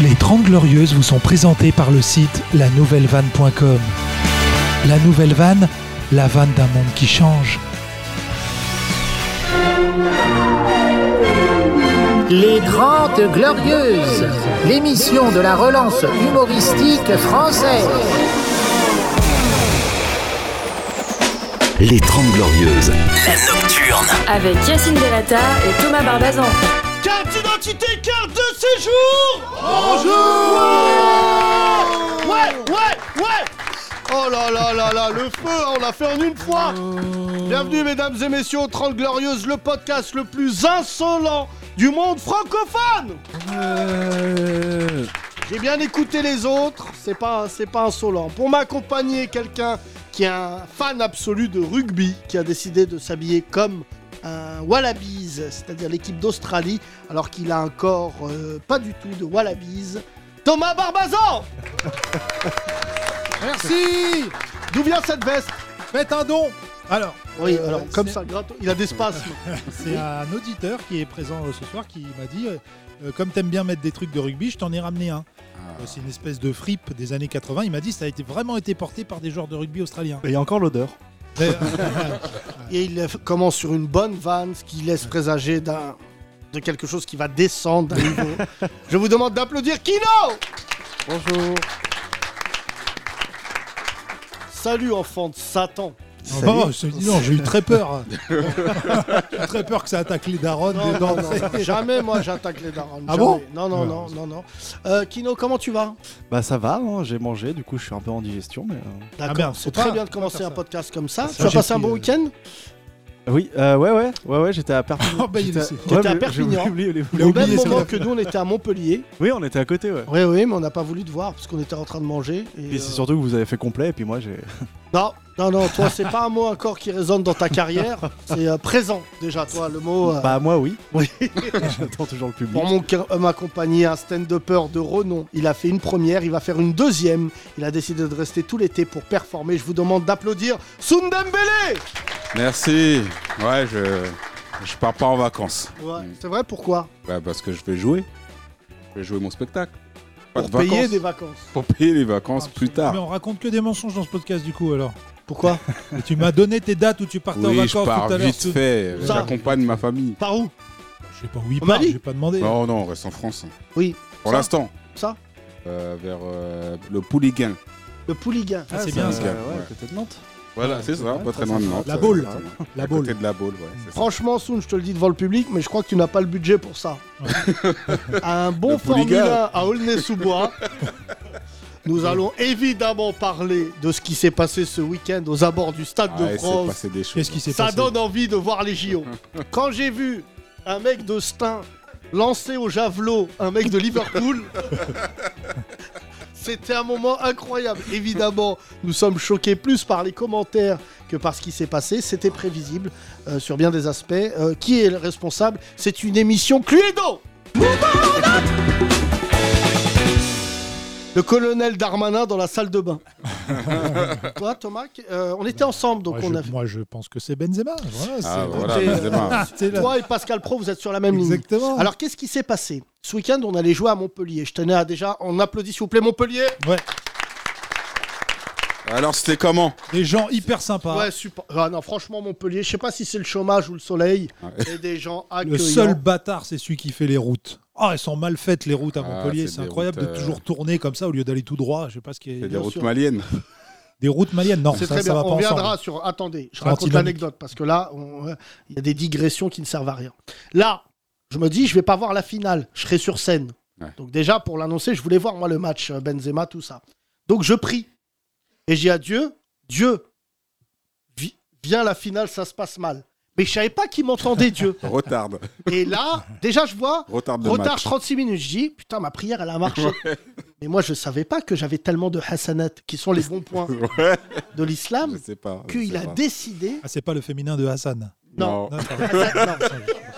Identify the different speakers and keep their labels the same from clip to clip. Speaker 1: Les 30 Glorieuses vous sont présentées par le site lanouvellevanne.com. La nouvelle vanne, la vanne d'un monde qui change.
Speaker 2: Les 30 Glorieuses, l'émission de la relance humoristique française.
Speaker 3: Les 30 Glorieuses.
Speaker 4: La nocturne.
Speaker 5: Avec Yacine Delata et Thomas Barbazan.
Speaker 6: Carte d'identité, carte de séjour
Speaker 7: Bonjour
Speaker 6: Ouais, ouais, ouais Oh là là là là, le feu, on l'a fait en une fois Bienvenue mesdames et messieurs aux 30 Glorieuses, le podcast le plus insolent du monde francophone J'ai bien écouté les autres, c'est pas, c'est pas insolent. Pour m'accompagner, quelqu'un qui est un fan absolu de rugby, qui a décidé de s'habiller comme un Wallabies, c'est-à-dire l'équipe d'Australie, alors qu'il a un corps euh, pas du tout de Wallabies, Thomas Barbazan
Speaker 7: Merci
Speaker 6: D'où vient cette veste
Speaker 7: Faites un don Alors,
Speaker 6: Oui,
Speaker 7: euh,
Speaker 6: alors comme
Speaker 7: c'est-
Speaker 6: ça, gratos, il a des spasmes.
Speaker 7: c'est un auditeur qui est présent euh, ce soir qui m'a dit euh, euh, Comme t'aimes bien mettre des trucs de rugby, je t'en ai ramené un.
Speaker 6: Ah.
Speaker 7: Euh, C'est une espèce de fripe des années 80. Il m'a dit ça a été vraiment été porté par des joueurs de rugby australiens. Euh,
Speaker 8: Et il y a encore l'odeur.
Speaker 7: Mais,
Speaker 6: Et il f- commence sur une bonne vanne, ce qui laisse présager d'un de quelque chose qui va descendre d'un niveau. Je vous demande d'applaudir Kino Bonjour Salut enfant de Satan
Speaker 7: Oh, je te dis non, j'ai eu très peur. J'ai eu très peur que ça attaque les darons.
Speaker 6: Non,
Speaker 7: les
Speaker 6: non,
Speaker 7: dents.
Speaker 6: non, non, jamais moi j'attaque les darons.
Speaker 7: Ah bon
Speaker 6: jamais. Non, non, non, non, non. Euh, Kino, comment tu vas
Speaker 8: Bah ça va, hein, j'ai mangé, du coup je suis un peu en digestion. Mais, euh,
Speaker 6: D'accord,
Speaker 7: merde,
Speaker 6: c'est
Speaker 7: faut
Speaker 6: très
Speaker 7: pas-
Speaker 6: bien de
Speaker 7: faut
Speaker 6: commencer
Speaker 7: faire
Speaker 6: un
Speaker 7: ça.
Speaker 6: podcast comme ça.
Speaker 7: Ça,
Speaker 6: Tu as
Speaker 7: j'ai
Speaker 6: passé un
Speaker 7: pris,
Speaker 6: bon
Speaker 7: euh,
Speaker 6: week-end
Speaker 8: Oui, euh, ouais, ouais, ouais, ouais, j'étais à Perpignan.
Speaker 6: Ah,
Speaker 7: Oh, bah, il
Speaker 8: J'étais à-
Speaker 7: sait.
Speaker 6: T'étais à
Speaker 8: mais j'ai
Speaker 6: Perpignan.
Speaker 8: oublié les-
Speaker 7: Il a
Speaker 6: Au même
Speaker 7: oublié ce qu'il
Speaker 6: moment
Speaker 7: a
Speaker 6: que nous, on était à Montpellier.
Speaker 8: Oui, on était à côté, ouais.
Speaker 6: Oui, oui, mais on n'a pas voulu te voir parce qu'on était en train de manger. Et,
Speaker 8: Et
Speaker 6: euh,
Speaker 8: c'est surtout que vous avez fait complet, et puis moi j'ai.
Speaker 6: Non, non, non, toi, c'est pas un mot encore qui résonne dans ta carrière. C'est euh, présent, déjà, toi, le mot. euh,
Speaker 8: Bah moi oui. J'attends toujours le public.
Speaker 6: pour mon, euh, m'accompagner, un stand-upper de renom. Il a fait une première, il va faire une deuxième. Il a décidé de rester tout l'été pour performer. Je vous demande d'applaudir Sundembele
Speaker 9: Merci. Ouais, je je pars pas en vacances.
Speaker 6: ouais, C'est vrai, pourquoi
Speaker 9: Bah, parce que je vais jouer. Je vais jouer mon spectacle. Pas
Speaker 6: Pour
Speaker 9: de
Speaker 6: payer
Speaker 9: vacances.
Speaker 6: des vacances.
Speaker 9: Pour payer les vacances plus
Speaker 7: Mais
Speaker 9: tard.
Speaker 7: on raconte que des mensonges dans ce podcast du coup alors.
Speaker 6: Pourquoi
Speaker 7: Et tu m'as donné tes dates où tu partais en
Speaker 9: Oui,
Speaker 7: vacances
Speaker 9: je pars
Speaker 7: tout à l'heure.
Speaker 9: vite
Speaker 7: tout-
Speaker 9: fait.
Speaker 6: Ça.
Speaker 9: J'accompagne ma famille.
Speaker 6: Par où
Speaker 7: Je sais pas où il
Speaker 6: On m'a
Speaker 7: part,
Speaker 6: dit.
Speaker 7: j'ai pas demandé.
Speaker 9: Non, non, on reste en France.
Speaker 6: Oui.
Speaker 9: Pour
Speaker 6: Ça.
Speaker 9: l'instant.
Speaker 6: Ça
Speaker 9: Euh, vers euh, le Pouligain.
Speaker 6: Le Pouligain.
Speaker 7: Ah,
Speaker 8: Ah,
Speaker 7: c'est
Speaker 8: ça,
Speaker 7: bien
Speaker 9: ça.
Speaker 8: ouais,
Speaker 9: Ouais.
Speaker 8: peut-être Nantes.
Speaker 9: Voilà, c'est ça, pas très loin de Nantes.
Speaker 7: La Baule.
Speaker 9: Exactement.
Speaker 7: La
Speaker 9: à
Speaker 7: Baule.
Speaker 9: côté de la boule, ouais. c'est ça.
Speaker 6: Franchement, Soun, je te le dis devant le public, mais je crois que tu n'as pas le budget pour ça. un bon
Speaker 9: Le
Speaker 6: Formule
Speaker 9: Pouligan.
Speaker 6: 1 à Aulnay-sous-Bois. Nous allons évidemment parler de ce qui s'est passé ce week-end aux abords du Stade
Speaker 9: Ah,
Speaker 6: de
Speaker 9: il s'est
Speaker 6: France.
Speaker 9: passé des choses.
Speaker 7: Qu'est-ce qui s'est
Speaker 6: Ça
Speaker 7: passé
Speaker 6: donne envie de voir les JO. Quand j'ai vu un mec de Stein lancer au javelot un mec de Liverpool, c'était un moment incroyable. Évidemment, nous sommes choqués plus par les commentaires que par ce qui s'est passé. C'était prévisible euh, sur bien des aspects. Euh, qui est le responsable C'est une émission Cluedo Le colonel Darmanin dans la salle de bain. Toi, Thomas, euh, on était ensemble, donc
Speaker 7: moi,
Speaker 6: on
Speaker 7: je,
Speaker 6: a
Speaker 7: moi, je pense que c'est Benzema. Voilà,
Speaker 9: Ah,
Speaker 7: c'est-
Speaker 9: voilà,
Speaker 6: c'est-
Speaker 9: Benzema.
Speaker 7: C'est là.
Speaker 6: Toi et Pascal Pro, vous êtes sur la même ligne.
Speaker 7: Exactement.
Speaker 6: Alors, qu'est-ce qui s'est passé Ce week-end, on allait jouer à Montpellier. Je tenais à déjà, on applaudit s'il vous plaît Montpellier.
Speaker 7: ouais,
Speaker 9: Alors, c'était comment
Speaker 7: des gens hyper sympas.
Speaker 6: Ouais, super. Ah non, franchement, Montpellier, je sais pas si c'est le chômage ou le soleil.
Speaker 9: Ah,
Speaker 6: Et des gens accueillants.
Speaker 7: le seul bâtard, c'est celui qui fait les routes. Ah, elles sont mal faites les routes à
Speaker 9: Ah,
Speaker 7: Montpellier.
Speaker 9: c'est
Speaker 7: c'est
Speaker 9: des
Speaker 7: incroyable
Speaker 9: routes,
Speaker 7: de
Speaker 9: euh,
Speaker 7: toujours tourner comme ça au lieu d'aller tout droit. Je sais pas ce qui est.
Speaker 9: C'est des
Speaker 7: Bien
Speaker 9: routes
Speaker 7: sûr.
Speaker 9: maliennes.
Speaker 7: Des routes maliennes, non,
Speaker 6: C'est
Speaker 7: ça,
Speaker 6: très bien.
Speaker 7: ça va
Speaker 6: On
Speaker 7: pas
Speaker 6: viendra
Speaker 7: ensemble.
Speaker 6: sur. Attendez, je
Speaker 7: C'est
Speaker 6: raconte
Speaker 7: antinomique.
Speaker 6: l'anecdote parce que là, on- euh, il y a des digressions qui ne servent à rien. Là, je me dis, je vais pas voir la finale. Je serai sur scène.
Speaker 9: Ouais.
Speaker 6: Donc déjà, pour l'annoncer, je voulais voir moi le match euh, Benzema, tout ça. Donc je prie et j'ai à Dieu, Dieu, vi- viens la finale, ça se passe mal. Mais je savais pas qui m'entendait Dieu.
Speaker 9: Retarde.
Speaker 6: Et là, déjà, je vois
Speaker 9: Retarde le
Speaker 6: retard
Speaker 9: match.
Speaker 6: 36 minutes. Je dis, putain, ma prière, elle a marché. Mais moi, je savais pas que j'avais tellement de hasanat, qui sont les bons points
Speaker 9: Ouais,
Speaker 6: de
Speaker 9: je
Speaker 6: l'islam,
Speaker 9: sais pas. je
Speaker 6: qu'il
Speaker 9: sais
Speaker 6: a
Speaker 9: pas.
Speaker 6: décidé.
Speaker 7: Ah, c'est pas le féminin de Hassan.
Speaker 6: Non.
Speaker 7: Non, pardon,
Speaker 6: Non,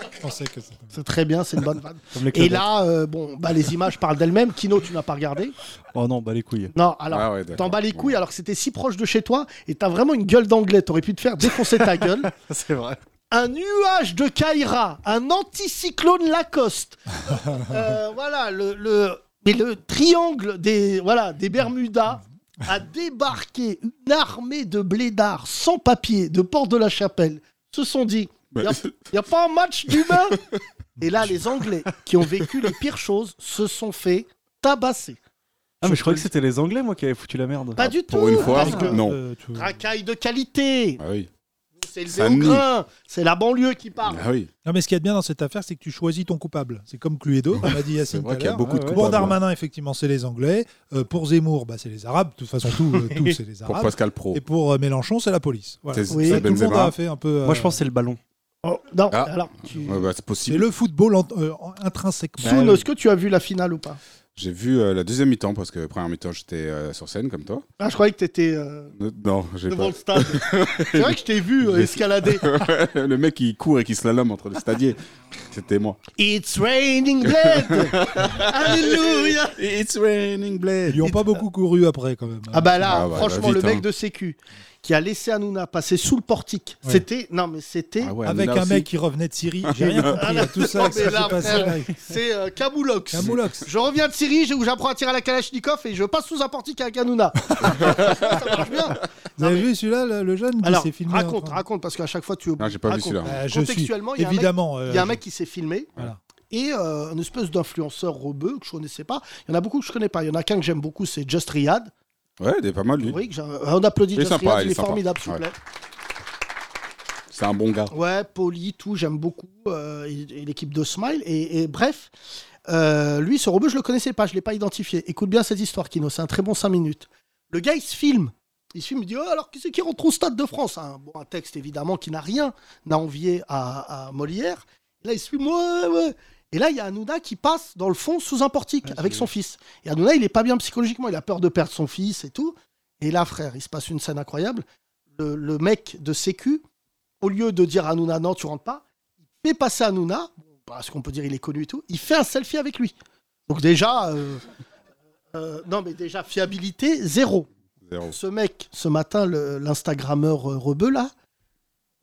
Speaker 7: je pensais que c'était-
Speaker 6: c'est très bien, c'est une bonne vanne.
Speaker 8: Comme les
Speaker 6: Et
Speaker 8: clubs.
Speaker 6: là, euh, bon, bah, les images parlent d'elles-mêmes. Kino, tu n'as pas regardé
Speaker 8: Oh non, bah les couilles.
Speaker 6: Non, alors,
Speaker 9: Ah ouais, d'accord.
Speaker 6: t'en bats les couilles alors que c'était si proche de chez toi et t'as vraiment une gueule d'anglais. T'aurais pu te faire défoncer ta gueule.
Speaker 8: c'est vrai.
Speaker 6: un nuage de Kaira, un anticyclone Lacoste. Euh, voilà, le, le Mais le triangle des, voilà, des Bermudas a débarqué une armée de blédards sans papier de Port de la Chapelle. Se sont dit, il
Speaker 9: Ouais.
Speaker 6: n'y a pas un match d'humain Et là, les Anglais, qui ont vécu les pires choses, se sont fait tabasser.
Speaker 8: Ah, mais je croyais que c'était les Anglais, moi, qui avaient foutu la merde.
Speaker 6: Pas du
Speaker 9: pour
Speaker 6: tout
Speaker 9: une fois,
Speaker 6: parce que
Speaker 9: non.
Speaker 7: Euh, tu-
Speaker 6: racaille de qualité
Speaker 9: Ah oui.
Speaker 6: C'est élevé
Speaker 9: Ça
Speaker 6: au
Speaker 9: nie.
Speaker 6: grain C'est la banlieue qui parle
Speaker 9: Ah oui.
Speaker 7: Non, mais ce qu'il y a de bien dans cette affaire, c'est que tu choisis ton coupable. C'est comme Cluedo, on l'a dit Yacine.
Speaker 9: C'est vrai
Speaker 7: tout à
Speaker 9: qu'il y a
Speaker 7: l'heure.
Speaker 9: beaucoup de
Speaker 8: ouais, ouais.
Speaker 9: coupables.
Speaker 7: Pour Darmanin, effectivement, c'est les Anglais. Euh, pour Zemmour, bah, c'est les Arabes. De toute façon, tout, euh, tout, c'est les
Speaker 9: Pour
Speaker 7: Arabes.
Speaker 9: Pascal Pro.
Speaker 7: Et pour euh, Mélenchon, c'est la police. Voilà.
Speaker 9: C'est-
Speaker 6: Oui,
Speaker 9: c'est
Speaker 7: Tout le monde
Speaker 9: Benzema.
Speaker 7: a fait un peu. euh,
Speaker 8: Moi, je pense que c'est le ballon.
Speaker 6: Oh, Non,
Speaker 9: Ah.
Speaker 6: alors, tu-
Speaker 9: Ouais, bah, c'est
Speaker 7: c'est
Speaker 9: possible.
Speaker 7: le football en- euh, en- intrinsèquement.
Speaker 9: Bah
Speaker 6: Soun,
Speaker 8: oui.
Speaker 6: est-ce que tu as vu la finale ou pas
Speaker 9: J'ai vu euh, la deuxième mi-temps parce que première mi-temps j'étais euh, sur scène comme toi.
Speaker 6: ah, Je croyais que tu étais
Speaker 9: Euh, Non, j'ai
Speaker 6: devant
Speaker 9: pas.
Speaker 6: le stade. C'est vrai que je t'ai vu euh, escalader.
Speaker 9: le mec qui court et qui slalome entre les stadiers, c'était moi.
Speaker 6: It's raining blood Alléluia
Speaker 9: It's raining blade.
Speaker 7: Ils n'ont pas beaucoup couru après, quand même.
Speaker 6: Ah bah là,
Speaker 9: Ah bah,
Speaker 6: franchement,
Speaker 9: bah, vite,
Speaker 6: le mec
Speaker 9: hein.
Speaker 6: de sécu qui a laissé Hanouna passer sous le portique,
Speaker 7: Ouais.
Speaker 6: c'était... Non mais c'était...
Speaker 9: Ah ouais,
Speaker 7: Avec
Speaker 9: Hanouna
Speaker 7: un
Speaker 9: aussi.
Speaker 7: mec qui revenait de Syrie. J'ai rien compris à
Speaker 6: Ah
Speaker 7: tout
Speaker 6: Non,
Speaker 7: ça. que
Speaker 6: mais
Speaker 7: ça
Speaker 6: là,
Speaker 7: s'est passé.
Speaker 6: frère.
Speaker 7: là.
Speaker 6: C'est euh, Kamoulox.
Speaker 7: Kamoulox.
Speaker 6: Je reviens de Syrie j'ai- où j'apprends à tirer à la Kalachnikov et je passe sous un portique avec Hanouna. ça marche bien.
Speaker 7: Vous avez vu celui-là, le- le jeune qui
Speaker 6: Alors,
Speaker 7: s'est filmé en
Speaker 6: raconte,
Speaker 7: train-
Speaker 6: raconte, parce qu'à chaque fois tu...
Speaker 9: Non, j'ai pas vu
Speaker 6: raconte.
Speaker 9: celui-là.
Speaker 7: Bah, je suis
Speaker 6: Contextuellement, il y a un mec-
Speaker 7: évidemment. euh,
Speaker 6: Il y a un mec qui s'est filmé.
Speaker 7: Voilà.
Speaker 6: Et euh, une espèce d'influenceur rebeu que je connaissais pas. Il y en a beaucoup que je connais pas. Il y en a qu'un que j'aime beaucoup, c'est Just Riyad.
Speaker 9: Ouais, il est pas mal lui.
Speaker 6: Oui, que j'ai- on applaudit
Speaker 9: Il est
Speaker 6: Just
Speaker 9: sympa,
Speaker 6: Riyad,
Speaker 9: il
Speaker 6: il
Speaker 9: est
Speaker 6: est
Speaker 9: sympa.
Speaker 6: formidable, s'il vous plaît.
Speaker 9: C'est un bon gars.
Speaker 6: Ouais, poli, tout, j'aime beaucoup. euh, et, et l'équipe de Smile. Et, et bref, euh, lui, ce robot, je le connaissais pas, je l'ai pas identifié. Écoute bien cette histoire, Kino, c'est un très bon 5 minutes. Le gars, il se filme. Il se filme, il dit Oh, alors qui c'est qui rentre au Stade de France un, bon, un texte, évidemment, qui n'a rien à envier à, à Molière. Et là, il se filme Ouais, ouais. Et là, il y a Hanouna qui passe dans le fond sous un portique avec son fils. Et Hanouna, il est pas bien psychologiquement, il a peur de perdre son fils et tout. Et là, frère, il se passe une scène incroyable. Le, le mec de Sécu, au lieu de dire à Hanouna non, tu rentres pas, il fait passer Hanouna, bon, parce qu'on peut dire il est connu et tout, il fait un selfie avec lui. Donc déjà, euh, euh, non mais déjà, fiabilité zéro.
Speaker 9: Zéro.
Speaker 6: Ce mec, ce matin, le- l'Instagrammeur euh, rebeu là,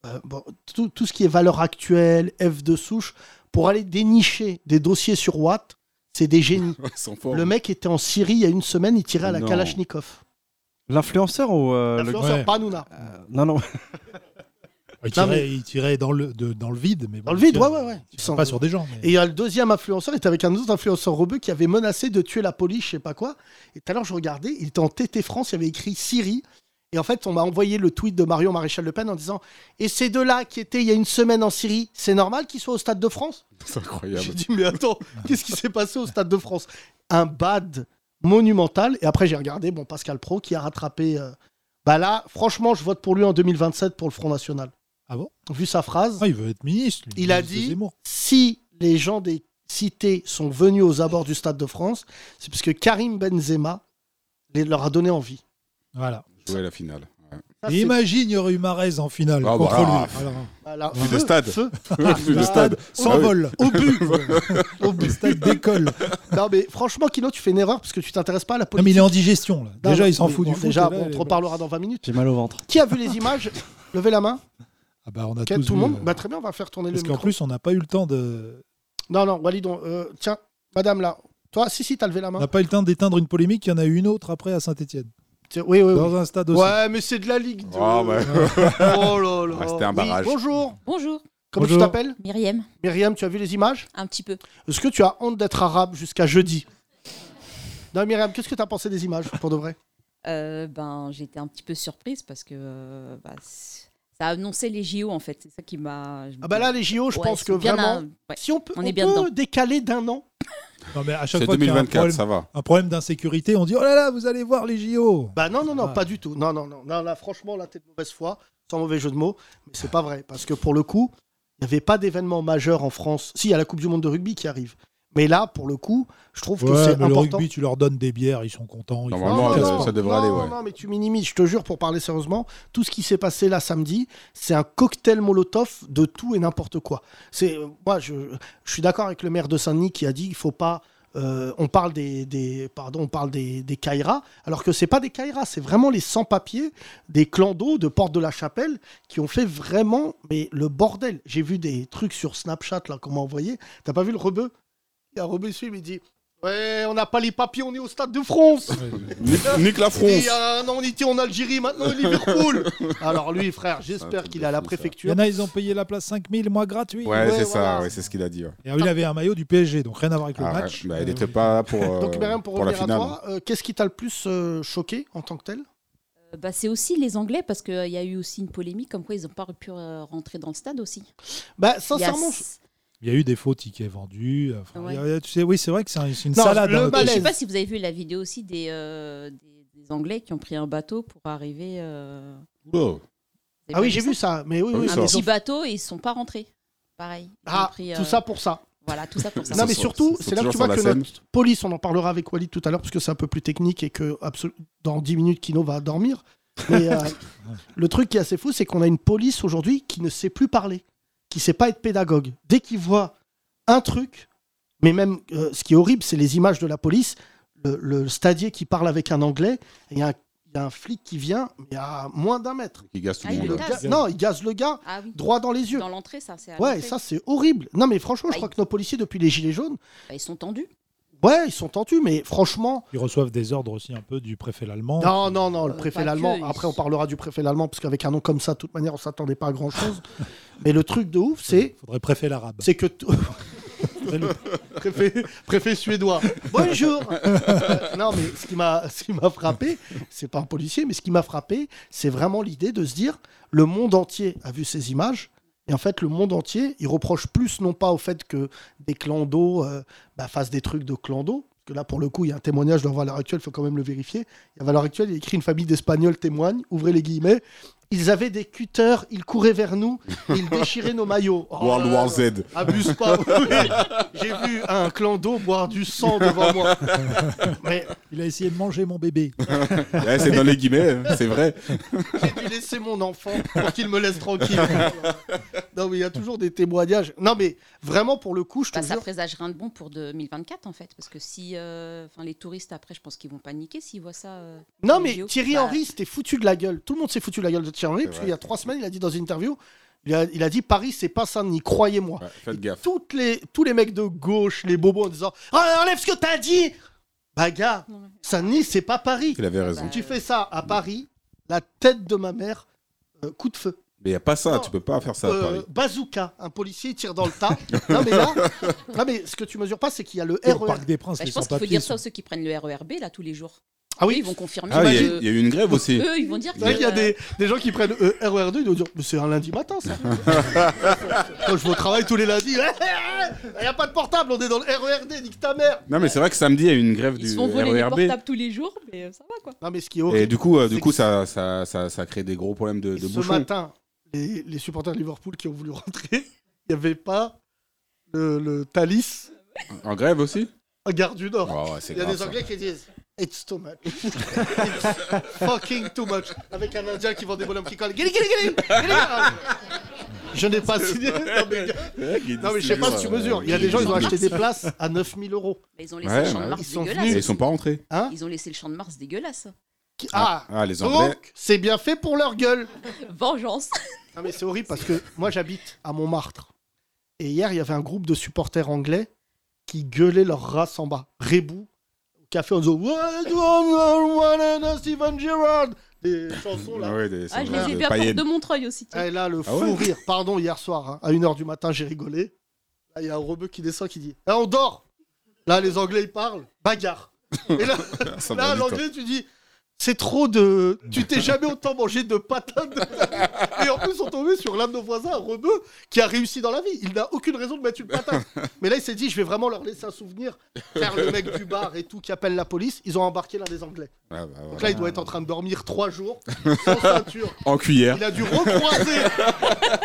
Speaker 6: euh, bon, tout, tout ce qui est valeur actuelle, F de souche, pour aller dénicher des dossiers sur Watt, c'est des génies.
Speaker 9: Ils sont forts.
Speaker 6: Le mec était en Syrie il y a une semaine, il tirait à la
Speaker 9: Non.
Speaker 6: Kalachnikov.
Speaker 8: L'influenceur ou euh, le.
Speaker 6: L'influenceur,
Speaker 7: ouais.
Speaker 6: pas Hanouna.
Speaker 8: Euh, Non, non.
Speaker 7: Il
Speaker 6: Non,
Speaker 7: tirait, il tirait dans, le, de- dans le vide. Mais
Speaker 6: Dans
Speaker 7: bon,
Speaker 6: le vide,
Speaker 7: il
Speaker 6: ouais,
Speaker 7: tire-
Speaker 6: ouais, ouais.
Speaker 7: il tire Pas sur des gens. mais-
Speaker 6: Et il y a le deuxième influenceur, il était avec un autre influenceur rebeu qui avait menacé de tuer la police, je sais pas quoi. Et tout à l'heure, je regardais, il était en TT France, il avait écrit Syrie. Et en fait, on m'a envoyé le tweet de Marion Maréchal Le Pen en disant Et ces deux-là qui étaient il y a une semaine en Syrie, c'est normal qu'ils soient au Stade de France
Speaker 9: C'est
Speaker 6: J'ai
Speaker 9: incroyable.
Speaker 6: dit Mais attends, qu'est-ce qui s'est passé au Stade de France Un bad monumental. Et après, j'ai regardé, bon, Pascal Pro qui a rattrapé. euh, Bah là, franchement, je vote pour lui en 2027 pour le Front National.
Speaker 7: Ah bon
Speaker 6: Vu sa phrase.
Speaker 7: Ah, il veut être ministre. lui,
Speaker 6: Il a
Speaker 7: ministre de
Speaker 6: dit-
Speaker 7: Zemmour.
Speaker 6: si les gens des cités sont venus aux abords du Stade de France, c'est parce que Karim Benzema les- leur a donné envie.
Speaker 7: Voilà.
Speaker 9: Jouer à la finale. Ouais.
Speaker 6: Ça,
Speaker 7: Et
Speaker 6: c'est-
Speaker 7: imagine, il y aurait eu Marez en finale
Speaker 9: Ah,
Speaker 7: contre
Speaker 9: bah,
Speaker 7: lui. Alors,
Speaker 6: Voilà.
Speaker 9: Vue de
Speaker 6: Feu,
Speaker 9: stade.
Speaker 6: feu. Ah,
Speaker 9: Plus de stade.
Speaker 7: S'envole.
Speaker 6: Au but. Au
Speaker 7: Le
Speaker 6: but.
Speaker 7: stade décolle.
Speaker 6: Non mais franchement, Kino, tu fais une erreur parce que tu t'intéresses pas à la
Speaker 7: Non, mais
Speaker 6: politique.
Speaker 7: il est en digestion. Là.
Speaker 6: Non,
Speaker 7: Déjà,
Speaker 6: non,
Speaker 7: il s'en
Speaker 6: mais
Speaker 7: fout
Speaker 6: bon,
Speaker 7: du foot.
Speaker 6: Déjà,
Speaker 7: et là,
Speaker 6: bon, on
Speaker 7: il
Speaker 6: te
Speaker 7: est-
Speaker 6: reparlera dans 20 minutes.
Speaker 8: J'ai mal au ventre.
Speaker 6: Qui a vu les images Levez la main.
Speaker 7: Ah, bah, on a
Speaker 6: Ok,
Speaker 7: tous
Speaker 6: tout le
Speaker 7: vu,
Speaker 6: monde.
Speaker 7: euh,
Speaker 6: Bah, très bien, on va faire tourner le
Speaker 7: Parce
Speaker 6: micro.
Speaker 7: qu'en plus, on n'a pas eu le temps de.
Speaker 6: Non, non, Walid, on- euh, tiens, madame là. Toi, si, si, t'as levé la
Speaker 7: On
Speaker 6: main.
Speaker 7: n'a pas eu le temps d'éteindre une polémique. Il y en a eu une autre après à Saint-Etienne.
Speaker 6: Tiens, Oui, oui, oui.
Speaker 7: Dans un stade aussi.
Speaker 6: Ouais, mais c'est de la Ligue 2.
Speaker 9: Ah, ouais.
Speaker 6: Oh là là.
Speaker 9: Ouais, c'était un
Speaker 6: Oui,
Speaker 9: barrage.
Speaker 6: bonjour.
Speaker 3: Bonjour,
Speaker 6: Comment
Speaker 7: Bonjour.
Speaker 6: tu t'appelles
Speaker 3: Myriam,
Speaker 6: Myriam, tu as vu les images
Speaker 3: un petit peu.
Speaker 6: Est-ce que tu as honte d'être arabe jusqu'à jeudi Non, Myriam, qu'est-ce que tu as pensé des images, pour de vrai
Speaker 3: Euh, ben, j'étais un petit peu surprise parce que euh, bah, c'est- ça annonçait les JO en fait. C'est ça qui m'a.
Speaker 6: Ah bah là, les JO, je
Speaker 3: Ouais,
Speaker 6: pense
Speaker 3: c'est
Speaker 6: que
Speaker 3: bien
Speaker 6: vraiment...
Speaker 3: un- ouais.
Speaker 6: Si on peut,
Speaker 3: On
Speaker 6: on
Speaker 3: est bien
Speaker 6: peut
Speaker 3: dedans.
Speaker 6: décaler d'un an,
Speaker 7: Non, mais à chaque
Speaker 9: C'est
Speaker 7: fois qu'il y a un
Speaker 9: 2024,
Speaker 7: problème,
Speaker 9: ça va.
Speaker 7: un problème d'insécurité, on dit Oh là là, vous allez voir les JO.
Speaker 6: bah non, non, non,
Speaker 7: Ah.
Speaker 6: pas du tout. Non, non, non, non, là, franchement, là, t'es de mauvaise foi, sans mauvais jeu de mots, mais c'est pas vrai, parce que pour le coup, il n'y avait pas d'événement majeur en France. Si, il y a la Coupe du Monde de rugby qui arrive. Mais là, pour le coup, je trouve que
Speaker 7: Ouais,
Speaker 6: c'est
Speaker 7: mais le
Speaker 6: important.
Speaker 7: rugby, tu leur donnes des bières, ils sont contents. ils font-
Speaker 9: Normalement, euh,
Speaker 7: Non,
Speaker 9: ça-
Speaker 7: non,
Speaker 9: ça
Speaker 7: non.
Speaker 9: devrait aller,
Speaker 6: non,
Speaker 9: ouais.
Speaker 6: non, mais tu minimises, je te jure, pour parler sérieusement, tout ce qui s'est passé là samedi, c'est un cocktail molotov de tout et n'importe quoi. C'est euh, Moi, je, je suis d'accord avec le maire de Saint-Denis qui a dit qu'il faut pas. euh, on parle des, des- pardon, on parle des, des Kairas, alors que c'est pas des Kairas, c'est vraiment les sans-papiers des clans d'eau de Porte de la Chapelle qui ont fait vraiment mais le bordel. J'ai vu des trucs sur Snapchat là qu'on m'a envoyé. T'as pas vu le rebeu Il y a un rebeu ici, il me dit Ouais, on n'a pas les papiers, on est au Stade de France.
Speaker 9: Nique, nique la
Speaker 6: Il
Speaker 9: France.
Speaker 6: y a un an, on était en Algérie, maintenant Liverpool. Alors lui, frère, j'espère qu'il est à la
Speaker 9: fou, ça.
Speaker 7: Il
Speaker 6: préfecture.
Speaker 7: y en a, ils ont payé la place 5000, moi gratuit.
Speaker 9: Ouais,
Speaker 6: ouais,
Speaker 9: c'est
Speaker 6: voilà.
Speaker 9: ça, ouais, c'est ce qu'il a dit. ouais.
Speaker 7: Et il avait un maillot du PSG, donc rien à voir avec le
Speaker 9: Ah,
Speaker 7: match.
Speaker 9: ouais, bah, il
Speaker 7: Euh,
Speaker 9: n'était pas là pour, euh,
Speaker 6: Donc, Myriam, pour,
Speaker 9: pour la
Speaker 6: revenir à
Speaker 9: finale.
Speaker 6: toi, euh, qu'est-ce qui t'a le plus euh, choqué en tant que tel
Speaker 3: Euh, bah, c'est aussi les Anglais, parce qu'il y a eu aussi une polémique comme quoi ils n'ont pas pu euh, rentrer dans le stade aussi.
Speaker 6: Bah,
Speaker 3: Il y a
Speaker 6: sincèrement,
Speaker 3: s-
Speaker 7: Il y a eu des faux tickets vendus. euh, Enfin,
Speaker 3: Ouais.
Speaker 7: il y a- tu sais, oui, c'est vrai que c'est un- c'est une
Speaker 6: Non,
Speaker 7: salade.
Speaker 6: le
Speaker 7: hein,
Speaker 3: Et
Speaker 6: malaise.
Speaker 3: je sais pas si vous avez vu la vidéo aussi des, euh, des, des Anglais qui ont pris un bateau pour arriver. euh, vous
Speaker 9: Oh.
Speaker 3: avez
Speaker 6: Ah
Speaker 3: pas
Speaker 6: oui,
Speaker 3: vu
Speaker 6: j'ai
Speaker 3: ça
Speaker 6: vu ça, mais Ah oui,
Speaker 9: Pas
Speaker 6: oui,
Speaker 9: vu
Speaker 3: Un
Speaker 6: mais
Speaker 9: Ah ça.
Speaker 6: ils ont-
Speaker 3: petit bateau et ils sont pas rentrés. Pareil. Ils ont
Speaker 6: Ah,
Speaker 3: pris, euh,
Speaker 6: tout ça pour ça.
Speaker 3: Voilà, tout ça pour ça.
Speaker 9: Ça
Speaker 6: Non, mais
Speaker 9: sort-
Speaker 6: surtout,
Speaker 9: ça
Speaker 6: c'est
Speaker 9: sort
Speaker 6: là
Speaker 9: toujours
Speaker 6: que tu
Speaker 9: sur
Speaker 6: vois
Speaker 9: la
Speaker 6: que
Speaker 9: scène.
Speaker 6: notre police, on en parlera avec Walid tout à l'heure, parce que c'est un peu plus technique et que absolu- dans 10 minutes, Kino va dormir. Mais euh, le truc qui est assez fou, c'est qu'on a une police aujourd'hui qui ne sait plus parler, qui sait pas être pédagogue. Dès qu'il voit un truc, mais même euh, ce qui est horrible, c'est les images de la police, le, le stadier qui parle avec un anglais, et il y, a un- il y a un flic qui vient, mais à moins d'un mètre.
Speaker 9: Il gasse tout
Speaker 3: Ah,
Speaker 9: le
Speaker 3: il
Speaker 9: monde.
Speaker 3: est
Speaker 9: ouais.
Speaker 3: Gaze.
Speaker 6: Non, il gaze le gars
Speaker 3: Ah oui.
Speaker 6: droit dans les yeux.
Speaker 3: Dans l'entrée, ça, c'est. à
Speaker 6: Ouais,
Speaker 3: l'entrée.
Speaker 6: ça c'est horrible. Non, mais franchement, je
Speaker 3: Bah,
Speaker 6: crois
Speaker 3: il-
Speaker 6: que nos policiers, depuis les Gilets jaunes,
Speaker 3: Bah, ils sont tendus.
Speaker 6: Ouais, ils sont tendus, mais franchement.
Speaker 7: Ils reçoivent des ordres aussi un peu du préfet allemand.
Speaker 6: Non, non, non, le
Speaker 3: Euh,
Speaker 6: préfet
Speaker 3: pas que,
Speaker 6: allemand.
Speaker 3: ils-
Speaker 6: Après, on parlera du préfet allemand, parce qu'avec un nom comme ça, de toute manière, on s'attendait pas à grand chose. mais le truc de ouf, c'est.
Speaker 7: Il faudrait préfet l'arabe.
Speaker 6: C'est que. t-
Speaker 7: C'est le-
Speaker 6: préfet, préfet suédois. Bonjour Euh, Non, mais ce qui m'a ce qui m'a frappé, c'est pas un policier, mais ce qui m'a frappé, c'est vraiment l'idée de se dire le monde entier a vu ces images. Et en fait, le monde entier, il reproche plus non pas au fait que des clandos euh, bah, fassent des trucs de clandos, parce que là, pour le coup, il y a un témoignage dans Valeur Actuelle, il faut quand même le vérifier. Il y a Valeur Actuelle, il y a écrit une famille d'Espagnols témoigne, ouvrez les guillemets. Ils avaient des cutters, ils couraient vers nous, ils déchiraient nos maillots. Oh là
Speaker 9: World
Speaker 6: là
Speaker 9: War
Speaker 6: là.
Speaker 9: Z.
Speaker 6: Abuse pas. oui. J'ai vu un clan d'eau boire du sang devant moi. Mais
Speaker 7: Il a essayé de manger mon bébé.
Speaker 9: Ouais, c'est dans les guillemets, hein, c'est vrai.
Speaker 6: j'ai dû laisser mon enfant pour qu'il me laisse tranquille. Non, mais il y a toujours des témoignages. Non, mais vraiment, pour le coup, je te
Speaker 3: Bah, ça
Speaker 6: jure.
Speaker 3: présage rien de bon pour 2024 en fait, parce que si, euh, enfin, les touristes après, je pense qu'ils vont paniquer s'ils voient ça. euh, dans
Speaker 6: Non,
Speaker 3: les
Speaker 6: mais
Speaker 3: vidéos.
Speaker 6: Thierry
Speaker 3: Bah,
Speaker 6: Henry, c'était foutu de la gueule. Tout le monde s'est foutu de la gueule de Thierry Henry,
Speaker 9: C'est
Speaker 6: parce
Speaker 9: vrai.
Speaker 6: qu'il y a trois semaines, il a dit dans une interview il a, il a dit Paris, c'est pas ça, n'y croyez-moi.
Speaker 9: Ouais, faites gaffe.
Speaker 6: Toutes les, tous les mecs de gauche, les bobos, en disant Oh, enlève ce que t'as dit Bah, gars,
Speaker 3: Non, mais-
Speaker 6: Saint-Denis, c'est pas Paris.
Speaker 9: Il avait raison.
Speaker 3: Bah,
Speaker 6: Tu fais ça à Paris, la tête de ma mère, euh, coup de feu.
Speaker 9: Mais il n'y a pas ça,
Speaker 6: Non,
Speaker 9: tu peux pas faire ça à
Speaker 6: Euh,
Speaker 9: Paris.
Speaker 6: bazooka, un policier tire dans le tas. non, mais là, non, mais ce que tu mesures pas, c'est qu'il y a le E
Speaker 7: Au
Speaker 6: RER.
Speaker 7: Parc des Princes,
Speaker 3: bah,
Speaker 7: les
Speaker 3: je pense qu'il faut
Speaker 7: sans-papiers
Speaker 3: dire
Speaker 7: sont-
Speaker 3: ça aux ceux qui prennent le RERB là tous les jours.
Speaker 6: Ah
Speaker 3: Eux,
Speaker 6: oui,
Speaker 3: ils vont confirmer.
Speaker 9: Ah, il y, a-
Speaker 3: que-
Speaker 9: il y a eu une grève aussi.
Speaker 3: Eux, ils vont dire.
Speaker 6: c'est vrai
Speaker 3: que,
Speaker 6: qu'il y a
Speaker 3: euh,
Speaker 6: des, des gens qui prennent euh, RER2, ils vont dire Mais c'est un lundi matin, ça. Quand je Eh, vais au travail tous les lundis, il n'y eh, a pas de portable, on est dans le RERD, nique ta mère.
Speaker 9: Non, mais c'est vrai que samedi, il y a eu une grève
Speaker 3: Ils
Speaker 9: du
Speaker 3: se font voler les
Speaker 9: RERB.
Speaker 3: portables tous les jours, mais euh, ça va quoi.
Speaker 6: Non, mais ce qui est
Speaker 9: Et
Speaker 6: horrible,
Speaker 9: du coup, euh,
Speaker 6: C'est
Speaker 9: du
Speaker 6: que-
Speaker 9: coup ça, ça, ça, ça crée des gros problèmes de, de
Speaker 6: ce
Speaker 9: bouchons.
Speaker 6: matin, les, les supporters de Liverpool qui ont voulu rentrer, il n'y avait pas le, le Thalys
Speaker 9: En grève aussi
Speaker 6: à Gare du Nord.
Speaker 9: Oh, ouais, c'est
Speaker 6: Il y a
Speaker 9: grave,
Speaker 6: des
Speaker 9: ça.
Speaker 6: Anglais qui disent It's too much. It's fucking too much. Avec un Indien qui vend des bonhommes qui collent. Gilly, gilly, gilly, gilly. Je n'ai pas signé. Non, mais, non, mais je sais pas si tu mesures. Il y a des gens, ils ont acheté des places à 9000 euros.
Speaker 3: Bah, ils ont laissé
Speaker 9: Ouais,
Speaker 3: le champ
Speaker 9: bah,
Speaker 3: de
Speaker 6: ils
Speaker 3: Mars
Speaker 6: sont Hein
Speaker 3: dégueulasse.
Speaker 9: Et ils sont pas rentrés.
Speaker 3: Ils ont laissé le champ de Mars dégueulasse.
Speaker 6: Qui- Ah,
Speaker 9: Ah, les Anglais.
Speaker 6: Donc, c'est bien fait pour leur gueule.
Speaker 3: Vengeance.
Speaker 6: Non, mais c'est horrible parce que moi, j'habite à Montmartre. Et hier, il y avait un groupe de supporters anglais qui gueulaient leur race en bas. Rebou, au café en disant What do you want to Steven Gerrard Des chansons là.
Speaker 9: Ah ouais, des-
Speaker 3: Ah,
Speaker 9: c'est
Speaker 3: je
Speaker 9: vrai,
Speaker 3: les ai
Speaker 9: de
Speaker 3: vus à Porte
Speaker 9: paillettes.
Speaker 3: de Montreuil aussi. tiens.
Speaker 6: Ah, et là, le
Speaker 9: Ah
Speaker 6: fou
Speaker 9: ouais
Speaker 6: rire. Pardon, hier soir, hein, à 1h du matin, j'ai rigolé. Là, il y a un rebeu qui descend qui dit Là, on dort Là, les Anglais, ils parlent, bagarre. Et là,
Speaker 9: Ça
Speaker 6: là
Speaker 9: va vite, hein.
Speaker 6: l'anglais, tu dis C'est trop de. Tu t'es jamais autant mangé de patates de ta vie. Et en plus, on tombait sur l'un de nos voisins, un rebeu, qui a réussi dans la vie. Il n'a aucune raison de mettre une patate. Mais là, il s'est dit Je vais vraiment leur laisser un souvenir. Car le mec du bar et tout qui appelle la police, ils ont embarqué l'un des Anglais.
Speaker 9: hein. Ah, bah, voilà.
Speaker 6: Donc là, il doit être en train de dormir trois jours, sans ceinture.
Speaker 9: En cuillère.
Speaker 6: Il a dû recroiser,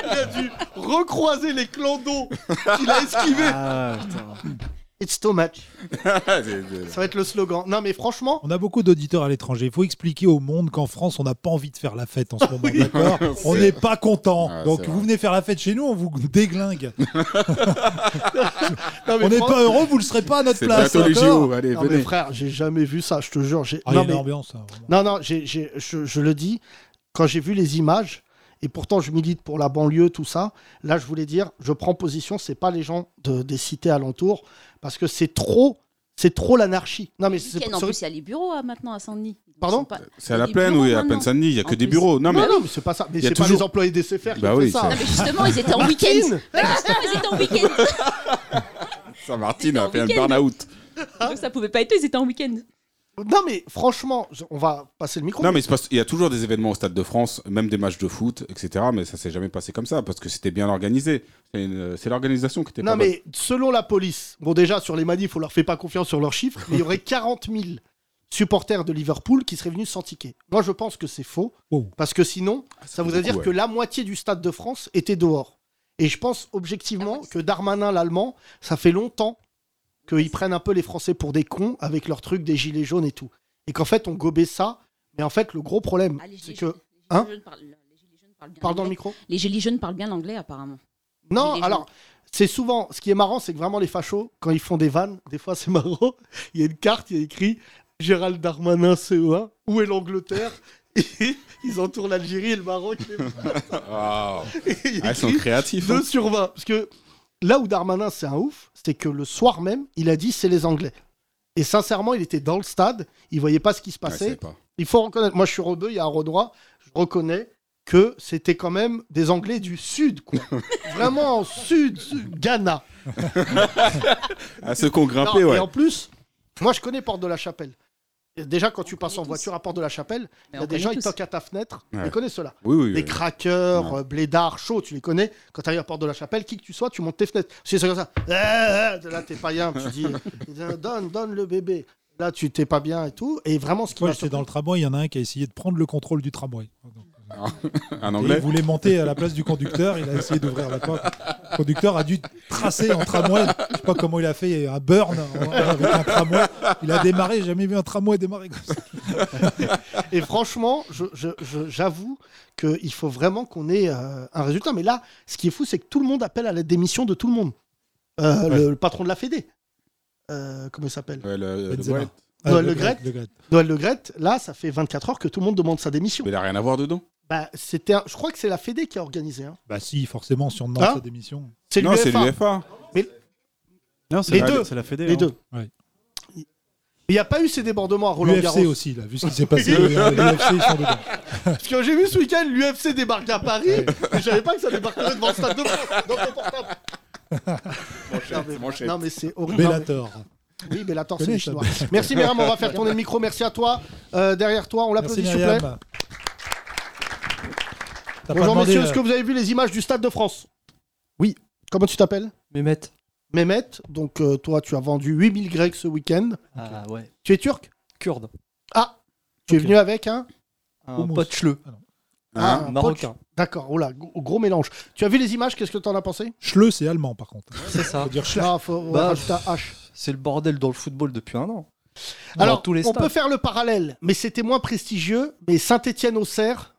Speaker 6: il a dû recroiser les clandos qu'il a esquivés.
Speaker 8: Ah, putain.
Speaker 6: It's too much.
Speaker 9: C'est- c'est-
Speaker 6: Ça va être le slogan. Non, mais franchement,
Speaker 7: On a beaucoup d'auditeurs à l'étranger. Il faut expliquer au monde qu'en France, on n'a pas envie de faire la fête en ce moment. D'accord On n'est pas content.
Speaker 9: Ah,
Speaker 7: Donc
Speaker 9: c'est
Speaker 7: vous
Speaker 9: vrai.
Speaker 7: venez faire la fête chez nous, on vous déglingue.
Speaker 6: non, mais
Speaker 7: On n'est
Speaker 6: fran-
Speaker 7: pas heureux, vous le serez pas à notre
Speaker 9: C'est
Speaker 7: place.
Speaker 9: bientôt les
Speaker 7: d'accord
Speaker 9: JO. Allez,
Speaker 6: Non, mais
Speaker 9: venez.
Speaker 6: frère, j'ai jamais vu ça, je te jure. j'ai-
Speaker 7: Ah, il y a
Speaker 6: non,
Speaker 7: une
Speaker 6: mais-
Speaker 7: ambiance. hein, vraiment.
Speaker 6: non, non, j'ai- j'ai- je, je le dis, quand j'ai vu les images, et pourtant je milite pour la banlieue, tout ça, là, je voulais dire, je prends position, c'est pas les gens de- des cités alentours, parce que c'est trop. C'est trop l'anarchie. Non, mais c'est
Speaker 3: Week-end,
Speaker 6: pas-
Speaker 3: en
Speaker 6: c'est-
Speaker 3: plus, il y a les bureaux ah, maintenant à Saint-Denis. Ils
Speaker 6: Pardon
Speaker 3: sont pas-
Speaker 9: C'est à la
Speaker 3: des
Speaker 9: plaine,
Speaker 3: bureaux
Speaker 9: oui, à
Speaker 3: maintenant.
Speaker 9: peine Saint-Denis, il n'y a
Speaker 3: En
Speaker 9: que des
Speaker 3: plus.
Speaker 9: bureaux. Non, mais
Speaker 6: Mais non, mais c'est pas ça. Mais
Speaker 9: Il y a
Speaker 6: c'est pas
Speaker 9: toujours-
Speaker 6: les employés des CFR qui
Speaker 9: Bah
Speaker 6: ont
Speaker 9: oui,
Speaker 6: fait ça.
Speaker 9: ça-
Speaker 3: Non, mais justement, ils étaient en week-end.
Speaker 6: Martine
Speaker 3: Mais justement, ils étaient en week-end.
Speaker 9: Saint-Martin
Speaker 3: C'est
Speaker 9: a
Speaker 3: en
Speaker 9: fait un
Speaker 3: week-end.
Speaker 9: burn-out.
Speaker 3: Donc, ça pouvait pas être eux, ils étaient en week-end.
Speaker 6: Non, mais franchement, je- on va passer le micro.
Speaker 9: Non, mais il, se passe- il y a toujours des événements au Stade de France, même des matchs de foot, etc. Mais ça s'est jamais passé comme ça parce que c'était bien organisé. C'est une- c'est l'organisation qui était
Speaker 6: Non,
Speaker 9: pas bonne.
Speaker 6: mais selon la police, bon, déjà, sur les manifs, on leur fait pas confiance sur leurs chiffres, mais il y aurait 40 000 supporters de Liverpool qui seraient venus sans ticket. Moi, je pense que c'est faux,
Speaker 7: Oh.
Speaker 6: parce que sinon, ça voudrait dire
Speaker 9: Ah, beaucoup,
Speaker 6: que la moitié du Stade de France était dehors. Et je pense
Speaker 3: Ah,
Speaker 6: objectivement que Darmanin, l'Allemand, ça fait longtemps qu'ils prennent un peu les Français pour des cons avec leur truc des gilets jaunes et tout. Et qu'en fait, on gobait ça. Mais en fait, le gros problème,
Speaker 3: Ah, les
Speaker 6: c'est
Speaker 3: gilets
Speaker 6: que...
Speaker 3: jaunes-
Speaker 6: Hein
Speaker 3: les gilets jaunes parlent- les gilets jaunes parlent bien
Speaker 6: Pardon le
Speaker 3: l'anglais.
Speaker 6: micro
Speaker 3: Les gilets jaunes parlent bien l'anglais, apparemment.
Speaker 6: Non,
Speaker 3: Gilets
Speaker 6: alors,
Speaker 3: jaunes.
Speaker 6: c'est souvent. Ce qui est marrant, c'est que vraiment, les fachos, quand ils font des vannes, des fois, c'est marrant. Il y a une carte, il y a écrit Gérald Darmanin, CE1, où est l'Angleterre Et Ils entourent l'Algérie et le Maroc.
Speaker 9: Ah,
Speaker 6: Et il y a
Speaker 9: ils sont
Speaker 6: écrit
Speaker 9: créatifs. hein.
Speaker 6: 2 sur 20. Parce que là où Darmanin, c'est un ouf, c'est que le soir même, il a dit c'est les Anglais. Et sincèrement, il était dans le stade, il voyait pas ce qui se
Speaker 9: Ouais, je savais
Speaker 6: passait.
Speaker 9: pas.
Speaker 6: Il faut reconnaître, moi je suis rebeu, il y a un redroit, je reconnais que c'était quand même des Anglais du Sud, quoi. Vraiment Sud, sud, Ghana.
Speaker 9: À Ah, ceux qui ont
Speaker 6: Non,
Speaker 9: grimpé,
Speaker 6: Et
Speaker 9: ouais.
Speaker 6: en plus, moi je connais Porte de la Chapelle. Et Déjà, quand tu
Speaker 3: On
Speaker 6: passes en
Speaker 3: connaît tous.
Speaker 6: voiture à Porte de la Chapelle, il
Speaker 3: Mais
Speaker 6: y a
Speaker 3: on
Speaker 6: des
Speaker 3: connaît
Speaker 6: gens, ils
Speaker 3: tous.
Speaker 6: toquent à ta fenêtre.
Speaker 9: Ouais.
Speaker 6: Tu connais cela.
Speaker 9: Oui, oui.
Speaker 6: Des
Speaker 9: oui.
Speaker 6: craqueurs,
Speaker 9: Non.
Speaker 6: euh, blédards, chauds, tu les connais. Quand tu arrives à Porte de la Chapelle, qui que tu sois, tu montes tes fenêtres. C'est comme ça. Eh, eh, de là, t'es pas bien. Tu dis, euh, donne, donne le bébé. Là, tu t'es pas bien et tout. Et vraiment, ce qui
Speaker 7: Moi,
Speaker 6: m'a
Speaker 7: j'étais
Speaker 6: surpris-
Speaker 7: dans le tramway, il y en a un qui a essayé de prendre le contrôle du tramway.
Speaker 9: Un
Speaker 7: Et il
Speaker 9: anglais.
Speaker 7: voulait monter à la place du conducteur, il a essayé d'ouvrir la porte. Le conducteur a dû tracer en tramway, je sais pas comment il a fait, un burn en- avec un tramway. Il a démarré, j'ai jamais vu un tramway démarrer comme ça.
Speaker 6: Et franchement, j'avoue je, je- j'avoue qu'il faut vraiment qu'on ait euh, un résultat. Mais là, ce qui est fou, c'est que tout le monde appelle à la démission de tout le monde. Euh, le, le patron de la Fédé. Euh, comment il s'appelle Euh,
Speaker 9: Ouais, le- le
Speaker 7: Benzema. Euh,
Speaker 9: Bouet.
Speaker 8: Euh,
Speaker 6: Noël
Speaker 7: Le
Speaker 6: Le
Speaker 7: Graët,
Speaker 6: Graët.
Speaker 7: Le Graët.
Speaker 6: Noël Le Graët, là, ça fait 24 heures que tout le monde demande sa démission.
Speaker 9: Mais il n'a rien à voir dedans.
Speaker 6: Bah, c'était un- Je crois que c'est la Fédé qui a organisé. hein.
Speaker 7: Bah si, forcément, si on demande
Speaker 8: Ah
Speaker 6: Hein
Speaker 7: sa démission.
Speaker 6: C'est
Speaker 9: Non, c'est
Speaker 6: l'UEFA.
Speaker 9: l'UFA.
Speaker 8: Non, c'est
Speaker 6: Les
Speaker 8: la-
Speaker 6: deux.
Speaker 8: C'est la Fédé.
Speaker 6: Les
Speaker 8: hein.
Speaker 6: deux.
Speaker 7: Ouais.
Speaker 6: Il n'y a pas eu ces débordements à Roland
Speaker 7: L'UFC
Speaker 6: Garros.
Speaker 7: aussi, là, vu ce qui s'est passé, euh, l'UFC, ils sont dedans.
Speaker 6: Parce que j'ai vu ce week-end, l'UFC débarque à Paris. mais Je savais pas que ça débarquerait devant le stade de France, dans ton portable. Non, mais c'est horrible.
Speaker 7: Bellator.
Speaker 6: Oui, mais la torse
Speaker 7: Connais,
Speaker 6: est
Speaker 7: ça.
Speaker 6: chinois. Merci Myriam, on va faire tourner le micro. Merci à toi. Euh, derrière toi, on
Speaker 7: Merci
Speaker 6: l'applaudit s'il vous plaît.
Speaker 7: Myriam. T'as pas
Speaker 6: Bonjour
Speaker 7: demandé,
Speaker 6: messieurs,
Speaker 7: euh,
Speaker 6: est-ce que vous avez vu les images du Stade de France
Speaker 8: Oui.
Speaker 6: Comment tu t'appelles
Speaker 8: Mehmet.
Speaker 6: Mehmet. Donc euh, toi, tu as vendu 8000 grecs ce week-end.
Speaker 8: Ah ouais.
Speaker 6: Tu es turc
Speaker 8: Kurde.
Speaker 6: Ah Tu es
Speaker 8: Ok.
Speaker 6: venu avec hein un
Speaker 8: Un
Speaker 7: Houmous.
Speaker 8: pote chleu.
Speaker 9: Hein
Speaker 6: Ah, un
Speaker 8: Marocain.
Speaker 6: pote. D'accord, oh là, gros gros mélange. Tu as vu les images, qu'est-ce que t'en as pensé
Speaker 7: Schleu, c'est allemand, par contre.
Speaker 8: C'est ça.
Speaker 7: Faut dire Schleu.
Speaker 6: Ah, faut
Speaker 8: Bah,
Speaker 6: rajouter un H.
Speaker 8: C'est le bordel dans le football depuis un an. Dans
Speaker 6: Alors,
Speaker 8: tous les
Speaker 6: on
Speaker 8: stades.
Speaker 6: peut faire le parallèle, mais c'était moins prestigieux. Mais Saint-Étienne-Auxerre,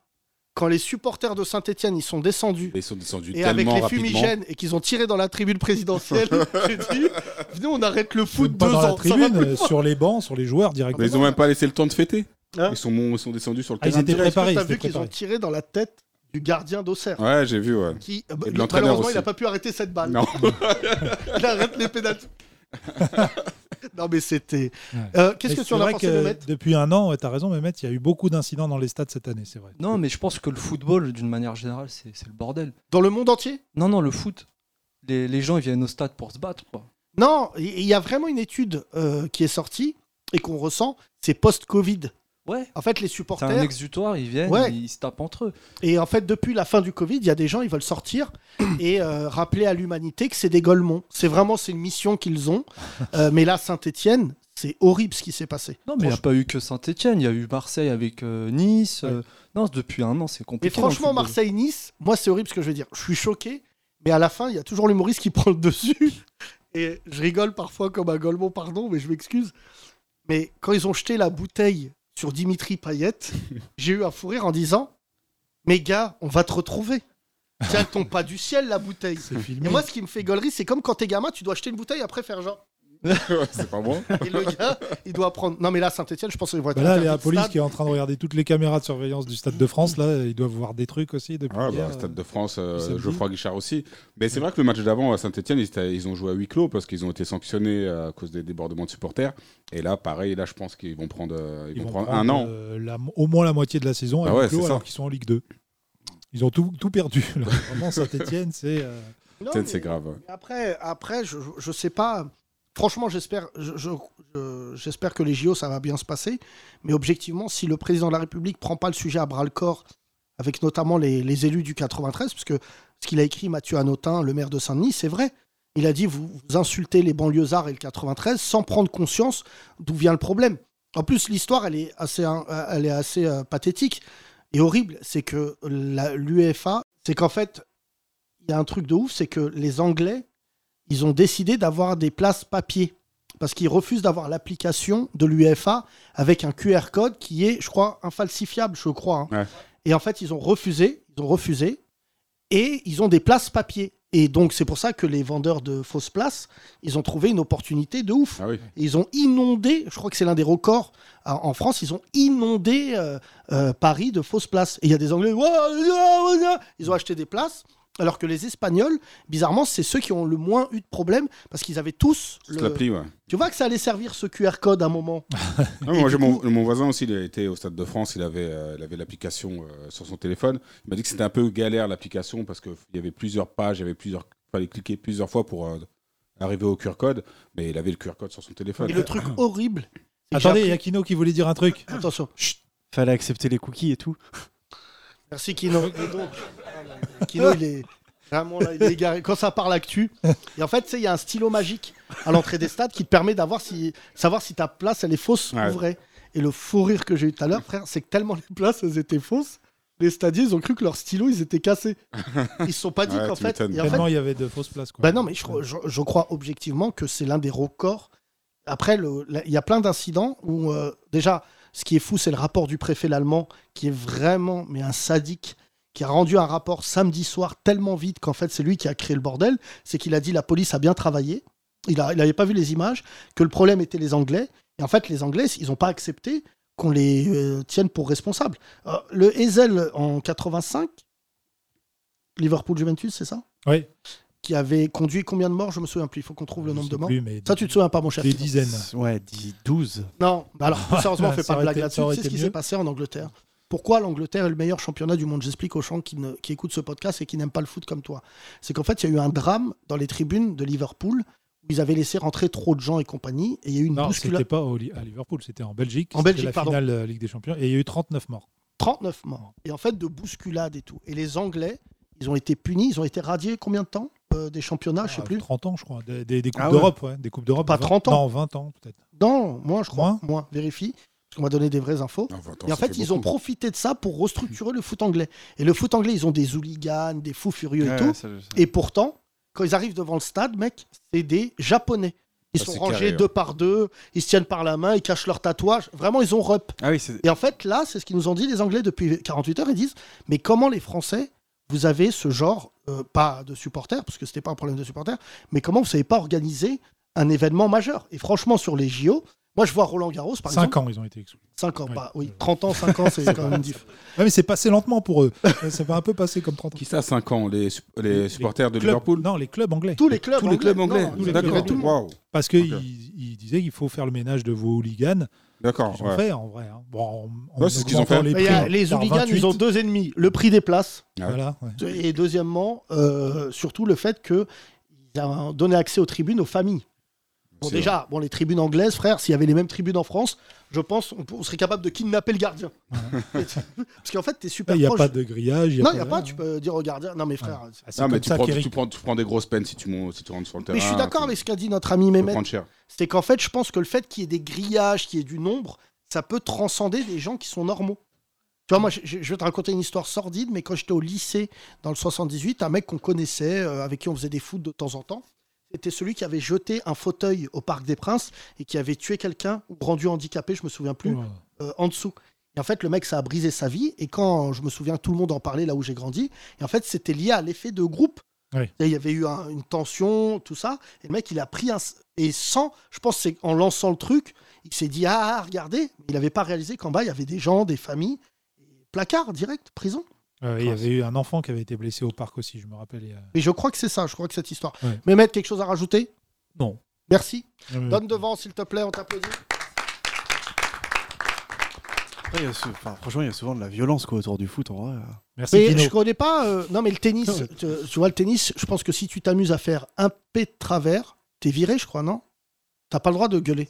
Speaker 6: quand les supporters de Saint-Étienne, ils sont descendus
Speaker 9: Ils sont descendus
Speaker 6: et
Speaker 9: tellement
Speaker 6: avec les
Speaker 9: rapidement.
Speaker 6: fumigènes et qu'ils ont tiré dans la tribune présidentielle, j'ai dit, venez, on arrête le foot
Speaker 7: Même pas
Speaker 6: deux
Speaker 7: dans
Speaker 6: ans.
Speaker 7: la
Speaker 6: ça va
Speaker 7: tribune,
Speaker 6: plus
Speaker 7: euh,
Speaker 6: fort.
Speaker 7: sur les bancs, sur les joueurs directement.
Speaker 9: Mais ils ont même pas laissé le temps de fêter.
Speaker 6: Hein
Speaker 9: ils, sont, mon- ils sont descendus sur le
Speaker 7: Ah, ils
Speaker 9: terrain.
Speaker 7: étaient
Speaker 6: Est-ce que
Speaker 7: préparés.
Speaker 6: t'as
Speaker 7: ils étaient
Speaker 6: vu qu'ils ont
Speaker 7: préparés.
Speaker 6: tiré dans la tête du gardien d'Auxerre
Speaker 9: Ouais, j'ai vu, ouais.
Speaker 6: qui, euh,
Speaker 9: Et de
Speaker 6: lui,
Speaker 9: l'entraîneur
Speaker 6: malheureusement,
Speaker 9: aussi.
Speaker 6: il n'a pas pu arrêter cette balle.
Speaker 9: Non.
Speaker 6: Il arrête les pénalités. non, mais c'était.
Speaker 7: Ouais.
Speaker 6: Euh, Qu'est-ce que
Speaker 7: Mais
Speaker 6: tu en
Speaker 7: c'est
Speaker 6: as
Speaker 7: vrai
Speaker 6: pensé,
Speaker 7: que
Speaker 6: Mehmet
Speaker 7: Depuis un an, ouais, t'as raison, Mehmet, il y a eu beaucoup d'incidents dans les stades cette année, c'est vrai.
Speaker 4: Non, mais je pense que le football, d'une manière générale, c'est c'est le bordel.
Speaker 6: Dans le monde entier
Speaker 4: Non, non, le foot, les, les gens ils viennent au stade pour se battre. Quoi.
Speaker 6: Non, il il y a vraiment une étude euh, qui est sortie et qu'on ressent, c'est post-Covid.
Speaker 4: Ouais,
Speaker 6: En fait, les
Speaker 4: c'est un
Speaker 6: supporters,
Speaker 4: exutoire, ils viennent,
Speaker 6: Ouais.
Speaker 4: ils se tapent entre eux.
Speaker 6: et en fait, depuis la fin du Covid, il y a des gens, ils veulent sortir et euh, rappeler à l'humanité que c'est des golemons. C'est vraiment, c'est une mission qu'ils ont. Euh, mais là, Saint-Étienne, c'est horrible ce qui s'est passé.
Speaker 4: Non, mais il n'y a
Speaker 6: Franchement-
Speaker 4: pas eu que Saint-Etienne, il y a eu Marseille avec euh, Nice. euh, non, depuis un an, c'est
Speaker 6: Mais
Speaker 4: compliqué. dans le
Speaker 6: franchement,
Speaker 4: football.
Speaker 6: Marseille-Nice, moi, c'est horrible ce que je veux dire. Je suis choqué, mais à la fin, il y a toujours l'humoriste qui prend le dessus. Et je rigole parfois comme un golemon, pardon, mais je m'excuse. Mais quand ils ont jeté la bouteille sur Dimitri Payet, j'ai eu à fou rire en disant Mais gars, on va te retrouver. Tiens, elle tombe pas du ciel, la bouteille.
Speaker 7: C'est filmé.
Speaker 6: Et moi, ce qui me fait gaulerie, c'est comme quand t'es gamin, tu dois acheter une bouteille après faire genre.
Speaker 9: c'est pas moi.
Speaker 6: Et le gars, il doit prendre. Non, mais là, Saint-Etienne, je pense qu'ils vont être.
Speaker 7: Bah là,
Speaker 6: interdits
Speaker 7: il y a la
Speaker 6: de
Speaker 7: police
Speaker 6: stade.
Speaker 7: qui est en train de regarder toutes les caméras de surveillance du Stade de France. Là, ils doivent voir des trucs aussi depuis.
Speaker 9: Ah, bah,
Speaker 7: hier.
Speaker 9: Stade de France, euh,
Speaker 7: samedi.
Speaker 9: Geoffroy Guichard aussi. Mais c'est vrai que le match d'avant à Saint-Etienne, ils, étaient- ils ont joué à huis clos parce qu'ils ont été sanctionnés euh, à cause des débordements de supporters. Et là, pareil, là, je pense qu'ils vont prendre, euh, ils vont prendre, un an.
Speaker 7: euh, la- au moins la moitié de la saison à
Speaker 9: Bah ouais,
Speaker 7: huis clos,
Speaker 9: c'est ça.
Speaker 7: alors qu'ils sont en Ligue 2. Ils ont tout, tout perdu. là. Vraiment, Saint-Etienne, c'est. euh,
Speaker 6: Non,
Speaker 9: Putain,
Speaker 6: mais-
Speaker 9: C'est grave.
Speaker 6: mais Après, après je, je- je sais pas. Franchement, j'espère je, je- je- j'espère que les JO, ça va bien se passer. Mais objectivement, si le président de la République prend pas le sujet à bras-le-corps, avec notamment les, les élus du 93, parce que ce qu'il a écrit, Mathieu Hanotin, le maire de Saint-Denis, c'est vrai. Il a dit vous, vous insultez les banlieusards et le 93 sans prendre conscience d'où vient le problème. En plus, l'histoire, elle est assez, hein, euh, elle est assez euh, pathétique et horrible. C'est que la- l'UEFA, c'est qu'en fait, il y a un truc de ouf, c'est que les Anglais, ils ont décidé d'avoir des places papier. Parce qu'ils refusent d'avoir l'application de l'UEFA avec un QR code qui est, je crois, infalsifiable, je crois. hein.
Speaker 9: Ouais.
Speaker 6: Et en fait, ils ont refusé, ils ont refusé, et ils ont des places papier. Et donc, c'est pour ça que les vendeurs de fausses places, ils ont trouvé une opportunité de ouf.
Speaker 9: Ah oui.
Speaker 6: Et ils ont inondé, je crois que c'est l'un des records euh, en France, ils ont inondé euh, euh, Paris de fausses places. Et il y a des Anglais, Ouah, ouah, ouah. ils ont acheté des places, alors que les Espagnols, bizarrement, c'est ceux qui ont le moins eu de problèmes, parce qu'ils avaient tous...
Speaker 9: Toute
Speaker 6: Le...
Speaker 9: l'appli, ouais.
Speaker 6: Tu vois que ça allait servir ce QR code à un moment
Speaker 9: Ah, moi, j'ai mon, mon voisin aussi, il a été au Stade de France, il avait euh, il avait l'application euh, sur son téléphone. Il m'a dit que c'était un peu galère l'application parce qu'il y avait plusieurs pages, il y avait plusieurs, fallait cliquer plusieurs fois pour euh, arriver au QR code, mais il avait le QR code sur son téléphone.
Speaker 6: Et le truc horrible... c'est que j'ai
Speaker 7: Attendez, il y a
Speaker 6: appris-
Speaker 7: Kino qui voulait dire un truc.
Speaker 6: Attention.
Speaker 8: Fallait accepter les cookies et tout.
Speaker 6: Merci Kino. Et donc, Kino, il est vraiment là, il est égaré. Quand ça parle actu, et en fait, tu sais, il y a un stylo magique à l'entrée des stades qui te permet d'avoir si, savoir si ta place elle est fausse
Speaker 9: Ouais.
Speaker 6: ou vraie. Et le fou rire que j'ai eu tout à l'heure, frère, c'est que tellement les places elles étaient fausses, les stadiers ils ont cru que leurs stylos ils étaient cassés. Ils se sont pas dit
Speaker 9: Ouais,
Speaker 6: qu'en
Speaker 9: tu
Speaker 6: fait,
Speaker 9: m'étonnes.
Speaker 6: et en fait,
Speaker 7: Tellement il y avait de fausses places. Quoi.
Speaker 6: bah non, mais je, crois- je- je crois objectivement que c'est l'un des records. Après, le- la- il y a plein d'incidents où, euh, déjà, ce qui est fou, c'est le rapport du préfet l'allemand, qui est vraiment mais un sadique, qui a rendu un rapport samedi soir tellement vite qu'en fait, c'est lui qui a créé le bordel. C'est qu'il a dit la police a bien travaillé. Il n'avait pas vu les images, que le problème était les Anglais. Et en fait, les Anglais, ils n'ont pas accepté qu'on les euh, tienne pour responsables. Euh, le Hazel en 85, Liverpool-Juventus, c'est ça
Speaker 7: Oui.
Speaker 6: qui avait conduit combien de morts Je me souviens plus. Il faut qu'on trouve le
Speaker 7: Je
Speaker 6: nombre
Speaker 7: sais
Speaker 6: de morts.
Speaker 7: plus, mais
Speaker 6: Ça, tu te souviens pas, mon cher
Speaker 7: Des
Speaker 6: Philippe
Speaker 7: dizaines.
Speaker 8: Ouais, 10, 12.
Speaker 6: Non. Bah alors, sérieusement,
Speaker 7: Ouais,
Speaker 6: fais pas
Speaker 7: ça
Speaker 6: de
Speaker 7: aurait
Speaker 6: blague
Speaker 7: été-
Speaker 6: là-dessus.
Speaker 7: ça aurait
Speaker 6: Tu sais ce
Speaker 7: été
Speaker 6: qui s'est
Speaker 7: mieux.
Speaker 6: passé en Angleterre Pourquoi l'Angleterre est le meilleur championnat du monde J'explique aux gens qui, ne- qui écoutent ce podcast et qui n'aiment pas le foot comme toi. C'est qu'en fait, il y a eu un drame dans les tribunes de Liverpool où ils avaient laissé rentrer trop de gens et compagnie. Et il y a eu une
Speaker 7: Non,
Speaker 6: bousculade.
Speaker 7: c'était pas au Li- à Liverpool, c'était en Belgique.
Speaker 6: En
Speaker 7: C'était
Speaker 6: Belgique,
Speaker 7: la
Speaker 6: pardon.
Speaker 7: finale euh, Ligue des Champions. Et il y a eu 39 morts.
Speaker 6: 39 morts. Et en fait, de bousculade et tout. Et les Anglais, ils ont été punis. Ils ont été radiés combien de temps Euh, Des championnats, je sais
Speaker 7: Ah,
Speaker 6: plus.
Speaker 7: 30 ans, je crois. Des, des- des Coupes
Speaker 8: Ah ouais.
Speaker 7: d'Europe. ouais, Des Coupes d'Europe.
Speaker 6: Pas
Speaker 7: Vingt-
Speaker 6: 30 ans.
Speaker 7: Non, 20 ans, peut-être.
Speaker 6: Non, moins, je crois.
Speaker 7: Moins
Speaker 6: Moins. Vérifie. Parce qu'on m'a donné des vraies infos.
Speaker 9: Ah, bah, attends,
Speaker 6: Et en
Speaker 9: ça
Speaker 6: fait, ils
Speaker 9: beaucoup.
Speaker 6: ont profité de ça pour restructurer le foot anglais. Et le foot anglais, ils ont des hooligans, des fous furieux et
Speaker 8: Ouais,
Speaker 6: tout.
Speaker 8: ouais, ça, je sais.
Speaker 6: Et pourtant, quand ils arrivent devant le stade, mec, c'est des Japonais. Ils
Speaker 9: Ah,
Speaker 6: sont
Speaker 9: c'est
Speaker 6: rangés
Speaker 9: carré, ouais.
Speaker 6: deux par deux, ils se tiennent par la main, ils cachent leurs tatouages. Vraiment, ils ont rep.
Speaker 8: Ah oui, c'est.
Speaker 6: Et en fait, là, c'est ce qu'ils nous ont dit les Anglais depuis 48 heures. Ils disent Mais comment les Français, vous avez ce genre, euh, pas de supporters, parce que c'était pas un problème de supporters, mais comment vous savez pas organiser un événement majeur Et franchement, sur les JO, moi, je vois Roland Garros, par exemple.
Speaker 7: 5 ans, ils ont été exclus.
Speaker 6: 5 ans,
Speaker 7: Ouais.
Speaker 6: bah oui. 30 ans, 5 ans, c'est quand même diff.
Speaker 7: Ouais, mais c'est passé lentement pour eux. ça va un peu passer comme 30 ans.
Speaker 9: Qui ça, 5 ans Les, sup- les
Speaker 7: Les
Speaker 9: supporters de
Speaker 7: Club-
Speaker 9: Liverpool
Speaker 7: Non, les clubs anglais.
Speaker 6: Tous les clubs
Speaker 9: Tous les clubs anglais.
Speaker 6: non,
Speaker 7: tous les
Speaker 9: D'accord.
Speaker 7: clubs, tout le
Speaker 9: Waouh.
Speaker 7: Parce qu'ils
Speaker 9: Ok.
Speaker 7: ils disaient qu'il faut faire le ménage de vos hooligans.
Speaker 9: D'accord.
Speaker 7: Ils ont
Speaker 9: ouais.
Speaker 7: fait, en vrai. hein. Bon, en- en
Speaker 9: Ouais, c'est ce qu'ils ont fait. Ah
Speaker 7: augmentant Les,
Speaker 6: Mais il y a-
Speaker 7: prix
Speaker 6: les
Speaker 7: par
Speaker 6: hooligans,
Speaker 7: 28,
Speaker 6: ils ont deux ennemis le prix des places,
Speaker 7: Voilà, ouais.
Speaker 6: et deuxièmement, euh, surtout le fait que ils ont donné accès aux tribunes aux familles. Bon,
Speaker 9: C'est
Speaker 6: déjà, bon, les tribunes anglaises, frère, s'il y avait les mêmes tribunes en France, je pense on, on serait capable de kidnapper le gardien. Parce qu'en fait, t'es super
Speaker 7: Là, Ah, Il n'y a
Speaker 6: proche.
Speaker 7: pas de grillage.
Speaker 6: Non, il n'y a pas,
Speaker 7: rien,
Speaker 6: tu
Speaker 7: hein.
Speaker 6: peux dire au gardien. Non, mais frère. c'est-
Speaker 7: Ah, c'est
Speaker 9: Non, mais
Speaker 7: comme
Speaker 9: tu
Speaker 7: ça
Speaker 9: prends,
Speaker 7: qu'Eric-
Speaker 9: tu, prends, tu prends des grosses peines si tu, mon- si tu rentres sur le terrain.
Speaker 6: Mais je suis d'accord
Speaker 9: tu-
Speaker 6: avec ce qu'a dit notre ami
Speaker 9: tu peux
Speaker 6: Mehmet.
Speaker 9: prendre cher.
Speaker 6: c'est qu'en fait, je pense que le fait qu'il y ait des grillages, qu'il y ait du nombre, ça peut transcender des gens qui sont normaux. Tu vois, moi, je, je vais te raconter une histoire sordide, mais quand j'étais au lycée dans le 78, un mec qu'on connaissait, euh, avec qui on faisait des foot de temps en temps, c'était celui qui avait jeté un fauteuil au Parc des Princes et qui avait tué quelqu'un ou rendu handicapé, je me souviens plus
Speaker 7: Ouais.
Speaker 6: euh, en dessous. Et en fait, le mec, ça a brisé sa vie. Et quand je me souviens, tout le monde en parlait là où j'ai grandi. Et en fait, c'était lié à l'effet de groupe.
Speaker 7: Oui.
Speaker 6: Et Il y avait eu un- une tension, tout ça. Et le mec, il a pris un. Et sans, je pense, que c'est en lançant le truc, il s'est dit Ah, regardez Il n'avait pas réalisé qu'en bas, il y avait des gens, des familles. Placard, direct, prison.
Speaker 7: Euh, il y avait eu un enfant qui avait été blessé au parc aussi, je me rappelle. et, euh,
Speaker 6: Mais je crois que c'est ça, je crois que cette histoire.
Speaker 7: Ouais.
Speaker 6: Mais mettre quelque chose à rajouter
Speaker 7: Non.
Speaker 6: Merci.
Speaker 7: Euh,
Speaker 6: Donne devant, s'il te plaît, on t'applaudit.
Speaker 8: Après, il y a sou- enfin, franchement, il y a souvent de la violence quoi, autour du foot en vrai.
Speaker 7: Merci
Speaker 6: Mais
Speaker 7: Kino.
Speaker 6: je connais pas. euh, non, mais le tennis,
Speaker 7: Ouais.
Speaker 6: tu, tu vois, le tennis, je pense que si tu t'amuses à faire un P de travers, t'es viré, je crois, non T'as pas le droit de gueuler.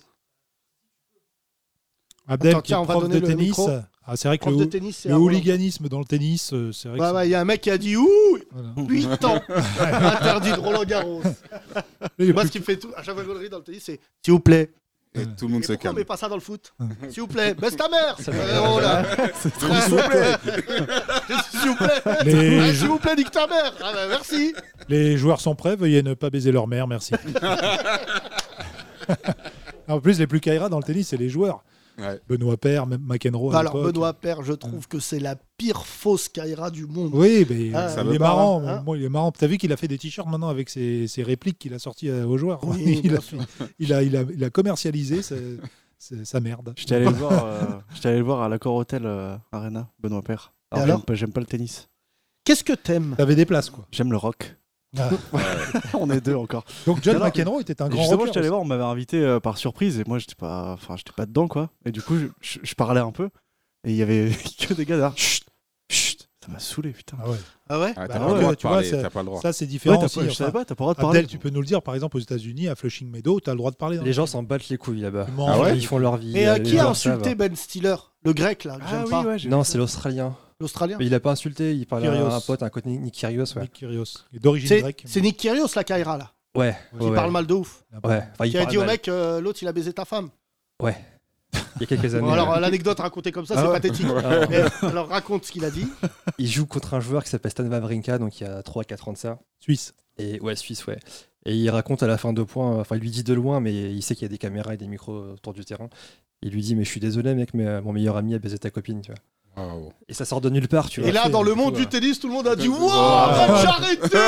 Speaker 7: Abdel,
Speaker 6: Attends,
Speaker 7: qui
Speaker 6: tiens,
Speaker 7: est
Speaker 6: on va
Speaker 7: prof
Speaker 6: donner le
Speaker 7: de tennis.
Speaker 6: micro.
Speaker 7: Ah, c'est vrai que
Speaker 6: Prof
Speaker 7: le,
Speaker 6: de
Speaker 7: hou-
Speaker 6: tennis, c'est
Speaker 7: le
Speaker 6: un volant.
Speaker 7: hooliganisme dans le tennis, euh, c'est vrai que
Speaker 6: Ouais,
Speaker 7: c'est-
Speaker 6: ouais, il y a un mec qui a dit Ouh
Speaker 7: voilà.
Speaker 6: 8 ans Interdit de Roland Garros.
Speaker 7: Il est
Speaker 6: Moi,
Speaker 7: plus-
Speaker 6: ce qui me fait tout, à chaque fois que je le ris dans le tennis, c'est S'il vous plaît.
Speaker 9: Et tout le monde
Speaker 6: Mais
Speaker 9: se
Speaker 6: pourquoi on
Speaker 9: calme.
Speaker 6: met pas ça dans le foot S'il vous plaît, baisse ta mère Euh, oh là.
Speaker 9: S'il vous plaît.
Speaker 6: S'il vous plaît
Speaker 7: Les-
Speaker 6: Ah, S'il vous plaît, nique ta mère Ah bah, Merci
Speaker 7: Les joueurs sont prêts, veuillez ne pas baiser leur mère, merci. en plus, les plus caïras dans le tennis, c'est les joueurs.
Speaker 9: Ouais.
Speaker 7: Benoît Père, même McEnroe. à
Speaker 6: Bah Alors,
Speaker 7: l'époque.
Speaker 6: Benoît Père, je trouve que c'est la pire fausse Kaira du monde.
Speaker 7: Oui, mais
Speaker 6: Ah,
Speaker 9: ça
Speaker 7: il,
Speaker 9: me
Speaker 7: est
Speaker 6: parle,
Speaker 7: marrant,
Speaker 6: hein.
Speaker 7: moi, il est marrant. T'as vu qu'il a fait des t-shirts maintenant avec ses, ses répliques qu'il a sorties euh, aux joueurs.
Speaker 6: Oui,
Speaker 7: il,
Speaker 6: bien
Speaker 7: a,
Speaker 6: sûr.
Speaker 7: il a- il a- il a commercialisé sa, sa- sa merde.
Speaker 8: J'étais allé le voir, euh, j'étais allé le voir à l'accord hôtel euh, Arena, Benoît Père.
Speaker 6: Et alors
Speaker 8: j'aime pas- j'aime pas le tennis,
Speaker 6: Qu'est-ce que t'aimes
Speaker 7: T'avais des places, quoi.
Speaker 8: j'aime le rock.
Speaker 7: Ah.
Speaker 8: on est deux encore.
Speaker 7: Donc John
Speaker 8: Alors,
Speaker 7: McEnroe était un
Speaker 8: Et
Speaker 7: grand
Speaker 8: justement,
Speaker 7: rocker
Speaker 8: j'étais allé voir, on m'avait invité euh, par surprise et moi j'étais pas, enfin j'étais pas dedans quoi. Et du coup, je, je- je parlais un peu et il y avait que des gars derrière. Chut, chut, ça m'a saoulé putain.
Speaker 7: aussi. Ah ouais.
Speaker 6: Ah ouais
Speaker 9: Ah,
Speaker 7: Bah
Speaker 9: T'as pas
Speaker 7: ouais,
Speaker 9: le droit de
Speaker 7: tu vois,
Speaker 9: parler.
Speaker 7: c'est-
Speaker 9: T'as pas le droit.
Speaker 7: Ça, c'est
Speaker 8: Ouais,
Speaker 7: différent
Speaker 8: t'as
Speaker 7: aussi.
Speaker 8: pas- je savais
Speaker 7: Enfin,
Speaker 8: pas, t'as pas le droit de parler.
Speaker 7: Abdel, tu peux nous le dire, par exemple, aux États-Unis, à Flushing Meadow, t'as le droit de parler. dans
Speaker 10: Les gens s'en battent les couilles là-bas.
Speaker 7: Tu manges,
Speaker 9: Ah ouais
Speaker 10: Ils font leur vie.
Speaker 6: Et
Speaker 10: euh,
Speaker 6: euh,
Speaker 10: les
Speaker 6: qui a
Speaker 10: joueurs savent.
Speaker 6: insulté Ben Stiller Le grec, là, que
Speaker 8: Ah
Speaker 6: j'aime
Speaker 8: oui,
Speaker 6: pas.
Speaker 8: ouais, j'ai
Speaker 10: Non,
Speaker 8: vu
Speaker 10: c'est l'Australien.
Speaker 6: L'Australien
Speaker 10: Mais il a pas insulté, il parlait
Speaker 7: Kyrgios.
Speaker 10: à un pote, un côté Nick Kyrgios, ouais.
Speaker 7: Nick Kyrgios, qui est d'origine
Speaker 6: C'est
Speaker 7: grecque.
Speaker 6: c'est Nick Kyrgios, la Kaira, là,
Speaker 10: Ouais,
Speaker 6: qui
Speaker 10: ouais, Ah bah,
Speaker 6: parle mal de ouf.
Speaker 10: ouais. Enfin, il
Speaker 6: Qui a
Speaker 10: parle
Speaker 6: dit au
Speaker 10: mal.
Speaker 6: mec, euh, l'autre, il a baisé ta femme.
Speaker 10: il y a quelques
Speaker 6: Bon,
Speaker 10: années.
Speaker 6: alors,
Speaker 10: ouais.
Speaker 6: euh, l'anecdote racontée comme ça,
Speaker 10: Ah
Speaker 6: c'est
Speaker 10: ouais.
Speaker 6: pathétique.
Speaker 10: Alors,
Speaker 6: Mais, alors, raconte ce qu'il a dit.
Speaker 10: il joue contre un joueur qui s'appelle Stan Wawrinka, donc il y a 3 à 4 ans de ça.
Speaker 7: Suisse.
Speaker 10: Et ouais, Suisse, ouais. Et il raconte à la fin de points, enfin, il lui dit de loin, mais il sait qu'il y a des caméras et des micros autour du terrain. Il lui dit, mais je suis désolé, mec, mais euh, mon meilleur ami a baisé ta copine, tu vois.
Speaker 9: Waouh.
Speaker 10: Et ça sort de nulle part, tu vois.
Speaker 6: Et là,
Speaker 10: C'est-
Speaker 6: dans le monde
Speaker 10: ouais.
Speaker 6: du tennis, tout le monde a dit
Speaker 9: Ouais.
Speaker 6: Wouah,
Speaker 10: Ah.
Speaker 6: match arrêté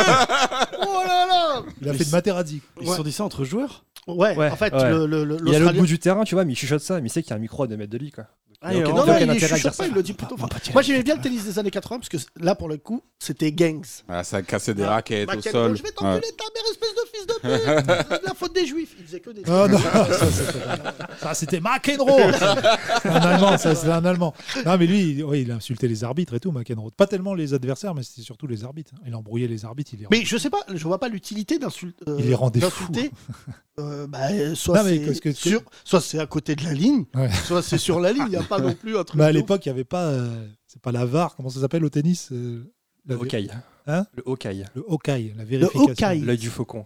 Speaker 6: Oh là là
Speaker 7: Il a fait de Materazzi.
Speaker 8: Ils se sont dit ça entre joueurs.
Speaker 6: Ouais,
Speaker 10: Ouais,
Speaker 6: en fait,
Speaker 10: ouais.
Speaker 6: le- le- le-
Speaker 10: Il est à l'autre
Speaker 6: l'Australien.
Speaker 10: bout du terrain, tu vois, mais il chuchote ça, mais il sait qu'il y a un micro à 2 mètres de lui, quoi.
Speaker 8: Ah,
Speaker 10: il y a
Speaker 8: et
Speaker 10: aucun-
Speaker 6: Non,
Speaker 8: en-
Speaker 6: non,
Speaker 10: aucun
Speaker 6: il
Speaker 10: intérêt à
Speaker 6: est
Speaker 10: dire
Speaker 6: chuchote
Speaker 10: ça.
Speaker 6: pas, il le dit plutôt fort.
Speaker 10: Ah, bah, tiens.
Speaker 6: Moi, j'aimais bien le tennis des années 80 parce que là, pour le coup, c'était gangs.
Speaker 9: Ah, ça cassait des
Speaker 6: Ah,
Speaker 9: raquettes au
Speaker 6: Maquette,
Speaker 9: sol.
Speaker 6: Je vais
Speaker 9: Ouais.
Speaker 6: t'enculer ta mère, espèce de fils de pute C'est de la faute des juifs Il faisait que des
Speaker 7: Ah non, ça, c'était- ça, c'était McEnroe C'est un Allemand, ça c'est un Allemand. Non mais lui, il, oui, il a insulté les arbitres et tout, McEnroe. Pas tellement les adversaires, mais c'était surtout les arbitres. Il embrouillait les arbitres, il les
Speaker 6: Mais je sais pas, je vois pas l'utilité d'insulter.
Speaker 7: Il les rendait
Speaker 6: d'insulter. Euh, bah, soit
Speaker 7: Non, mais
Speaker 6: c'est
Speaker 7: parce que-
Speaker 6: sur- soit c'est à côté de la ligne,
Speaker 7: Ouais.
Speaker 6: soit c'est sur la ligne. Il n'y a pas non plus un truc.
Speaker 7: Mais à
Speaker 6: de ouf.
Speaker 7: l'époque, il n'y avait pas... euh, c'est pas la VAR, comment ça s'appelle au tennis euh, la-
Speaker 10: Le Hawkeye.
Speaker 7: Hein
Speaker 10: Le Hawkeye.
Speaker 7: Le Hawkeye, la vérification.
Speaker 6: Hawkeye.
Speaker 10: L'œil du faucon.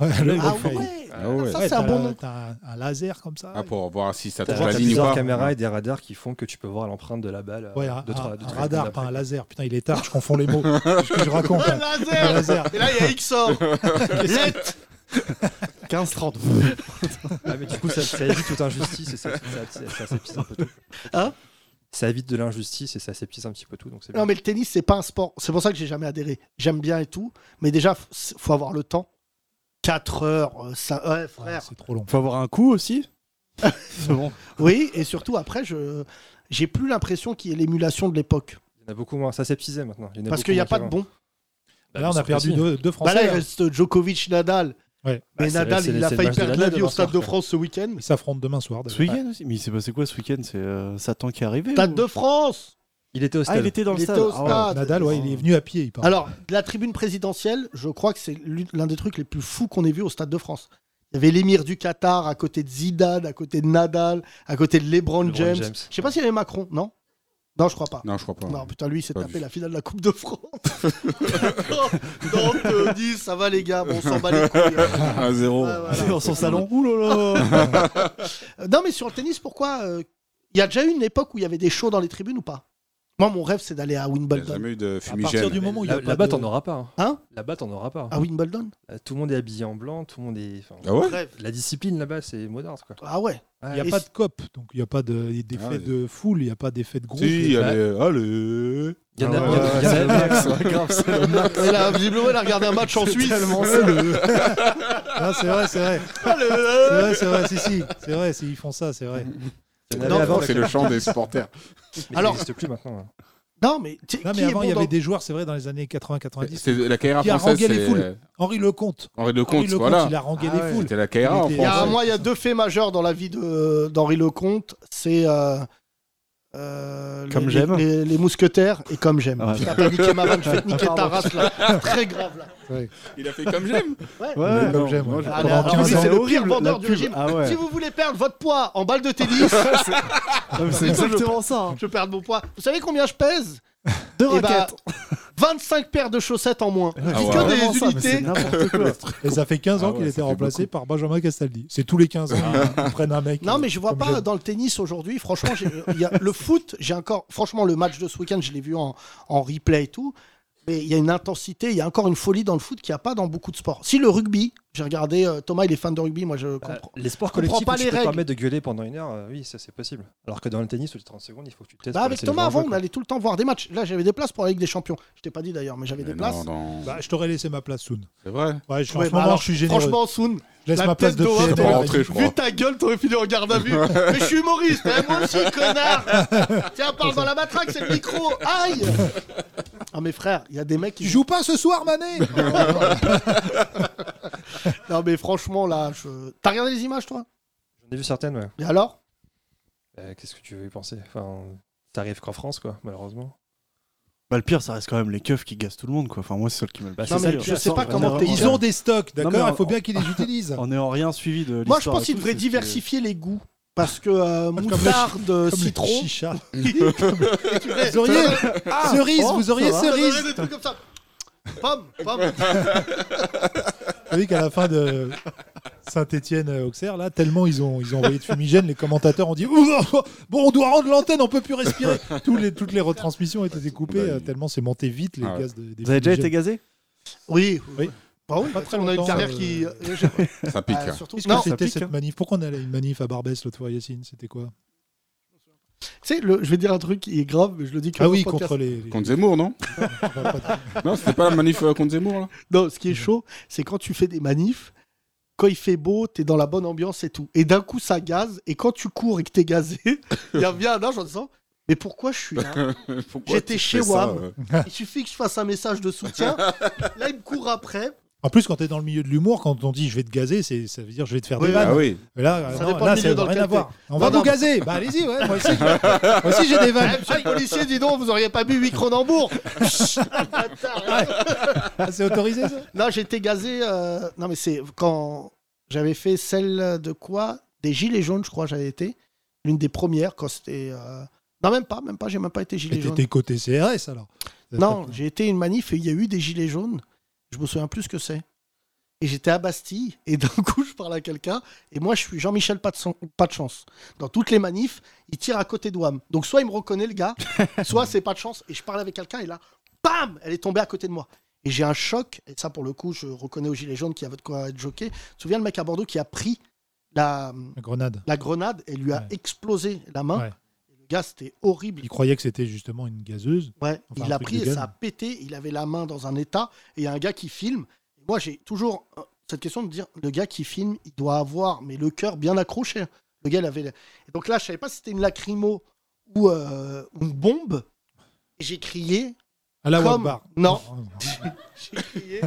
Speaker 7: Ouais, le
Speaker 6: Ah
Speaker 7: Hawkeye.
Speaker 6: ouais,
Speaker 9: Ah ouais.
Speaker 6: ça
Speaker 7: Ouais,
Speaker 6: c'est un
Speaker 7: t'as
Speaker 6: bon
Speaker 7: la-
Speaker 6: nom.
Speaker 7: T'as un, un laser comme ça.
Speaker 9: Ah, pour voir si ça touche
Speaker 10: T'as
Speaker 9: la
Speaker 10: t'as
Speaker 9: ligne ou
Speaker 10: plusieurs
Speaker 9: pas.
Speaker 10: caméras et des radars qui font que tu peux voir l'empreinte de la balle. euh,
Speaker 7: Ouais, un,
Speaker 10: de trois-
Speaker 7: un-
Speaker 10: de
Speaker 7: un
Speaker 10: trois
Speaker 7: radar,
Speaker 10: secondes
Speaker 7: pas un
Speaker 10: après.
Speaker 7: laser. Putain, il est tard, je confonds les mots. C'est ce que je raconte.
Speaker 6: Un
Speaker 7: hein.
Speaker 6: laser.
Speaker 7: Un laser.
Speaker 6: Et là il y a XOR. Let.
Speaker 8: 15-30.
Speaker 10: Ah, mais du coup, ça, ça évite toute injustice et ça, ça, ça- ça aseptise un peu tout.
Speaker 6: Hein
Speaker 10: Ça évite de l'injustice et ça s'épuise un petit peu tout. Donc c'est bien.
Speaker 6: Non mais le tennis c'est pas un sport. C'est pour ça que j'ai jamais adhéré. J'aime bien et tout, mais déjà f- faut avoir le temps. 4 heures, euh, ça,
Speaker 8: Ah,
Speaker 6: ouais
Speaker 7: Ouais,
Speaker 6: frère.
Speaker 7: C'est trop long.
Speaker 8: Faut avoir un coup aussi. C'est bon.
Speaker 6: Oui, et surtout après je j'ai plus l'impression qu'il y ait l'émulation de l'époque
Speaker 10: Il y en a beaucoup moins. Ça s'épuisait maintenant. Il y en
Speaker 6: parce
Speaker 10: beaucoup
Speaker 6: qu'il n'y a
Speaker 10: moins
Speaker 6: pas de
Speaker 10: qu'avant.
Speaker 6: bon.
Speaker 10: Bah,
Speaker 7: là, on
Speaker 10: bien
Speaker 7: a
Speaker 10: sûr que
Speaker 7: perdu
Speaker 10: si.
Speaker 7: deux, deux
Speaker 6: Bah
Speaker 7: Français.
Speaker 6: là il
Speaker 7: hein.
Speaker 6: reste Djokovic, Nadal.
Speaker 7: Ouais.
Speaker 6: Mais
Speaker 10: Bah, c'est-
Speaker 6: Nadal
Speaker 10: c'est-
Speaker 6: il a
Speaker 10: c'est le
Speaker 6: failli
Speaker 10: match de
Speaker 6: perdre
Speaker 10: l'année
Speaker 6: la hein,
Speaker 10: de
Speaker 6: vie au Stade de
Speaker 10: Vincent
Speaker 6: France ce week-end.
Speaker 7: Ils s'affrontent demain soir.
Speaker 8: Ce
Speaker 7: d'ailleurs.
Speaker 8: week-end aussi. Mais c'est passé quoi ce week-end C'est euh, Satan qui est arrivé
Speaker 6: Stade
Speaker 8: ou-
Speaker 6: de France.
Speaker 10: Il était au
Speaker 8: Ah, il
Speaker 10: stade.
Speaker 8: était dans le
Speaker 6: Il
Speaker 8: stade.
Speaker 6: était au
Speaker 8: Ah ouais.
Speaker 6: stade.
Speaker 7: Nadal, ouais, il est venu à pied, il part.
Speaker 6: Alors, de la tribune présidentielle, je crois que c'est l'une- l'un des trucs les plus fous qu'on ait vu au Stade de France. Il y avait l'émir du Qatar à côté de Zidane, à côté de Nadal, à côté de LeBron,
Speaker 10: LeBron
Speaker 6: James.
Speaker 10: James.
Speaker 6: Je sais pas s'il y avait Macron, non Non, je crois pas.
Speaker 9: Non, je crois pas.
Speaker 6: Non, putain, lui, il s'est
Speaker 9: Pas
Speaker 6: tapé
Speaker 9: vu.
Speaker 6: la finale de la Coupe de France. Donc, euh, dis, ça va les gars, bon, on s'en bat les couilles.
Speaker 9: Un zéro.
Speaker 6: Ouais,
Speaker 8: Ah,
Speaker 6: voilà.
Speaker 8: Dans son salon. Ouh là là.
Speaker 6: Euh, Non, mais sur le tennis, pourquoi euh, Il y a déjà eu une époque où il y avait des shows dans les tribunes ou pas Moi, mon rêve, c'est d'aller à Wimbledon.
Speaker 9: jamais eu de
Speaker 6: À partir du moment où il y a
Speaker 10: Là-
Speaker 6: pas
Speaker 10: Là-bas,
Speaker 6: de-
Speaker 10: t'en auras pas.
Speaker 6: Hein
Speaker 10: Là-bas, t'en auras pas.
Speaker 6: À Wimbledon
Speaker 10: Euh, Tout le monde est habillé en blanc, tout le monde est. enfin,
Speaker 9: Ah ouais
Speaker 6: Bref.
Speaker 10: La discipline là-bas, c'est moderne. Quoi.
Speaker 6: Ah ouais
Speaker 7: Il n'y a
Speaker 6: Et
Speaker 7: pas
Speaker 6: si-
Speaker 7: de COP, donc il n'y a pas de- d'effet
Speaker 9: Ah ouais.
Speaker 7: de foule, il n'y a pas d'effet de groupe.
Speaker 9: Si,
Speaker 10: bah-
Speaker 9: allez, allez.
Speaker 10: Il y en
Speaker 8: Ah
Speaker 10: a, il y en a-
Speaker 8: ouais,
Speaker 10: il y en a-
Speaker 8: c'est Max, ouais, grave,
Speaker 6: Elle a, visiblement, elle a regardé un match en Suisse.
Speaker 7: Ah, c'est vrai, c'est vrai. C'est vrai, c'est vrai, si, si. C'est vrai, si, ils font ça, c'est vrai.
Speaker 10: il y en avait
Speaker 9: Non,
Speaker 10: avant,
Speaker 9: c'est
Speaker 10: là,
Speaker 9: le chant des supporters.
Speaker 10: mais ça
Speaker 6: Alors-
Speaker 10: n'existe plus maintenant. hein.
Speaker 6: Non, mais tu-
Speaker 7: Non,
Speaker 6: qui
Speaker 7: mais
Speaker 6: est
Speaker 7: avant, il y
Speaker 6: bon
Speaker 7: avait
Speaker 6: dans-
Speaker 7: des joueurs, c'est vrai, dans les années 80-90.
Speaker 9: C'est la Caïra
Speaker 7: Qui a
Speaker 9: française,
Speaker 7: harangué les
Speaker 9: c'est
Speaker 7: foules.
Speaker 9: euh,
Speaker 7: Henri Lecomte.
Speaker 9: Henri
Speaker 7: Henri
Speaker 9: Lecomte,
Speaker 7: Lecomte,
Speaker 9: voilà.
Speaker 7: il a rangué
Speaker 10: Ah
Speaker 7: les
Speaker 10: ouais.
Speaker 7: foules.
Speaker 9: C'était la Caïra en
Speaker 7: Il
Speaker 6: Il y a,
Speaker 9: France.
Speaker 6: moi, il y a deux faits majeurs dans la vie de- d'Henri Lecomte. C'est euh, euh,
Speaker 8: Comme
Speaker 6: les-
Speaker 8: j'aime.
Speaker 6: les, les mousquetaires et comme j'aime.
Speaker 8: Ah ouais.
Speaker 6: Putain, t'as niqué ma vanne, je vais te niquer ta race là. Très grave là.
Speaker 9: Il a fait comme j'aime.
Speaker 8: Ouais,
Speaker 7: Comme
Speaker 8: non,
Speaker 7: j'aime,
Speaker 8: moi,
Speaker 7: ouais.
Speaker 8: je-
Speaker 7: Ah,
Speaker 6: Allez,
Speaker 7: Pendant
Speaker 6: alors,
Speaker 7: 15
Speaker 6: lui,
Speaker 7: ans.
Speaker 6: c'est le pire
Speaker 8: Horrible,
Speaker 6: vendeur
Speaker 8: la
Speaker 6: du
Speaker 8: pub.
Speaker 6: régime.
Speaker 8: Ah ouais.
Speaker 6: Si vous voulez perdre votre poids en balle de tennis,
Speaker 8: Ah, mais C'est exactement ça. hein.
Speaker 6: hein. je perds mon poids. Vous savez combien je pèse
Speaker 8: Deux
Speaker 6: Eh ben,
Speaker 8: raquettes.
Speaker 6: 25 paires de chaussettes en moins.
Speaker 8: Ah
Speaker 6: C'est
Speaker 9: ouais.
Speaker 6: que
Speaker 8: Vraiment
Speaker 6: des
Speaker 8: ça, mais c'est
Speaker 6: unités.
Speaker 8: n'importe quoi.
Speaker 7: Et ça fait 15 ans
Speaker 9: Ah ouais,
Speaker 7: qu'il
Speaker 9: ça
Speaker 7: était
Speaker 9: fait
Speaker 7: remplacé
Speaker 9: beaucoup. Ah.
Speaker 7: par Benjamin Castaldi. C'est tous les 15 ans qu'ils prennent un mec.
Speaker 6: Non, mais je vois
Speaker 7: comme
Speaker 6: pas
Speaker 7: j'aime.
Speaker 6: dans le tennis aujourd'hui. Franchement, j'ai- euh, il y a- le foot, j'ai encore. Franchement, le match de ce week-end, je l'ai vu en, en replay et tout. Mais il y a une intensité, il y a encore une folie dans le foot qu'il n'y a pas dans beaucoup de sports. Si le rugby, j'ai regardé, euh, Thomas, il est fan de rugby, moi je
Speaker 10: Euh,
Speaker 6: comprends.
Speaker 10: les sports
Speaker 6: comprends
Speaker 10: collectifs
Speaker 6: pas
Speaker 10: où tu
Speaker 6: les
Speaker 10: peux te
Speaker 6: règles.
Speaker 10: permettre de gueuler pendant une heure, euh, oui, ça c'est possible. Alors que dans le tennis, tous les 30 secondes, il faut que tu te testes.
Speaker 6: Bah,
Speaker 10: pour
Speaker 6: avec
Speaker 10: essayer de
Speaker 6: Thomas,
Speaker 10: jouer un
Speaker 6: avant,
Speaker 10: peu,
Speaker 6: on
Speaker 10: quoi.
Speaker 6: allait tout le temps voir des matchs. Là, j'avais des places pour la Ligue des Champions. Je t'ai pas dit d'ailleurs, mais j'avais
Speaker 9: Mais
Speaker 6: des
Speaker 9: non,
Speaker 6: places.
Speaker 9: non.
Speaker 7: Bah, je t'aurais laissé ma place, Soon.
Speaker 9: C'est vrai.
Speaker 7: Ouais, je suis,
Speaker 6: Ah, Ouais,
Speaker 7: en ce
Speaker 6: bah
Speaker 7: moment,
Speaker 6: alors,
Speaker 7: je suis généreux.
Speaker 6: Franchement, Soun,
Speaker 7: je laisse
Speaker 6: la
Speaker 7: ma place
Speaker 6: tête
Speaker 7: de
Speaker 6: d'Oran,
Speaker 7: PNL.
Speaker 9: Pas rentré, je
Speaker 6: vu
Speaker 9: crois.
Speaker 6: ta gueule, t'aurais fini en garde à vue. mais je suis humoriste, hein, moi aussi, connard. Tiens, parle dans la matraque, c'est le micro. Aïe Ah, mais frère, il y a des mecs qui
Speaker 7: Tu joues pas ce soir, Mané
Speaker 6: Non mais franchement là, je... t'as regardé les images toi
Speaker 10: J'en ai vu certaines, ouais.
Speaker 6: Et alors
Speaker 10: Euh, Qu'est-ce que tu veux y penser Enfin, ça arrive qu'en France, quoi, malheureusement.
Speaker 8: Bah, le pire, ça reste quand même les keufs qui gassent tout le monde, quoi. Enfin, moi, c'est celle qui me le
Speaker 10: Bah,
Speaker 8: pire.
Speaker 10: c'est
Speaker 6: Non, mais
Speaker 10: ça,
Speaker 6: je
Speaker 10: le-
Speaker 6: sais pas
Speaker 10: on est
Speaker 6: comment
Speaker 10: vraiment-
Speaker 6: t'es-
Speaker 7: Ils ont des stocks,
Speaker 8: Non,
Speaker 7: d'accord
Speaker 8: mais
Speaker 7: Il faut
Speaker 8: on-
Speaker 7: bien qu'ils les utilisent.
Speaker 8: On est en rien suivi
Speaker 7: Euh,
Speaker 8: de l'histoire.
Speaker 6: Moi je pense
Speaker 8: et
Speaker 6: qu'il
Speaker 8: tout,
Speaker 6: devrait
Speaker 8: c'est que-
Speaker 6: diversifier les goûts parce que euh,
Speaker 7: Comme
Speaker 6: moutarde, euh,
Speaker 7: Comme les
Speaker 6: citron,
Speaker 7: chichas.
Speaker 6: vous
Speaker 7: Vous auriez
Speaker 6: Ah,
Speaker 7: cerise, vous auriez cerise.
Speaker 6: des trucs comme ça. Pomme, pomme.
Speaker 7: Vous savez qu'à la fin de Saint-Étienne-Auxerre, là, tellement ils ont, ils ont envoyé de fumigène, les commentateurs ont dit Ouh, oh, Bon, on doit rendre l'antenne, on peut plus respirer. Tous les, toutes les retransmissions étaient découpées, euh, tellement c'est monté vite les
Speaker 9: Ah ouais.
Speaker 7: gaz de, des
Speaker 8: Vous avez déjà été
Speaker 7: fumigènes.
Speaker 8: gazé
Speaker 6: Oui.
Speaker 7: Oui.
Speaker 6: Bah oui,
Speaker 7: Pas très
Speaker 6: on a une
Speaker 7: longtemps,
Speaker 6: carrière
Speaker 7: euh,
Speaker 6: qui.
Speaker 9: Ça pique.
Speaker 6: Ah,
Speaker 9: hein.
Speaker 6: surtout-
Speaker 7: Qu'est-ce
Speaker 6: Non,
Speaker 7: que
Speaker 8: ça
Speaker 7: c'était
Speaker 8: pique,
Speaker 7: cette
Speaker 8: hein.
Speaker 7: manif Pourquoi on allait à une manif à Barbès l'autre fois, Yacine C'était quoi
Speaker 6: tu sais, le- je vais dire un truc qui est grave, mais je le dis que
Speaker 7: Ah
Speaker 6: dans
Speaker 7: oui,
Speaker 6: le podcast.
Speaker 7: contre les. les-
Speaker 9: Contre Zemmour, non Non, c'était pas la manif euh, contre Zemmour, là
Speaker 6: Non, ce qui est chaud, c'est quand tu fais des manifs, quand il fait beau, t'es dans la bonne ambiance et tout. Et d'un coup, ça gaze. Et quand tu cours et que t'es gazé, il y a bien un âge en disant Mais pourquoi je suis là
Speaker 9: Pourquoi
Speaker 6: J'étais
Speaker 9: tu
Speaker 6: chez
Speaker 9: fais ça,
Speaker 6: Wham.
Speaker 9: euh
Speaker 6: Il suffit que je fasse un message de soutien. Là, il me court après.
Speaker 7: En plus, quand t'es dans le milieu de l'humour, quand on dit je vais te gazer, c'est- ça veut dire je vais te faire
Speaker 6: Oui,
Speaker 7: des vannes.
Speaker 9: Ah oui.
Speaker 7: Mais là,
Speaker 6: Ça
Speaker 7: non,
Speaker 6: dépend
Speaker 7: là,
Speaker 6: du
Speaker 7: ça
Speaker 6: milieu
Speaker 7: n'a
Speaker 6: dans
Speaker 7: rien
Speaker 6: lequel
Speaker 7: à voir. On va
Speaker 6: Non,
Speaker 7: vous
Speaker 6: non.
Speaker 7: gazer. Bah allez-y, ouais, moi aussi. moi aussi, j'ai des
Speaker 6: Eh,
Speaker 7: vannes.
Speaker 6: monsieur le policier, dis donc, vous auriez pas bu 8 Cronenbourg
Speaker 7: Ah, c'est autorisé ça
Speaker 6: Non, j'étais gazé. euh, Non, mais c'est quand j'avais fait celle de quoi Des Gilets jaunes, je crois, j'avais été. L'une des premières quand c'était. euh, Non, même pas, même pas, j'ai même pas été Gilet
Speaker 7: Mais
Speaker 6: jaune.
Speaker 7: T'étais côté CRS alors
Speaker 6: Non, j'ai été à une manif et il y a eu des gilets jaunes. Je me souviens plus ce que c'est. Et j'étais à Bastille et d'un coup je parle à quelqu'un et moi je suis Jean-Michel pas de, son- pas de chance. Dans toutes les manifs, il tire à côté d'Ouam. Donc soit il me reconnaît le gars, soit c'est pas de chance et je parle avec quelqu'un et là, bam, elle est tombée à côté de moi. Et j'ai un choc et ça pour le coup je reconnais aux gilets jaunes qui avait de quoi être choqué. Tu te souviens le mec à Bordeaux qui a pris la,
Speaker 7: La Grenade.
Speaker 6: la grenade et lui a
Speaker 7: Ouais.
Speaker 6: explosé la main.
Speaker 7: Ouais.
Speaker 6: Le gars c'était horrible.
Speaker 7: Il croyait que c'était justement une gazeuse.
Speaker 6: Ouais,
Speaker 7: Enfin,
Speaker 6: il
Speaker 7: un
Speaker 6: l'a
Speaker 7: truc
Speaker 6: pris
Speaker 7: de
Speaker 6: et
Speaker 7: gun.
Speaker 6: ça a pété. Il avait la main dans un état et il y a un gars qui filme. Moi, j'ai toujours euh, cette question de dire le gars qui filme, il doit avoir mais le cœur bien accroché. Le gars, il avait. Et donc là, je savais pas si c'était une lacrymo ou euh, une bombe. Et J'ai crié,
Speaker 7: À la
Speaker 6: Comme-
Speaker 7: Wagbar.
Speaker 6: non. Oh, j'ai crié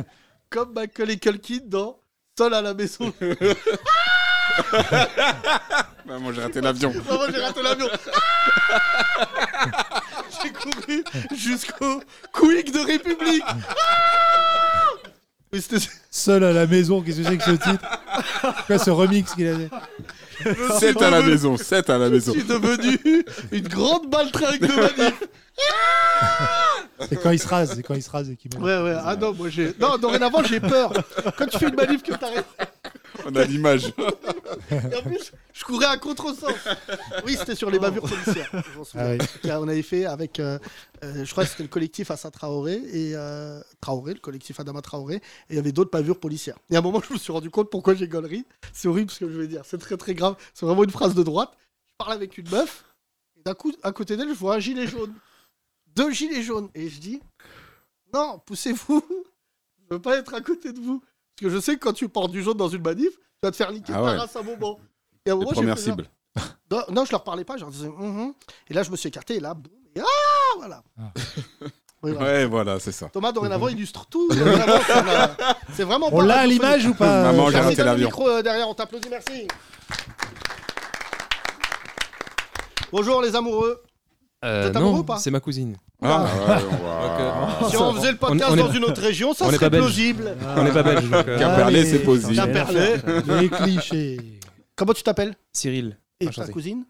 Speaker 6: comme Michael et Culkin dans Seul à la maison.
Speaker 9: Bah, moi, j'ai raté l'avion.
Speaker 6: Vraiment, j'ai raté l'avion. Ah j'ai couru jusqu'au Quick de République. Ah Mais c'était
Speaker 7: Seul à la maison, qu'est-ce que c'est que ce titre Quoi, ce remix qu'il avait
Speaker 9: C'est à la maison, c'est à la maison.
Speaker 6: Je suis devenu une grande baltringue de manif.
Speaker 7: C'est quand il se rase, c'est quand il se rase et qu'il met.
Speaker 6: Ouais, ouais. Ah non, moi j'ai. Non, dorénavant, j'ai peur. Quand tu fais une manif que t'arrêtes.
Speaker 9: On a l'image.
Speaker 6: Et en plus, je courais à contre-sens. Oui, c'était sur les bavures policières. je m'en souviens.
Speaker 7: Ah oui.
Speaker 6: Car On avait fait avec, euh, euh, je crois que c'était le collectif Assa Traoré et euh, Traoré, le collectif Adama Traoré, et il y avait d'autres bavures policières. Et à un moment, je me suis rendu compte pourquoi j'ai gaulerie. C'est horrible ce que je vais dire. C'est très très grave. C'est vraiment une phrase de droite. Je parle avec une meuf, et d'un coup, à côté d'elle, je vois un gilet jaune. Deux gilets jaunes. Et je dis, non, poussez-vous. Je veux pas être à côté de vous. Parce que je sais que quand tu portes du jaune dans une manif, tu vas te faire niquer
Speaker 9: Ah
Speaker 6: ta
Speaker 9: ouais.
Speaker 6: race à un moment. Et à
Speaker 9: Les
Speaker 6: un moment, j'ai
Speaker 9: premières
Speaker 6: fait ça.
Speaker 9: cibles.
Speaker 6: Non, Bah, non, je leur parlais pas, je leur disais Mhm. Et là, je me suis écarté, et là, boum, et ah, voilà. Oui, voilà.
Speaker 9: Ouais, voilà, c'est ça.
Speaker 6: Thomas, dorénavant, illustre tout. dorénavant, ça m'a- C'est vraiment
Speaker 7: On
Speaker 6: pas
Speaker 7: l'a à
Speaker 6: radiophonique.
Speaker 7: l'image ou pas
Speaker 9: Maman,
Speaker 7: euh,
Speaker 9: j'ai
Speaker 6: Merci,
Speaker 9: raté
Speaker 6: donne le
Speaker 9: l'avion.
Speaker 6: micro euh, derrière, on t'applaudit, merci. Bonjour les amoureux.
Speaker 11: Euh,
Speaker 6: T'es amoureux ou
Speaker 11: non,
Speaker 6: pas
Speaker 11: c'est ma cousine.
Speaker 9: Ah, ouais,
Speaker 11: Donc,
Speaker 9: on
Speaker 11: euh,
Speaker 9: va-
Speaker 6: Si
Speaker 11: ça-
Speaker 6: on faisait le
Speaker 11: on est-
Speaker 6: podcast
Speaker 11: on est-
Speaker 6: dans une autre région, ça
Speaker 11: on est
Speaker 6: serait
Speaker 11: pas belge.
Speaker 6: plausible.
Speaker 9: Ah.
Speaker 6: Ah,
Speaker 11: On n'est pas belge. donc, euh,
Speaker 9: Quimperlé, c'est
Speaker 7: Allez,
Speaker 9: possible.
Speaker 6: Quimperlé.
Speaker 7: Les clichés.
Speaker 6: Comment tu t'appelles
Speaker 11: Ah. Cyril. Ah,
Speaker 6: Et ta
Speaker 11: Enchanté.
Speaker 6: cousine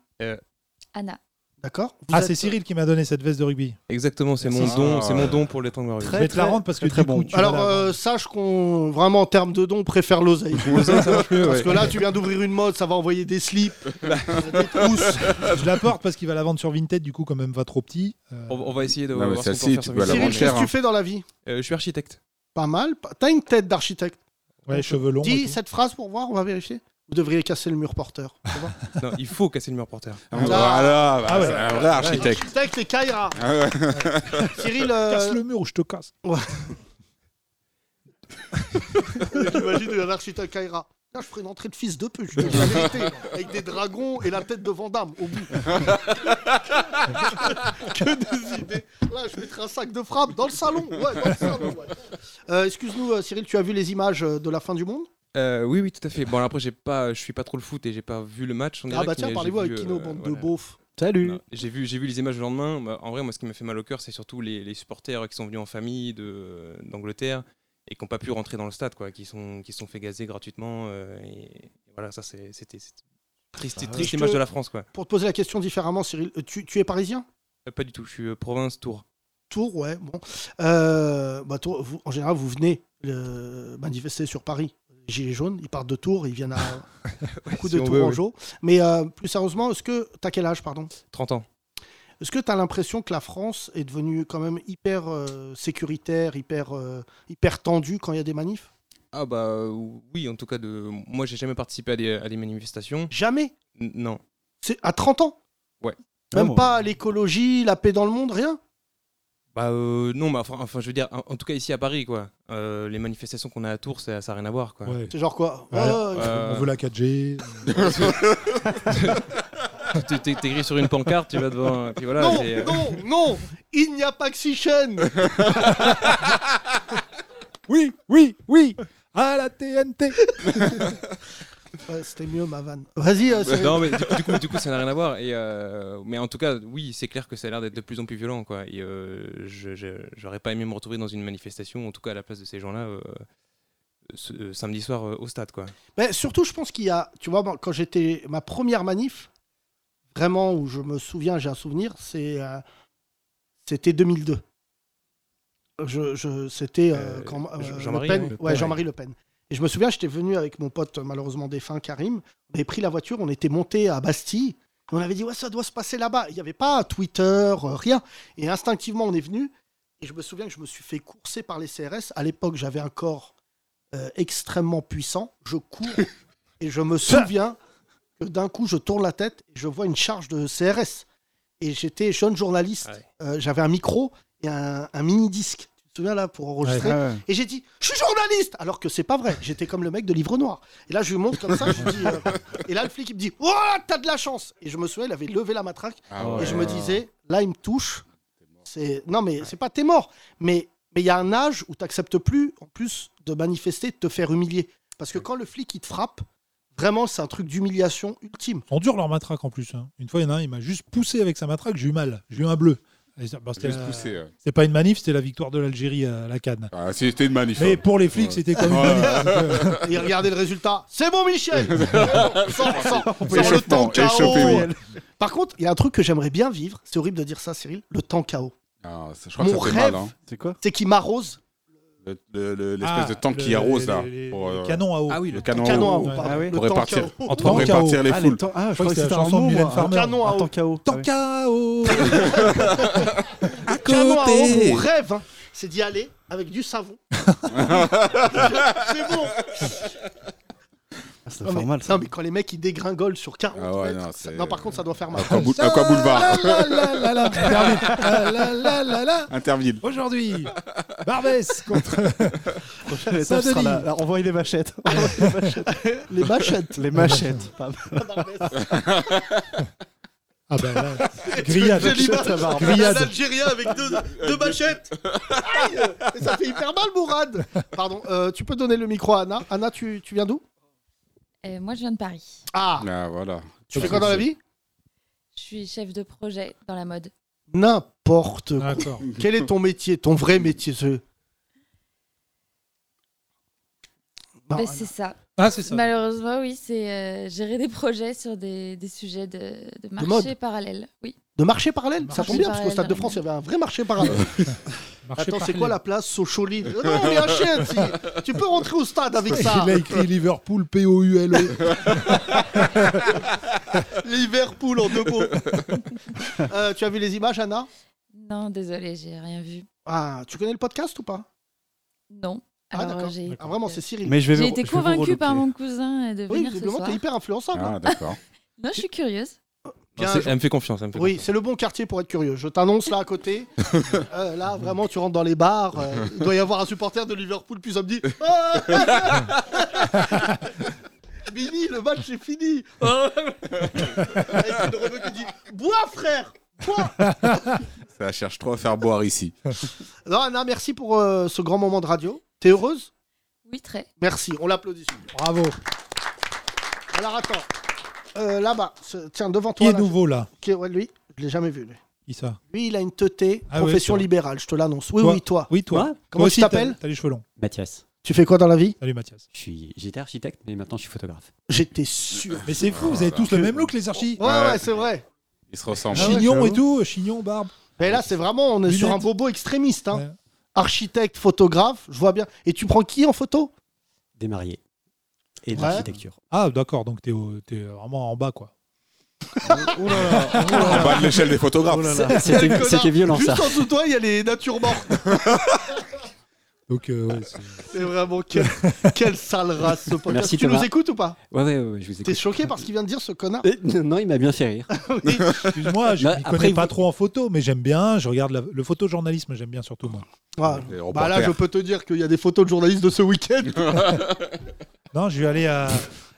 Speaker 5: Anna.
Speaker 6: D'accord Vous
Speaker 7: Ah,
Speaker 6: êtes-
Speaker 7: c'est Cyril qui m'a donné cette veste de rugby.
Speaker 11: Exactement, c'est mon
Speaker 9: Merci.
Speaker 11: don,
Speaker 9: Ah,
Speaker 11: c'est mon
Speaker 9: ouais.
Speaker 11: don pour les temps glorieux.
Speaker 7: Je vais te la rendre parce que
Speaker 10: très
Speaker 7: du coup,
Speaker 10: bon.
Speaker 7: tu vas
Speaker 6: Alors,
Speaker 7: la-
Speaker 6: euh, sache qu'on, vraiment, en termes de dons, on préfère l'oseille. Parce que là, tu viens d'ouvrir une mode, ça va envoyer des slips, des trousses.
Speaker 7: je la porte parce qu'il va la vendre sur Vinted, du coup, quand même, va trop petit. Euh,
Speaker 11: On, on va essayer de
Speaker 9: Non, mais
Speaker 11: voir ce qu'on
Speaker 9: celle-ci,
Speaker 11: peut faire
Speaker 9: tu
Speaker 11: sur
Speaker 9: peux la
Speaker 11: Vinted.
Speaker 6: Cyril,
Speaker 9: vendre
Speaker 6: qu'est-ce
Speaker 9: cher,
Speaker 6: que tu
Speaker 9: hein.
Speaker 6: fais dans la vie
Speaker 11: Euh, je suis architecte.
Speaker 6: Pas mal. pas- T'as une tête d'architecte.
Speaker 7: ouais, cheveux longs. et
Speaker 6: Dis
Speaker 7: tout.
Speaker 6: cette phrase pour voir, on va vérifier. Vous devriez casser le mur porteur. ça va
Speaker 11: Non, il faut casser le mur porteur.
Speaker 9: Ah, Voilà, bah,
Speaker 7: Ah ouais.
Speaker 9: c'est un vrai architecte.
Speaker 6: Architecte et Kaira.
Speaker 9: Ah ouais.
Speaker 6: Cyril,
Speaker 7: Casse
Speaker 6: euh,
Speaker 7: le mur ou je te casse.
Speaker 6: j'imagine un architecte euh, Kaira. Là, je ferai une entrée de fils de pute, je te dis la vérité, avec des dragons et la tête de Vandame au bout. que des idées. Là, je mettrai un sac de frappe dans le salon. Ouais, dans le salon, ouais. Euh, Excuse-nous, euh, Cyril, tu as vu les images euh, de la fin du monde
Speaker 11: Euh, oui, oui, tout à fait. Bon, alors après, j'ai pas, je suis pas trop le foot et j'ai pas vu le match. En
Speaker 6: Ah
Speaker 11: direct,
Speaker 6: bah tiens,
Speaker 11: mais
Speaker 6: parlez-vous
Speaker 11: j'ai
Speaker 6: avec
Speaker 11: vu,
Speaker 6: Kino,
Speaker 11: euh,
Speaker 6: bande de
Speaker 11: voilà.
Speaker 6: beaufs.
Speaker 10: Salut.
Speaker 11: Non, J'ai vu, j'ai vu les images le lendemain. Bah, en vrai, moi, ce qui m'a fait mal au cœur, c'est surtout les, les supporters qui sont venus en famille de- d'Angleterre et qui n'ont pas pu rentrer dans le stade, quoi, qui sont, qui sont fait gazer gratuitement. euh, et, et voilà, ça, c'est- c'était c'était triste, triste
Speaker 6: Ah. Je
Speaker 11: image
Speaker 6: te-
Speaker 11: de la France, quoi.
Speaker 6: Pour te poser la question différemment, Cyril, euh, tu, tu es parisien
Speaker 11: Euh, pas du tout. Je suis euh, province Tours.
Speaker 6: Tours, ouais. Bon. Euh, bah, Tours, vous- en général, vous venez euh, manifester sur Paris. Les Gilets jaunes, ils partent de Tours, ils viennent à beaucoup
Speaker 11: si
Speaker 6: de
Speaker 11: on
Speaker 6: Tours
Speaker 11: veut,
Speaker 6: en
Speaker 11: oui.
Speaker 6: jeu. Mais euh, plus sérieusement, est-ce que t'as quel âge, pardon
Speaker 11: 30 ans.
Speaker 6: Est-ce que tu as l'impression que la France est devenue quand même hyper euh, sécuritaire, hyper, euh, hyper tendue quand il y a des manifs
Speaker 11: Ah bah euh, oui, en tout cas, de... moi, j'ai jamais participé à des, à des manifestations.
Speaker 6: Jamais.
Speaker 11: N- non.
Speaker 6: C'est à 30 ans.
Speaker 11: Ouais.
Speaker 6: Même
Speaker 10: Ah bon.
Speaker 6: pas à l'écologie, la paix dans le monde, rien.
Speaker 11: Bah euh, non, mais enfin, enfin, je veux dire, en, en tout cas ici à Paris, quoi. Euh, les manifestations qu'on a à Tours, ça n'a rien à voir, quoi.
Speaker 7: Ouais.
Speaker 6: C'est genre quoi
Speaker 7: Ouais.
Speaker 6: Ouais,
Speaker 11: Euh,
Speaker 7: On veut la 4G.
Speaker 11: T'es- T'es t'es écrit sur une pancarte, tu vas devant. et Puis voilà,
Speaker 6: Non,
Speaker 11: c'est- euh,
Speaker 6: non, non, il n'y a pas que six chaînes.
Speaker 7: Oui, oui, oui. À la TNT.
Speaker 6: Ouais, C'était mieux ma vanne. Vas-y, euh, Cyril.
Speaker 11: Non, mais du coup, du coup, du coup, ça n'a rien à voir. Et, euh, mais en tout cas, oui, c'est clair que ça a l'air d'être de plus en plus violent, quoi. Et euh, je- je- j'aurais pas aimé me retrouver dans une manifestation, en tout cas à la place de ces gens-là, euh, ce- euh, samedi soir euh, au stade, quoi.
Speaker 6: Mais Ben, surtout, je pense qu'il y a, tu vois, moi, quand j'étais ma première manif, vraiment où je me souviens, j'ai un souvenir, c'est euh, c'était 2002. Je, je- c'était euh,
Speaker 11: Euh,
Speaker 6: quand euh,
Speaker 11: Jean-
Speaker 6: Le
Speaker 11: Jean-Marie,
Speaker 7: hein,
Speaker 6: Pen-
Speaker 11: ouais, Le
Speaker 6: ouais, Jean-Marie Le Pen. Et je me souviens, j'étais venu avec mon pote malheureusement défunt Karim. On avait pris la voiture, on était monté à Bastille. et On avait dit ouais, ça doit se passer là-bas. Il n'y avait pas Twitter, euh, rien. Et instinctivement, on est venu. Et je me souviens que je me suis fait courser par les CRS. À l'époque, j'avais un corps euh, extrêmement puissant. Je cours et je me souviens que d'un coup, je tourne la tête et je vois une charge de CRS. Et j'étais jeune journaliste.
Speaker 11: Ouais.
Speaker 6: Euh, j'avais un micro et un, un mini-disque. Tu te souviens là pour enregistrer Et j'ai dit Je suis journaliste Alors que c'est pas vrai. J'étais comme le mec de Livre Noir. Et là, je lui montre comme ça. je lui dis, euh, Et là, le flic, il me dit Oh, t'as de la chance Et je me souviens, il avait levé la matraque.
Speaker 9: Ah
Speaker 6: Et
Speaker 9: ouais.
Speaker 6: je me disais, là, il me touche. C'est non, mais c'est pas t'es mort. Mais mais il y a un âge où t'acceptes plus, en plus de manifester, de te faire humilier. Parce que quand le flic il te frappe, vraiment, c'est un truc d'humiliation ultime.
Speaker 7: Ils sont durs leurs matraques en plus. hein. Une fois, il y en a un, il m'a juste poussé avec sa matraque, j'ai eu mal. J'ai eu un bleu. Et ça- bah, c'était
Speaker 9: Juste
Speaker 7: la-
Speaker 9: poussé. ouais.
Speaker 7: C'était pas une manif, c'était la victoire de l'Algérie à la Cannes.
Speaker 9: Ah, C'était une manif.
Speaker 7: Mais
Speaker 9: ouais.
Speaker 7: pour les flics,
Speaker 9: Ouais.
Speaker 7: c'était comme une
Speaker 9: Ouais.
Speaker 7: manif. donc, euh,
Speaker 6: Et regardez le résultat. C'est bon, Michel. C'est bon, sors, sors, sors le
Speaker 9: Échauffement,
Speaker 6: temps KO.
Speaker 9: échauffez-moi.
Speaker 6: Par contre, il y a un truc que j'aimerais bien vivre. C'est horrible de dire ça, Cyril. Le temps KO.
Speaker 9: Ah, ça- je crois
Speaker 6: Mon
Speaker 9: que ça fait
Speaker 6: rêve,
Speaker 9: mal. Hein.
Speaker 10: C'est quoi
Speaker 6: c'est qu'il m'arrose
Speaker 9: Le- le- le- L'espèce
Speaker 7: Ah,
Speaker 9: de tank qui
Speaker 7: le-
Speaker 9: arrose
Speaker 7: le-
Speaker 9: là.
Speaker 7: le-
Speaker 9: pour,
Speaker 7: le
Speaker 9: euh,
Speaker 7: canon à eau.
Speaker 9: Ah oui, le
Speaker 7: Le
Speaker 9: canon,
Speaker 7: canon
Speaker 9: à
Speaker 7: à eau,
Speaker 9: eau.
Speaker 7: Ah oui.
Speaker 9: Pour
Speaker 7: Le tank
Speaker 9: répartir,
Speaker 7: à eau.
Speaker 9: pour
Speaker 7: Le tank à
Speaker 9: répartir
Speaker 7: eau.
Speaker 9: les
Speaker 7: Ah,
Speaker 9: foules.
Speaker 7: les tanks- ah, je crois que c'était un mot, moi. Un canon à eau. Ah Tank à eau.
Speaker 6: Un canon à eau,
Speaker 7: côté.
Speaker 6: mon rêve, hein, c'est d'y aller avec du savon. c'est bon.
Speaker 8: ça
Speaker 6: doit
Speaker 8: faire mal,
Speaker 6: Non, mais quand les mecs ils dégringolent sur 40
Speaker 9: Ah ouais,
Speaker 6: mètres,
Speaker 9: non,
Speaker 6: ça-
Speaker 9: c'est-
Speaker 6: non, par contre, ça doit faire mal.
Speaker 9: Aqua Boul- Aqua Boulevard.
Speaker 6: La, la, la, la, la, la, la, la, la.
Speaker 9: Interville.
Speaker 7: Aujourd'hui, Barbès contre
Speaker 8: Attends, ce sera
Speaker 7: Saint-Denis.
Speaker 8: la- la- Envoyez les machettes. Envoyez
Speaker 6: Les
Speaker 8: les machettes.
Speaker 6: machettes.
Speaker 8: Les machettes. Pas mal.
Speaker 7: Ah
Speaker 6: ben
Speaker 7: bah là, grillade.
Speaker 6: Jolie image.
Speaker 7: Grillade.
Speaker 6: Un Algérien avec deux, deux machettes. Aïe Mais ça fait hyper mal, Mourad. Pardon, euh, tu peux donner le micro à Anna. Anna, tu, tu viens d'où
Speaker 12: Euh, moi, je viens de Paris.
Speaker 6: Ah
Speaker 9: Ah, voilà.
Speaker 6: Tu fais quoi dans la vie
Speaker 12: Je suis chef de projet dans la mode.
Speaker 6: N'importe quoi. Quel est ton métier, ton vrai métier ce...
Speaker 12: Bah,
Speaker 6: Non, Anna.
Speaker 12: c'est ça.
Speaker 6: Ah, c'est ça.
Speaker 12: Malheureusement, oui, c'est euh, gérer des projets sur des, des sujets de, de marché
Speaker 6: mode.
Speaker 12: parallèle. Oui.
Speaker 6: De marché parallèle Ça tombe bien, parce qu'au
Speaker 12: parallèle,
Speaker 6: Stade de France, il y avait un vrai marché parallèle. Attends, c'est
Speaker 7: parallèle.
Speaker 6: quoi la place Socholi Oh Non, mais achète si- Tu peux rentrer au stade avec ça
Speaker 7: Il a écrit Liverpool P-O-U-L-O. E.
Speaker 6: Liverpool en deux mots. Euh, tu as vu les images, Anna
Speaker 12: Non, désolé, j'ai rien vu.
Speaker 6: Ah, tu connais le podcast ou pas
Speaker 12: Non.
Speaker 6: Ah,
Speaker 12: Alors,
Speaker 6: d'accord.
Speaker 12: j'ai- euh,
Speaker 6: Ah, vraiment, c'est Cyril.
Speaker 8: Mais je vais
Speaker 12: J'ai
Speaker 8: vous-
Speaker 12: été
Speaker 8: je vais vous
Speaker 12: convaincue par
Speaker 8: relouper.
Speaker 12: mon cousin euh, de
Speaker 6: Oui,
Speaker 12: venir ce
Speaker 6: visiblement,
Speaker 12: soir.
Speaker 6: t'es hyper influençable. hein.
Speaker 9: Ah, d'accord.
Speaker 12: Non, je suis curieuse.
Speaker 6: Bien,
Speaker 11: c'est-
Speaker 6: je-
Speaker 11: Elle me fait confiance. Elle me fait
Speaker 6: Oui, c'est le bon quartier pour être curieux. Je t'annonce là à côté. Euh, là, vraiment, tu rentres dans les bars. euh, il doit y avoir un supporter de Liverpool, puis ça me dit Ah Bini, le match est fini Ah Avec une Renault qui dit Bois, frère Bois
Speaker 9: Ça cherche trop à faire boire ici.
Speaker 6: Non, Anna, merci pour euh, ce grand moment de radio. T'es heureuse
Speaker 12: Oui, très.
Speaker 6: Merci, on l'applaudit.
Speaker 7: Bravo.
Speaker 6: Alors, attends. Euh, Là-bas, ce- tiens, devant
Speaker 7: Qui
Speaker 6: toi.
Speaker 7: est
Speaker 6: là,
Speaker 7: nouveau là
Speaker 6: je- qui est- ouais, lui, je l'ai jamais vu, lui.
Speaker 7: Qui ça
Speaker 6: Lui, il a une teuté,
Speaker 7: Ah oui, c'est
Speaker 6: profession
Speaker 7: vrai.
Speaker 6: libérale, je te l'annonce. Oui,
Speaker 7: Toi
Speaker 6: oui, toi.
Speaker 7: Oui, toi.
Speaker 6: Comment
Speaker 7: Toi
Speaker 6: tu
Speaker 7: aussi,
Speaker 6: t'appelles
Speaker 7: T'as les cheveux longs.
Speaker 13: Mathias.
Speaker 6: Tu fais quoi dans la vie
Speaker 7: Salut Mathias.
Speaker 13: Je suis, j'étais architecte, mais maintenant je suis photographe.
Speaker 6: J'étais sûr.
Speaker 7: Mais c'est fou, vous
Speaker 9: Ah,
Speaker 7: avez tous le même look, les archis.
Speaker 6: Ouais, ouais, c'est vrai. Ah
Speaker 9: Ils se
Speaker 13: Ah
Speaker 9: ressemblent.
Speaker 7: Chignon et tout, chignon, barbe.
Speaker 6: Mais là, c'est vraiment, on est sur un bobo extrémiste. hein. Architecte, photographe, je vois bien. Et tu prends qui en photo
Speaker 13: Des mariés. Et de
Speaker 7: Ouais.
Speaker 13: l'architecture.
Speaker 7: Ah, d'accord, donc t'es au- t'es vraiment en bas quoi.
Speaker 13: Oh
Speaker 9: En bas Ah, de l'échelle des
Speaker 7: Oh
Speaker 9: photographes.
Speaker 6: Quel connard. Juste en dessous de toi, il y a les natures mortes.
Speaker 7: Donc,
Speaker 6: Bah.
Speaker 7: euh, ouais, c'est-
Speaker 6: C'est vraiment quel- quelle sale race ce podcast.
Speaker 13: Merci,
Speaker 6: tu
Speaker 13: Thomas.
Speaker 6: nous écoutes ou pas
Speaker 13: Ouais, ouais, ouais, ouais, je vous
Speaker 6: T'es
Speaker 13: écoute.
Speaker 6: choqué par ce qu'il vient de dire, ce connard
Speaker 7: Euh,
Speaker 13: Eh, Non, il m'a bien fait rire.
Speaker 7: Ah Excuse-moi, je
Speaker 13: Bah,
Speaker 7: m'y
Speaker 13: après,
Speaker 7: connais pas
Speaker 13: vous-
Speaker 7: trop en photo, mais j'aime bien. Je regarde la- le photojournalisme, j'aime bien surtout moi.
Speaker 6: Ah,
Speaker 9: Les
Speaker 6: Bah
Speaker 9: reporters.
Speaker 6: là, je peux te dire qu'il y a des photos de journalistes de ce week-end.
Speaker 7: Non, je vais aller à,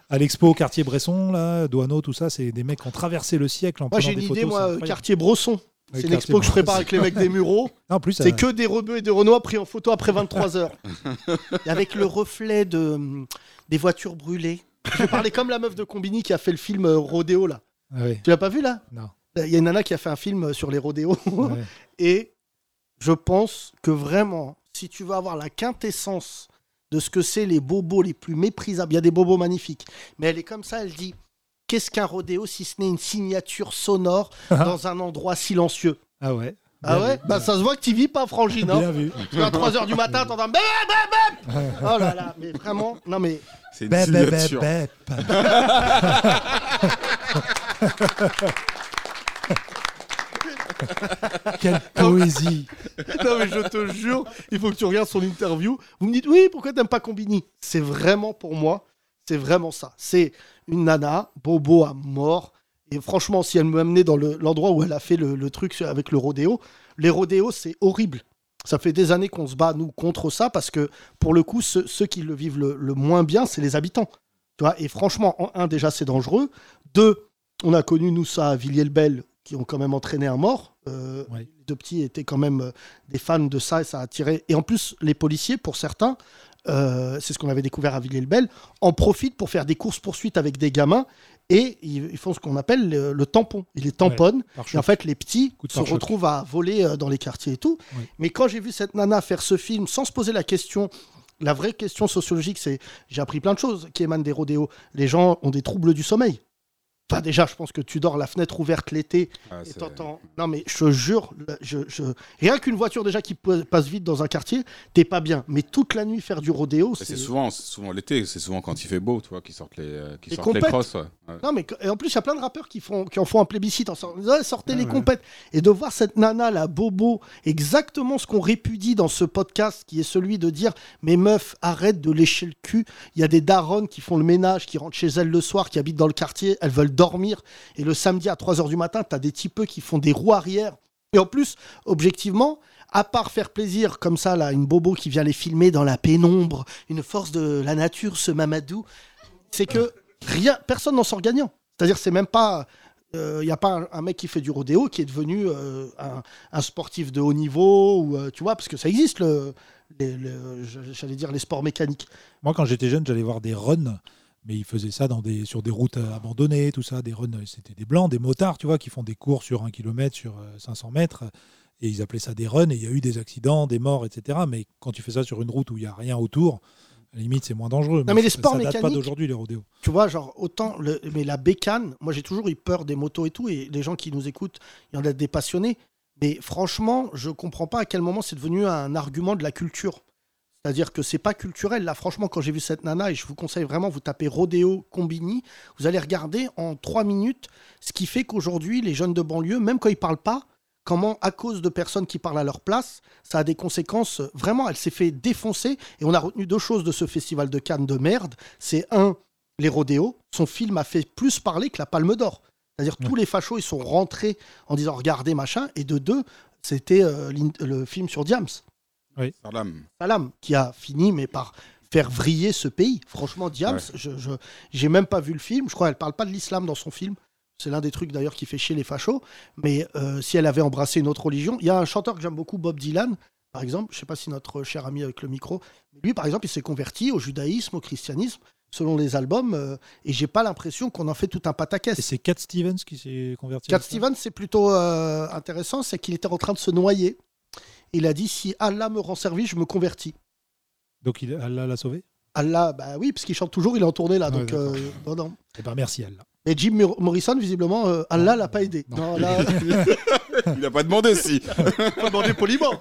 Speaker 7: à l'expo quartier Bresson, là, Douaneau, tout ça. C'est des mecs qui ont traversé le siècle en
Speaker 6: moi,
Speaker 7: prenant
Speaker 6: j'ai une
Speaker 7: des
Speaker 6: idée,
Speaker 7: photos. c'est
Speaker 6: moi, euh,
Speaker 7: incroyable.
Speaker 6: quartier Bresson. C'est
Speaker 7: Ouais,
Speaker 6: une
Speaker 7: quartier
Speaker 6: expo que je
Speaker 7: Bresson.
Speaker 6: prépare avec les mecs des Mureaux.
Speaker 7: Non, en plus, euh, ça-
Speaker 6: c'est que des rebeux et des renois pris en photo après 23 heures. Et avec le reflet de, hum, des voitures brûlées. Je parlais comme la meuf de Combini qui a fait le film euh, Rodéo, là.
Speaker 7: Ah oui.
Speaker 6: Tu l'as pas vu, là
Speaker 7: Non.
Speaker 6: Ben, Il y a une nana qui a fait un film sur les rodéos. Et je pense que vraiment, si tu veux avoir la quintessence de ce que c'est les bobos les plus méprisables, il y a des bobos magnifiques, mais elle est comme ça, elle dit Qu'est-ce qu'un rodéo si ce n'est une signature sonore dans un endroit silencieux
Speaker 7: Ah ouais
Speaker 6: Ah
Speaker 7: Bien
Speaker 6: ouais
Speaker 7: vu.
Speaker 6: Bah ça se voit que tu vis pas, Frangine. hein.
Speaker 7: Bien vu.
Speaker 6: Parce qu'à 3h du matin, t'entends bah, Bep, bep, bep Oh là là, mais vraiment, non mais.
Speaker 9: C'est
Speaker 7: Bep, bep, signature. bep, Quelle poésie
Speaker 6: Non mais je te jure, il faut que tu regardes son interview. Vous me dites oui, pourquoi t'aimes pas Combini C'est vraiment pour moi, c'est vraiment ça. C'est une nana, bobo à mort. Et franchement, si elle me amenait dans le- l'endroit où elle a fait le, le truc avec le rodéo, les rodéos, c'est horrible. Ça fait des années qu'on se bat, nous, contre ça, parce que pour le coup, ceux, ceux qui le vivent le, le moins bien, c'est les habitants. Tu vois, et franchement, en un, déjà, c'est dangereux. Deux, on a connu, nous, ça à Villiers-le-Bel, qui ont quand même entraîné un mort. Euh, Les deux petits étaient quand même euh, des fans de ça, et ça a attiré. Et en plus, les policiers, pour certains, euh, c'est ce qu'on avait découvert à Villiers-le-Bel, en profitent pour faire des courses-poursuites avec des gamins, et ils, ils font ce qu'on appelle le, le tampon. Ils les tamponnent.
Speaker 7: pare-choc.
Speaker 6: et en fait, les petits
Speaker 7: Coup de
Speaker 6: se
Speaker 7: pare-choc.
Speaker 6: retrouvent trouve à voler euh, dans les quartiers et tout.
Speaker 7: Ouais.
Speaker 6: Mais quand j'ai vu cette nana faire ce film sans se poser la question, la vraie question sociologique, c'est j'ai appris plein de choses qui émanent des rodéos. Les gens ont des troubles du sommeil. Enfin, déjà, je pense que tu dors la fenêtre ouverte l'été
Speaker 9: Ah,
Speaker 6: et
Speaker 9: c'est-
Speaker 6: t'entends. Non, mais je te jure, là, je, je- rien qu'une voiture déjà qui po- passe vite dans un quartier, t'es pas bien. Mais toute la nuit faire du rodéo,
Speaker 9: Et
Speaker 6: c'est.
Speaker 9: C'est souvent, c'est souvent l'été, c'est souvent quand il fait beau, tu vois, qu'ils sortent les, euh, qu'ils
Speaker 6: Les
Speaker 9: sortent les
Speaker 6: compètes.
Speaker 9: crosses. ouais. Ouais.
Speaker 6: Non, mais que- et en plus, il y a plein de rappeurs qui, font, qui en font un plébiscite en sortant. Ouais, sortez les compètes. Et de voir cette nana, la bobo, exactement ce qu'on répudie dans ce podcast, qui est celui de dire Mes meufs, arrête de lécher le cul. Il y a des daronnes qui font le ménage, qui rentrent chez elles le soir, qui habitent dans le quartier, elles veulent dormir. Et le samedi à 3 h du matin, t'as des typeux qui font des roues arrière. Et en plus, objectivement, à part faire plaisir comme ça, là, une bobo qui vient les filmer dans la pénombre, une force de la nature, ce Mamadou c'est que rien, personne n'en sort gagnant. C'est-à-dire, c'est même pas. Il n'y a pas un, un mec qui fait du rodéo qui est devenu euh, un, un sportif de haut niveau, ou, euh, tu vois, parce que ça existe, le, les- le- Euh, j'allais dire les sports mécaniques.
Speaker 7: Moi, quand j'étais jeune, j'allais voir des runs, mais ils faisaient ça dans des, sur des routes euh, abandonnées, tout ça. Des runs, euh, c'était des blancs, des motards, tu vois, qui font des cours sur 1 km, sur euh, 500 mètres. Et ils appelaient ça des runs, et il y a eu des accidents, des morts, etc. Mais quand tu fais ça sur une route où il n'y a rien autour, à la limite, c'est moins dangereux.
Speaker 6: Non, mais les
Speaker 7: ça-
Speaker 6: sports
Speaker 7: ça date pas
Speaker 6: mécaniques-
Speaker 7: d'aujourd'hui, les rodéos.
Speaker 6: Tu vois, genre, autant. le- mais la bécane, moi j'ai toujours eu peur des motos et tout, et les gens qui nous écoutent, il y en a des passionnés. Mais franchement, je comprends pas à quel moment c'est devenu un argument de la culture. C'est-à-dire que c'est pas culturel. Là, franchement, quand j'ai vu cette nana, et je vous conseille vraiment, vous tapez Rodéo Combini, vous allez regarder en trois minutes ce qui fait qu'aujourd'hui, les jeunes de banlieue, même quand ils parlent pas, comment, à cause de personnes qui parlent à leur place, ça a des conséquences. Vraiment, elle s'est fait défoncer. Et on a retenu deux choses de ce festival de Cannes de merde. C'est un, les rodéos. Son film a fait plus parler que la Palme d'Or. C'est-à-dire tous les fachos, ils sont rentrés en disant regardez machin. Et de deux, c'était euh, l'in- le film sur Diams.
Speaker 7: Oui.
Speaker 9: Salam.
Speaker 6: Salam, qui a fini mais par faire vriller ce pays. Franchement, Diams,
Speaker 9: Ouais.
Speaker 6: je je- j'ai même pas vu le film. Je crois qu'elle parle pas de l'islam dans son film. C'est l'un des trucs d'ailleurs qui fait chier les fachos. Mais euh, si elle avait embrassé une autre religion, il y a un chanteur que j'aime beaucoup, Bob Dylan, par exemple. Je sais pas si notre cher ami avec le micro, lui par exemple, il s'est converti au judaïsme, au christianisme, selon les albums. euh, et j'ai pas l'impression qu'on en fait tout un pataquès. Et
Speaker 7: c'est Cat Stevens qui s'est converti.
Speaker 6: Cat Stevens, c'est plutôt euh, intéressant, c'est qu'il était en train de se noyer. Il a dit si Allah me rend service, je me convertis.
Speaker 7: Donc, il, Allah l'a sauvé
Speaker 6: Allah, bah oui, parce qu'il chante toujours, il est en tournée là.
Speaker 7: Ouais,
Speaker 6: donc,
Speaker 7: d'accord.
Speaker 6: euh, non, non.
Speaker 7: Eh ben, merci, Allah.
Speaker 6: Et Jim Mur- Morrison, visiblement, euh, Allah l'a pas aidé. Non, Allah- euh,
Speaker 9: Il n'a pas demandé si.
Speaker 6: pas demandé poliment.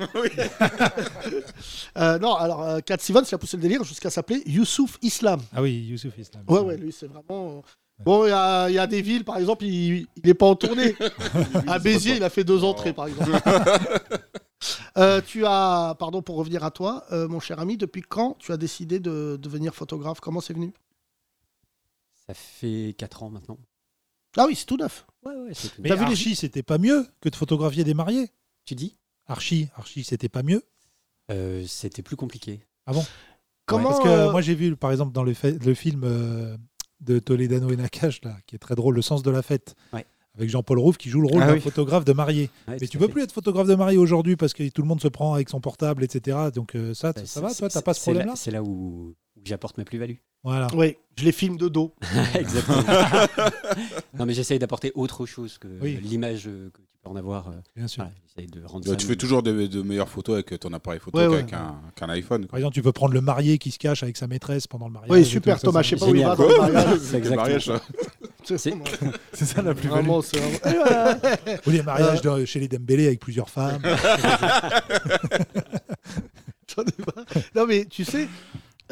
Speaker 6: Euh, non, alors, euh, Cat Stevens, il a poussé le délire jusqu'à s'appeler Youssouf Islam.
Speaker 7: Ah oui, Youssouf Islam.
Speaker 6: Ouais, ouais, lui, c'est vraiment. euh, Bon, il y, a il y a des villes, par exemple, il n'est pas en tournée. à Béziers, il a fait deux entrées, par exemple. Euh, tu as, pardon pour revenir à toi, euh, mon cher ami, depuis quand tu as décidé de devenir photographe Comment c'est venu
Speaker 13: Ça fait 4 ans maintenant.
Speaker 6: Ah oui, c'est tout neuf.
Speaker 13: Ouais, ouais, c'est tout
Speaker 7: Mais
Speaker 13: neuf.
Speaker 7: Archie, c'était pas mieux que de photographier des mariés
Speaker 13: Tu dis
Speaker 7: Archie, Archie, c'était pas mieux
Speaker 13: Euh, C'était plus compliqué.
Speaker 7: Ah bon
Speaker 13: Comment,
Speaker 7: Parce que
Speaker 13: euh,
Speaker 7: moi j'ai vu par exemple dans le, fait- le film euh, de Toledano et Nakache là, qui est très drôle, Le sens de la fête, avec Jean-Paul Rouve qui joue le rôle
Speaker 13: Ah
Speaker 7: d'un
Speaker 13: oui.
Speaker 7: photographe de marié.
Speaker 13: Ouais,
Speaker 7: Mais
Speaker 13: tout
Speaker 7: tu
Speaker 13: à
Speaker 7: peux
Speaker 13: fait.
Speaker 7: plus être photographe de marié aujourd'hui parce que tout le monde se prend avec son portable, etc. Donc euh, ça,
Speaker 13: Bah,
Speaker 7: ça
Speaker 13: c'est-
Speaker 7: va, toi,
Speaker 13: c'est-
Speaker 7: t'as pas ce
Speaker 13: c'est là-
Speaker 7: problème-là
Speaker 13: C'est là, où, où j'apporte ma plus-value.
Speaker 7: Voilà.
Speaker 6: Oui, je les filme de dos.
Speaker 13: Exactement. non, mais j'essaye d'apporter autre chose que
Speaker 9: Oui.
Speaker 13: l'image euh, que tu peux en avoir.
Speaker 7: Bien sûr.
Speaker 13: de rendre
Speaker 9: Ouais,
Speaker 13: ça
Speaker 9: tu
Speaker 13: une-
Speaker 9: fais toujours de, de meilleures photos avec euh, ton appareil photo
Speaker 13: Ouais,
Speaker 9: qu'avec
Speaker 13: ouais.
Speaker 9: un, qu'un iPhone.
Speaker 7: Par exemple, tu peux prendre le marié qui se cache avec sa maîtresse pendant le mariage.
Speaker 6: Oui,
Speaker 7: et
Speaker 6: super,
Speaker 7: tout, ça,
Speaker 6: Thomas,
Speaker 7: ça-
Speaker 6: je sais pas où il va dans le mariage.
Speaker 13: C'est exactement
Speaker 9: mariage, ça.
Speaker 7: C'est ça la plus
Speaker 6: Vraiment, c'est vraiment-
Speaker 7: Ou les mariages de- chez les Dembélé avec plusieurs femmes.
Speaker 6: J'en ai marre. non mais tu sais,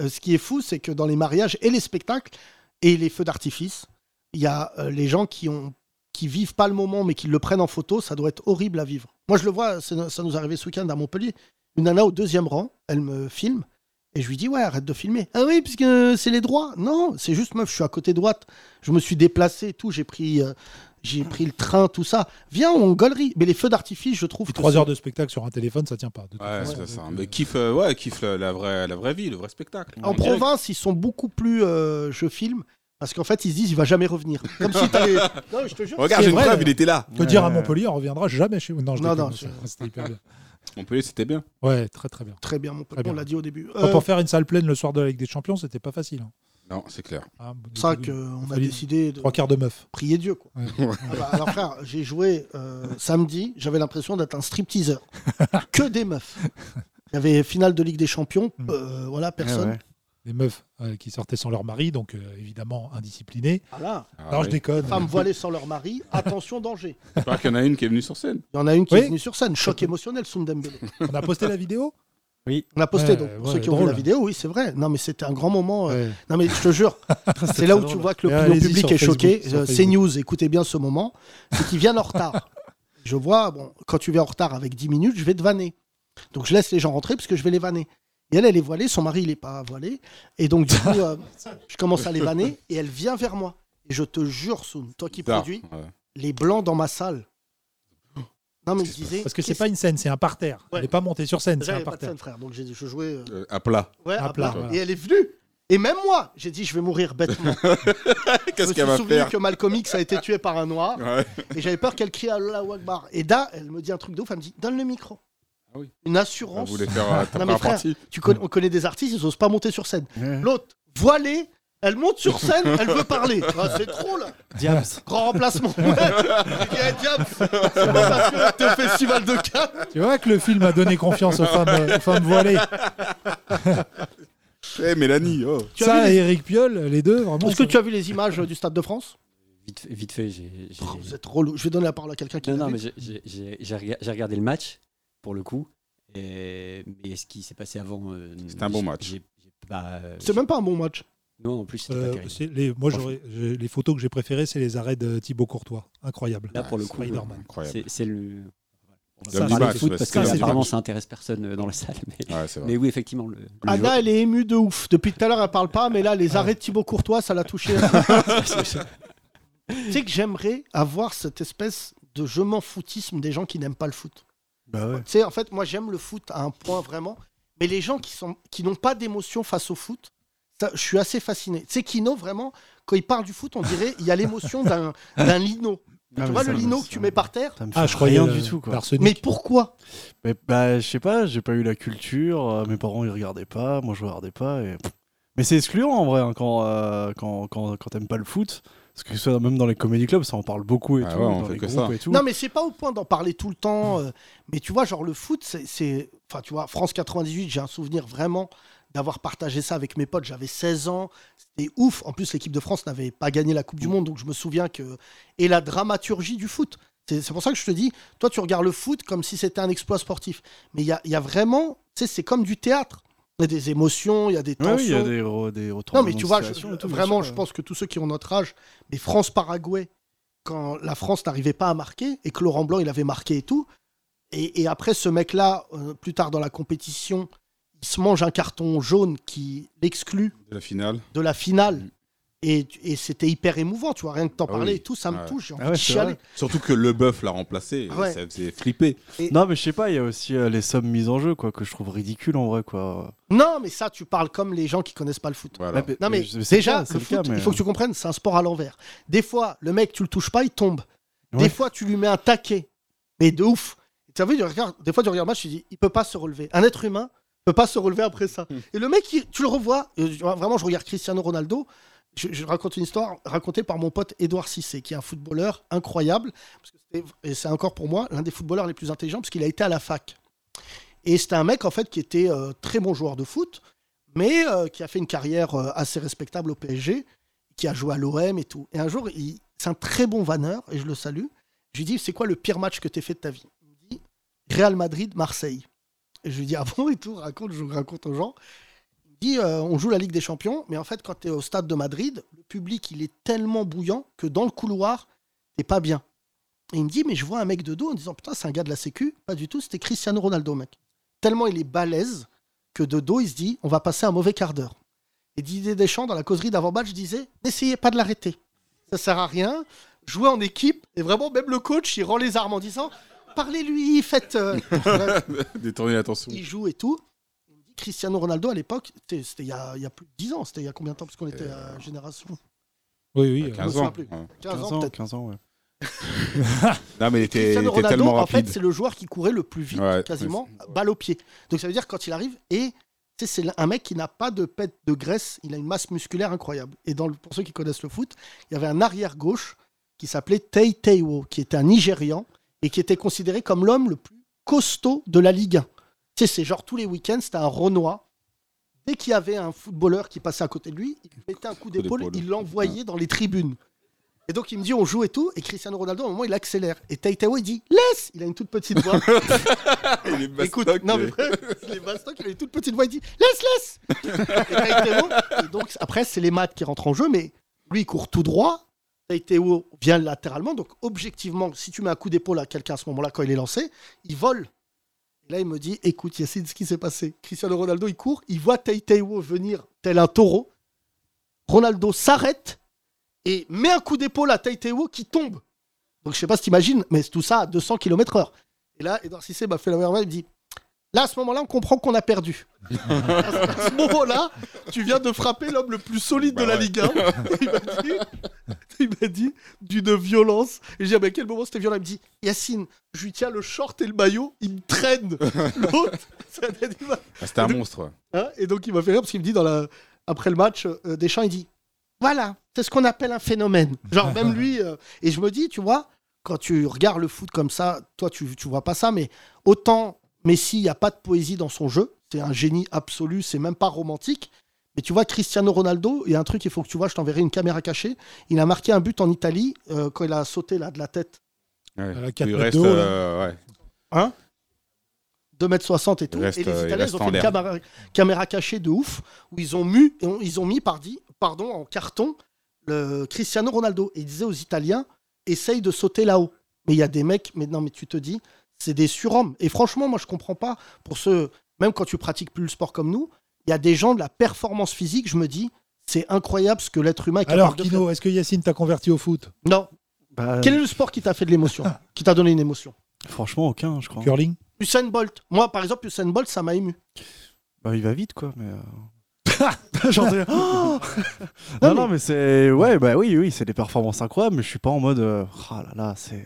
Speaker 6: euh, ce qui est fou, c'est que dans les mariages et les spectacles et les feux d'artifice, il y a euh, les gens qui ont qui vivent pas le moment mais qui le prennent en photo, ça doit être horrible à vivre. Moi je le vois, c'est- ça nous est arrivé ce week-end à Montpellier. Une nana au deuxième rang, elle me filme et je lui dis ouais arrête de filmer. Ah oui parce que c'est les droits. Non c'est juste meuf, je suis à côté droite, je me suis déplacé, et tout, j'ai pris euh, j'ai pris le train, tout ça. Viens on gaulerie. Mais les feux d'artifice, je trouve. que
Speaker 7: Trois
Speaker 6: c'est-
Speaker 7: heures de spectacle sur un téléphone, ça tient pas. de toute
Speaker 9: Ouais,
Speaker 7: façon.
Speaker 9: c'est ça. Mais kiffe, euh, ouais, kiffe la, la vraie, la vraie vie, le vrai spectacle.
Speaker 6: En
Speaker 9: direct.
Speaker 6: province, ils sont beaucoup plus euh, je filme parce qu'en fait, ils se disent il va jamais revenir. Comme si t'avais. Non, je te jure.
Speaker 9: Regarde,
Speaker 7: C'est
Speaker 9: j'ai une
Speaker 7: vrai,
Speaker 9: preuve,
Speaker 7: là.
Speaker 9: il était là.
Speaker 7: Que dire à Montpellier, on reviendra jamais chez vous. Non, je
Speaker 6: Non,
Speaker 7: déconne,
Speaker 6: non,
Speaker 7: ça-
Speaker 6: je-
Speaker 7: c'était hyper bien.
Speaker 9: Montpellier, c'était bien.
Speaker 7: Ouais, très très bien.
Speaker 6: Très bien, Montpellier,
Speaker 7: Très
Speaker 6: on
Speaker 7: bien.
Speaker 6: l'a dit au début.
Speaker 7: Enfin,
Speaker 6: Euh,
Speaker 7: Pour faire une salle pleine le soir de la Ligue des Champions, c'était pas facile. hein.
Speaker 9: Non, c'est clair.
Speaker 7: Ah, bon,
Speaker 6: C'est ça
Speaker 7: du coup,
Speaker 6: qu'on euh, a
Speaker 7: fallait
Speaker 6: décidé de
Speaker 7: Trois quarts de meuf.
Speaker 6: prier Dieu. Quoi.
Speaker 7: Ouais.
Speaker 6: Ah bah, alors, frère, j'ai joué euh, samedi, j'avais l'impression d'être un stripteaseur.
Speaker 7: Hmm.
Speaker 6: que des meufs. Il y avait finale de Ligue des Champions, euh, voilà, personne.
Speaker 7: Eh ouais. les meufs euh, qui sortaient sans leur mari, donc euh, évidemment indisciplinées.
Speaker 6: Voilà.
Speaker 7: non, Ah, je déconne.
Speaker 6: Femmes voilées sans leur mari, attention danger.
Speaker 9: Je crois qu'il y en a une qui est venue sur scène.
Speaker 6: Il y en a une qui
Speaker 7: Oui.
Speaker 6: est venue sur scène. Choc émotionnel, Sundembele.
Speaker 7: On a posté la vidéo
Speaker 8: Oui.
Speaker 6: On a posté,
Speaker 7: Ouais,
Speaker 6: donc, pour
Speaker 7: ouais,
Speaker 6: ceux qui ont vu
Speaker 7: drôle.
Speaker 6: la vidéo, oui, c'est vrai. Non, mais c'était un grand moment. euh, Non, mais je te jure, c'est là où
Speaker 7: très
Speaker 6: tu
Speaker 7: drôle.
Speaker 6: vois que
Speaker 7: Mais
Speaker 6: l'opinion
Speaker 7: allez-y
Speaker 6: publique
Speaker 7: sur
Speaker 6: est choquée.
Speaker 7: Facebook, sur
Speaker 6: Euh,
Speaker 7: Facebook.
Speaker 6: CNews, écoutez bien ce moment. C'est qu'ils viennent en retard. Je vois, bon, quand tu viens en retard avec 10 minutes, je vais te vanner. Donc, je laisse les gens rentrer parce que je vais les vanner. Et elle, elle est voilée, son mari, il n'est pas voilé. Et donc, du coup, euh, je commence à les vanner et elle vient vers moi. Et je te jure, Soun, toi qui
Speaker 9: Bizarre,
Speaker 6: produis,
Speaker 9: ouais.
Speaker 6: les blancs dans ma salle. Non, mais je disais.
Speaker 7: Parce que c'est
Speaker 6: qu'est-ce
Speaker 7: pas une scène, c'est un parterre. Elle n'est pas montée sur scène, c'est
Speaker 6: Déjà, il
Speaker 7: un
Speaker 6: y avait pas de
Speaker 7: parterre.
Speaker 6: scène, frère. Donc j'ai- je jouais. euh,
Speaker 9: Euh, à plat.
Speaker 6: Ouais,
Speaker 7: À
Speaker 6: à,
Speaker 7: plat,
Speaker 6: plat.
Speaker 7: voilà.
Speaker 6: Et elle est venue. Et même moi, j'ai dit, je vais mourir bêtement.
Speaker 9: Qu'est-ce
Speaker 6: Je
Speaker 9: qu'elle
Speaker 6: me suis
Speaker 9: va
Speaker 6: souvenu
Speaker 9: faire
Speaker 6: que Malcolm X a été tué par un noir.
Speaker 9: Ouais.
Speaker 6: Et j'avais peur qu'elle crie Allah Akbar. Et Da, elle me dit un truc de ouf. Elle me dit, donne le micro.
Speaker 7: Ah
Speaker 6: Une assurance.
Speaker 9: Elle voulait faire, euh, ta
Speaker 6: Non, mais
Speaker 9: première
Speaker 6: frère,
Speaker 9: partie.
Speaker 6: tu connais- on connaît des artistes, ils osent pas monter sur scène. L'autre, voilée, elle monte sur scène, elle veut parler. Ah, c'est trop là.
Speaker 8: Diams.
Speaker 6: Grand remplacement. Ouais. Je dis, Eh, Diams, c'est pas parce que t'es au festival de Cannes.
Speaker 7: Tu vois que le film a donné confiance aux femmes, euh, aux femmes voilées.
Speaker 9: Eh, Mélanie, oh.
Speaker 7: Ça et Eric Piolle, les deux, vraiment.
Speaker 6: Est-ce que tu as vu les images euh, du Stade de France
Speaker 13: Vite, fait- vite fait, j'ai. j'ai-
Speaker 6: Oh, Vous êtes relou. Je vais donner la parole à quelqu'un qui
Speaker 13: Non,
Speaker 6: l'a
Speaker 13: non,
Speaker 6: vu.
Speaker 13: mais j'ai- j'ai j'ai- j'ai rega- j'ai regardé le match, pour le coup. Et... Mais ce qui s'est passé avant. euh, C'était
Speaker 9: un bon match.
Speaker 6: C'est même pas un bon match.
Speaker 13: euh, Non, en plus, c'était
Speaker 7: Euh,
Speaker 13: pas terrible.
Speaker 7: c'est les, moi,
Speaker 13: Franchement.
Speaker 7: j'aurais- j'ai- les photos que j'ai préférées, c'est les arrêts de Thibaut Courtois. Incroyable.
Speaker 13: Là, pour le coup,
Speaker 7: Ah, Spider-Man.
Speaker 13: c'est c'est le. On va
Speaker 7: Ça,
Speaker 13: parler
Speaker 7: c'est-
Speaker 13: de foot parce
Speaker 7: ça,
Speaker 13: que
Speaker 7: c'est le
Speaker 13: apparemment
Speaker 7: match.
Speaker 13: ça intéresse personne euh, dans la salle. Mais,
Speaker 9: c'est
Speaker 13: mais oui, effectivement. Le, le jeu-
Speaker 6: Anna, elle est émue de ouf. Depuis tout à l'heure, elle parle pas, mais là, les
Speaker 7: Ah.
Speaker 6: arrêts de Thibaut Courtois, ça l'a touchée. tu sais que j'aimerais avoir cette espèce de je m'en foutisme des gens qui n'aiment pas le foot.
Speaker 8: Bah ouais.
Speaker 6: Tu sais, en fait, moi, j'aime le foot à un point vraiment. Mais les gens qui sont qui n'ont pas d'émotion face au foot, ça, je suis assez fasciné. Tu sais, Kino, vraiment, quand il parle du foot, on dirait il y a l'émotion d'un d'un lino. tu
Speaker 8: Ah, mais
Speaker 6: vois
Speaker 8: ça
Speaker 6: le
Speaker 8: me-
Speaker 6: lino que tu mets par terre
Speaker 8: Ça me
Speaker 7: Ah,
Speaker 8: fait
Speaker 7: je croyais
Speaker 8: rien
Speaker 7: le-
Speaker 8: du tout quoi.
Speaker 7: l'arsenic.
Speaker 6: Mais pourquoi
Speaker 8: Mais bah je sais pas, j'ai pas eu la culture, euh, mes parents ils regardaient pas, moi je regardais pas et pff. mais c'est excluant en vrai hein, quand, euh, quand quand quand t'aimes pas le foot parce que ce soit même dans les comédie clubs ça en parle beaucoup et
Speaker 9: Ah
Speaker 8: tout,
Speaker 9: ouais, on
Speaker 8: dans
Speaker 9: fait
Speaker 8: les
Speaker 9: que
Speaker 8: groupes
Speaker 9: ça.
Speaker 8: et tout.
Speaker 6: Non, mais c'est pas au point d'en parler tout le temps. euh, mais tu vois, genre le foot, c'est- c'est. Enfin, tu vois, France 98, j'ai un souvenir vraiment d'avoir partagé ça avec mes potes. J'avais 16 ans. C'était ouf. En plus, l'équipe de France n'avait pas gagné la Coupe du Monde. Donc, je me souviens que. Et la dramaturgie du foot. C'est c'est pour ça que je te dis, toi, tu regardes le foot comme si c'était un exploit sportif. Mais il y a, il y a vraiment. Tu sais, c'est comme du théâtre. Il y a des émotions, il y a des
Speaker 8: Ouais,
Speaker 6: tensions.
Speaker 8: oui, il y a des re- des
Speaker 6: Non,
Speaker 8: retournements
Speaker 6: mais tu
Speaker 8: de
Speaker 6: vois, je-
Speaker 8: situation et tout, bien
Speaker 6: vraiment,
Speaker 8: sûr.
Speaker 6: je pense que tous ceux qui ont notre âge, mais France-Paraguay, quand la France n'arrivait pas à marquer et que Laurent Blanc, il avait marqué et tout, et, et après, ce mec-là, euh, plus tard dans la compétition, il se mange un carton jaune qui l'exclut
Speaker 9: De la finale.
Speaker 6: de la finale.
Speaker 8: Mm.
Speaker 6: Et, et c'était hyper émouvant, tu vois, rien que t'en
Speaker 9: Ah
Speaker 6: parler
Speaker 9: oui.
Speaker 6: et tout, ça me
Speaker 9: Ah Ouais.
Speaker 6: touche, j'ai
Speaker 7: Ah
Speaker 6: envie de chialer.
Speaker 9: Surtout que le bœuf l'a remplacé.
Speaker 6: Ah ouais.
Speaker 9: Ça faisait flipper.
Speaker 8: Non, mais je sais pas, il y a aussi euh, les sommes mises en jeu quoi que je trouve ridicule en vrai quoi.
Speaker 6: Non, mais ça, tu parles comme les gens qui connaissent pas le foot.
Speaker 8: Voilà. Ouais,
Speaker 6: Non,
Speaker 8: mais-
Speaker 6: mais
Speaker 8: mais Euh, c'est
Speaker 6: déjà,
Speaker 8: le cas, c'est
Speaker 6: le
Speaker 8: le
Speaker 6: foot,
Speaker 8: cas, mais- euh.
Speaker 6: il faut que tu comprennes, c'est un sport à l'envers. Des fois, le mec, tu le touches pas, il tombe. Des fois, tu lui mets un taquet. Mais de ouf. Tu as vu, tu regardes- des fois, tu regardes le match, tu dis, il peut pas se relever. Un être humain peut pas se relever après ça.
Speaker 8: Hmm.
Speaker 6: Et le mec, il- tu le revois. euh, je- Vraiment, je regarde Cristiano Ronaldo. Je, je raconte une histoire racontée par mon pote Édouard Cissé, qui est un footballeur incroyable. Parce que c'était- et c'est encore pour moi l'un des footballeurs les plus intelligents, parce qu'il a été à la fac. Et c'était un mec, en fait, qui était euh, très bon joueur de foot, mais euh, qui a fait une carrière euh, assez respectable au PSG, qui a joué à l'OM et tout. Et un jour, il- c'est un très bon vanneur, et je le salue. Je lui dis, c'est quoi le pire match que t'aies fait de ta vie Il me dit, Real Madrid, Marseille. Et je lui dis, ah bon, et tout, raconte, je raconte aux gens. Il me dit, euh, on joue la Ligue des Champions, mais en fait, quand t'es au stade de Madrid, le public, il est tellement bouillant que dans le couloir, t'es pas bien. Et il me dit, mais je vois un mec de dos en disant, putain, c'est un gars de la Sécu. Pas du tout, c'était Cristiano Ronaldo, mec. Tellement il est balèze que de dos, il se dit, on va passer un mauvais quart d'heure. Et Didier Deschamps, dans la causerie d'avant-match, disait, n'essayez pas de l'arrêter. Ça sert à rien. Jouez en équipe. Et vraiment, même le coach, il rend les armes en disant, parlez-lui, faites. euh,
Speaker 9: Détourner l'attention.
Speaker 6: il joue et tout. Il me dit, Cristiano Ronaldo, à l'époque, c'était c'était il y, a, il y a plus de 10 ans. C'était il y a combien de temps Parce qu'on était
Speaker 9: Euh,
Speaker 6: à Génération.
Speaker 7: Oui,
Speaker 9: oui. 15
Speaker 6: euh, je me
Speaker 9: ans.
Speaker 6: souviens plus.
Speaker 9: Ouais.
Speaker 6: 15 ans, peut-être.
Speaker 8: 15 ans ouais.
Speaker 9: Non, mais il était, il était
Speaker 6: Cristiano Ronaldo,
Speaker 9: tellement
Speaker 6: en
Speaker 9: rapide.
Speaker 6: fait, c'est le joueur qui courait le plus vite,
Speaker 9: Ouais,
Speaker 6: quasiment, balle au pied. Donc ça veut dire quand il arrive, et tu sais, c'est un mec qui n'a pas de pète de graisse, il a une masse musculaire incroyable. Et dans le- pour ceux qui connaissent le foot, il y avait un arrière-gauche qui s'appelait Tei Teiwo, qui était un Nigérian, et qui était considéré comme l'homme le plus costaud de la Ligue 1. Tu sais, c'est genre tous les week-ends, c'était un Renoir Dès qu'il y avait un footballeur qui passait à côté de lui, il lui mettait un coup d'épaule,
Speaker 9: d'épaule.
Speaker 6: il l'envoyait dans les tribunes. Et donc il me dit on joue et tout, et Cristiano Ronaldo, à un moment, il accélère. Et Taitao, il dit laisse Il a une toute petite voix.
Speaker 9: Il est
Speaker 6: Écoute, non, mais vrai, il est Bastok, il a une toute petite voix, il dit laisse, laisse Et Taitao, et donc après, c'est les maths qui rentrent en jeu, mais lui, il court tout droit. Taitao vient latéralement, donc objectivement, si tu mets un coup d'épaule à quelqu'un à ce moment-là, quand il est lancé, il vole. Et là, il me dit écoute, Yacine, ce qui s'est passé. Cristiano Ronaldo, il court, il voit Taitao venir tel un taureau. Ronaldo s'arrête et met un coup d'épaule à Taiteo qui tombe. Donc je sais pas si t'imagines, mais c'est tout ça à 200 km/h. Et là, Edouard Cissé m'a fait la merveille, il me dit Là, à ce moment-là, on comprend qu'on a perdu. à ce- à ce moment-là, tu viens de frapper l'homme le plus solide de
Speaker 9: Bah
Speaker 6: la Ligue 1. il m'a dit, il m'a dit d'une violence. Et j'ai dit, Ah, mais à quel moment c'était violent Il me dit, Yacine, je lui tiens le short et le maillot, il me traîne. L'autre, c'est un animal.
Speaker 9: Ah, C'était un monstre. ouais.
Speaker 6: bah, Hein et donc il m'a fait rire parce qu'il me dit dans la... après le match, euh, Deschamps, il dit Voilà, c'est ce qu'on appelle un phénomène. Genre, même lui. euh, Et je me dis, tu vois, quand tu regardes le foot comme ça, toi, tu, tu vois pas ça, mais autant Messi, il n'y a pas de poésie dans son jeu. C'est un génie absolu, c'est même pas romantique. Mais tu vois, Cristiano Ronaldo, il y a un truc, il faut que tu vois, je t'enverrai une caméra cachée. Il a marqué un but en Italie euh, quand il a sauté là de la tête.
Speaker 9: Ouais.
Speaker 6: la quatre
Speaker 9: Il
Speaker 6: mètres
Speaker 9: reste.
Speaker 6: de haut, là.
Speaker 9: euh, ouais.
Speaker 6: Hein 2m60 et tout.
Speaker 9: Il reste,
Speaker 6: et les
Speaker 9: euh, il
Speaker 6: Italiens,
Speaker 9: reste
Speaker 6: ils ont
Speaker 9: en
Speaker 6: fait une
Speaker 9: l'air.
Speaker 6: caméra, caméra cachée de ouf où ils ont, mu, et ont- ils ont mis pardi- pardon, en carton le Cristiano Ronaldo. Et ils disaient aux Italiens essaye de sauter là-haut. Mais il y a des mecs, mais non, mais tu te dis, c'est des surhommes. Et franchement, moi, je comprends pas. Pour ceux, même quand tu pratiques plus le sport comme nous, il y a des gens de la performance physique, je me dis, c'est incroyable ce que l'être humain est capable
Speaker 7: Alors,
Speaker 6: de
Speaker 7: Kino, est-ce que Yacine t'a converti au foot
Speaker 6: Non. Bah,
Speaker 8: Bah, Euh,
Speaker 6: Quel est le sport qui t'a fait de l'émotion Qui t'a donné une émotion
Speaker 8: Franchement, aucun, je crois.
Speaker 7: Curling
Speaker 6: Usain Bolt. Moi, par exemple, Usain Bolt, ça m'a ému.
Speaker 8: Bah, il va vite, quoi, mais. euh,
Speaker 6: J'en
Speaker 8: Non, non, mais c'est. Ouais, bah oui, oui, c'est des performances incroyables, mais je suis pas en mode. euh, Ah là là, c'est.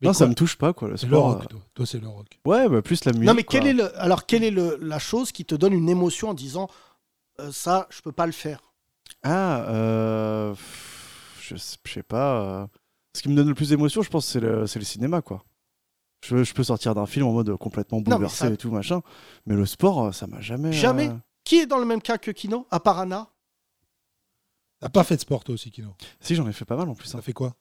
Speaker 7: Mais
Speaker 8: Non, ça
Speaker 7: quoi
Speaker 8: me touche pas, quoi, le
Speaker 7: C'est
Speaker 8: sport.
Speaker 7: le rock,
Speaker 8: euh.
Speaker 7: toi. Toi, c'est le rock.
Speaker 8: Ouais, bah plus la musique.
Speaker 6: Non, mais quelle
Speaker 8: quoi.
Speaker 6: est le, alors quelle est le- la chose qui te donne une émotion en disant euh, ça, je peux pas le faire
Speaker 8: Ah, euh, pff, je, sais- je sais pas. euh, Ce qui me donne le plus d'émotion, je pense, c'est le, c'est le cinéma, quoi. Je, je peux sortir d'un film en mode complètement
Speaker 6: mais
Speaker 8: bouleversé
Speaker 6: ça-
Speaker 8: et tout, machin. Mais le sport, euh, ça m'a jamais.
Speaker 6: Jamais.
Speaker 8: euh,
Speaker 6: Qui est dans le même cas que Kino À part Anna
Speaker 7: T'as pas fait de sport, toi aussi, Kino
Speaker 8: Si, j'en ai fait pas mal en plus. Ça
Speaker 7: fait quoi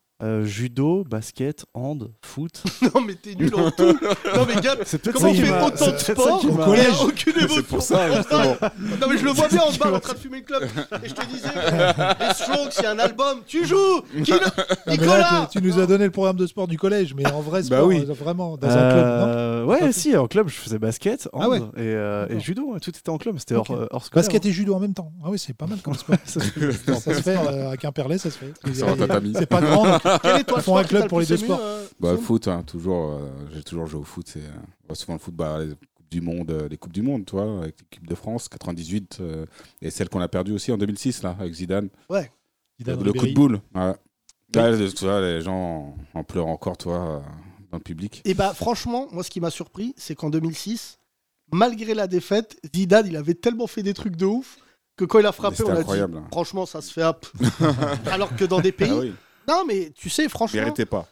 Speaker 8: Judo, basket, hand, foot.
Speaker 6: non, mais t'es nul en tout. Non, mais gars,
Speaker 8: C'est peut-être
Speaker 6: comment
Speaker 8: ça
Speaker 6: on
Speaker 8: qui
Speaker 6: fait
Speaker 8: m'a-
Speaker 6: autant de
Speaker 8: c'est peut-être ça
Speaker 6: sport
Speaker 8: qui m'a-
Speaker 6: et il y a aucune
Speaker 8: C'est
Speaker 6: émotion
Speaker 8: pour ça, justement.
Speaker 6: Non, mais je le vois bien en
Speaker 8: C'est
Speaker 6: bas en
Speaker 8: qui
Speaker 6: train de fumer une clope. Et je te disais, les Strokes, c'est un album. Tu joues Kino
Speaker 7: Ah, mais là,
Speaker 6: Nicolas
Speaker 7: tu, tu nous as donné le programme de sport du collège, mais en
Speaker 6: Bah
Speaker 7: vrai sport, euh, vraiment, dans un club, non
Speaker 8: Bah Euh, Ouais, si, en club, je faisais basket, hand
Speaker 7: Ah ouais.
Speaker 8: et, euh, et judo. ouais, Tout était en club, c'était hors, euh,
Speaker 7: Ok.
Speaker 8: hors scolaire. hein.
Speaker 7: Basket et judo en même temps. Ah oui, c'est pas mal comme sport. ça se fait euh, à Quimperlé, ça se fait.
Speaker 9: Sur un tatami.
Speaker 7: C'est pas grand. donc
Speaker 9: Quel est, toi,
Speaker 7: Ils
Speaker 9: le
Speaker 7: font
Speaker 9: sport qui
Speaker 7: un
Speaker 9: t'a
Speaker 7: club
Speaker 9: le
Speaker 7: pour les
Speaker 9: plus
Speaker 7: deux
Speaker 9: ému,
Speaker 7: sports.
Speaker 9: euh, Bah, foot, hein, toujours. euh, J'ai toujours joué au foot. C'est euh, bah, souvent le foot, bah, les Coupes du Monde, euh, les Coupes du Monde, toi, avec l'équipe de France, 98, euh, et celle qu'on a perdue aussi en 2006, là, avec Zidane.
Speaker 6: Ouais.
Speaker 7: Zidane,
Speaker 9: le coup
Speaker 7: Ribéry.
Speaker 9: de boule. Ouais. Là, le- tu vois, les gens en pleurent encore, toi, euh, dans le public.
Speaker 6: Et bah franchement, moi ce qui m'a surpris, c'est qu'en 2006, malgré la défaite, Zidane, il avait tellement fait des trucs de ouf que quand il a frappé,
Speaker 9: Mais
Speaker 6: on
Speaker 9: c'était
Speaker 6: a
Speaker 9: incroyable. hein.
Speaker 6: dit franchement ça se fait hop. Alors que dans des pays,
Speaker 9: Ah oui.
Speaker 6: non mais tu sais franchement,
Speaker 9: Méritez pas.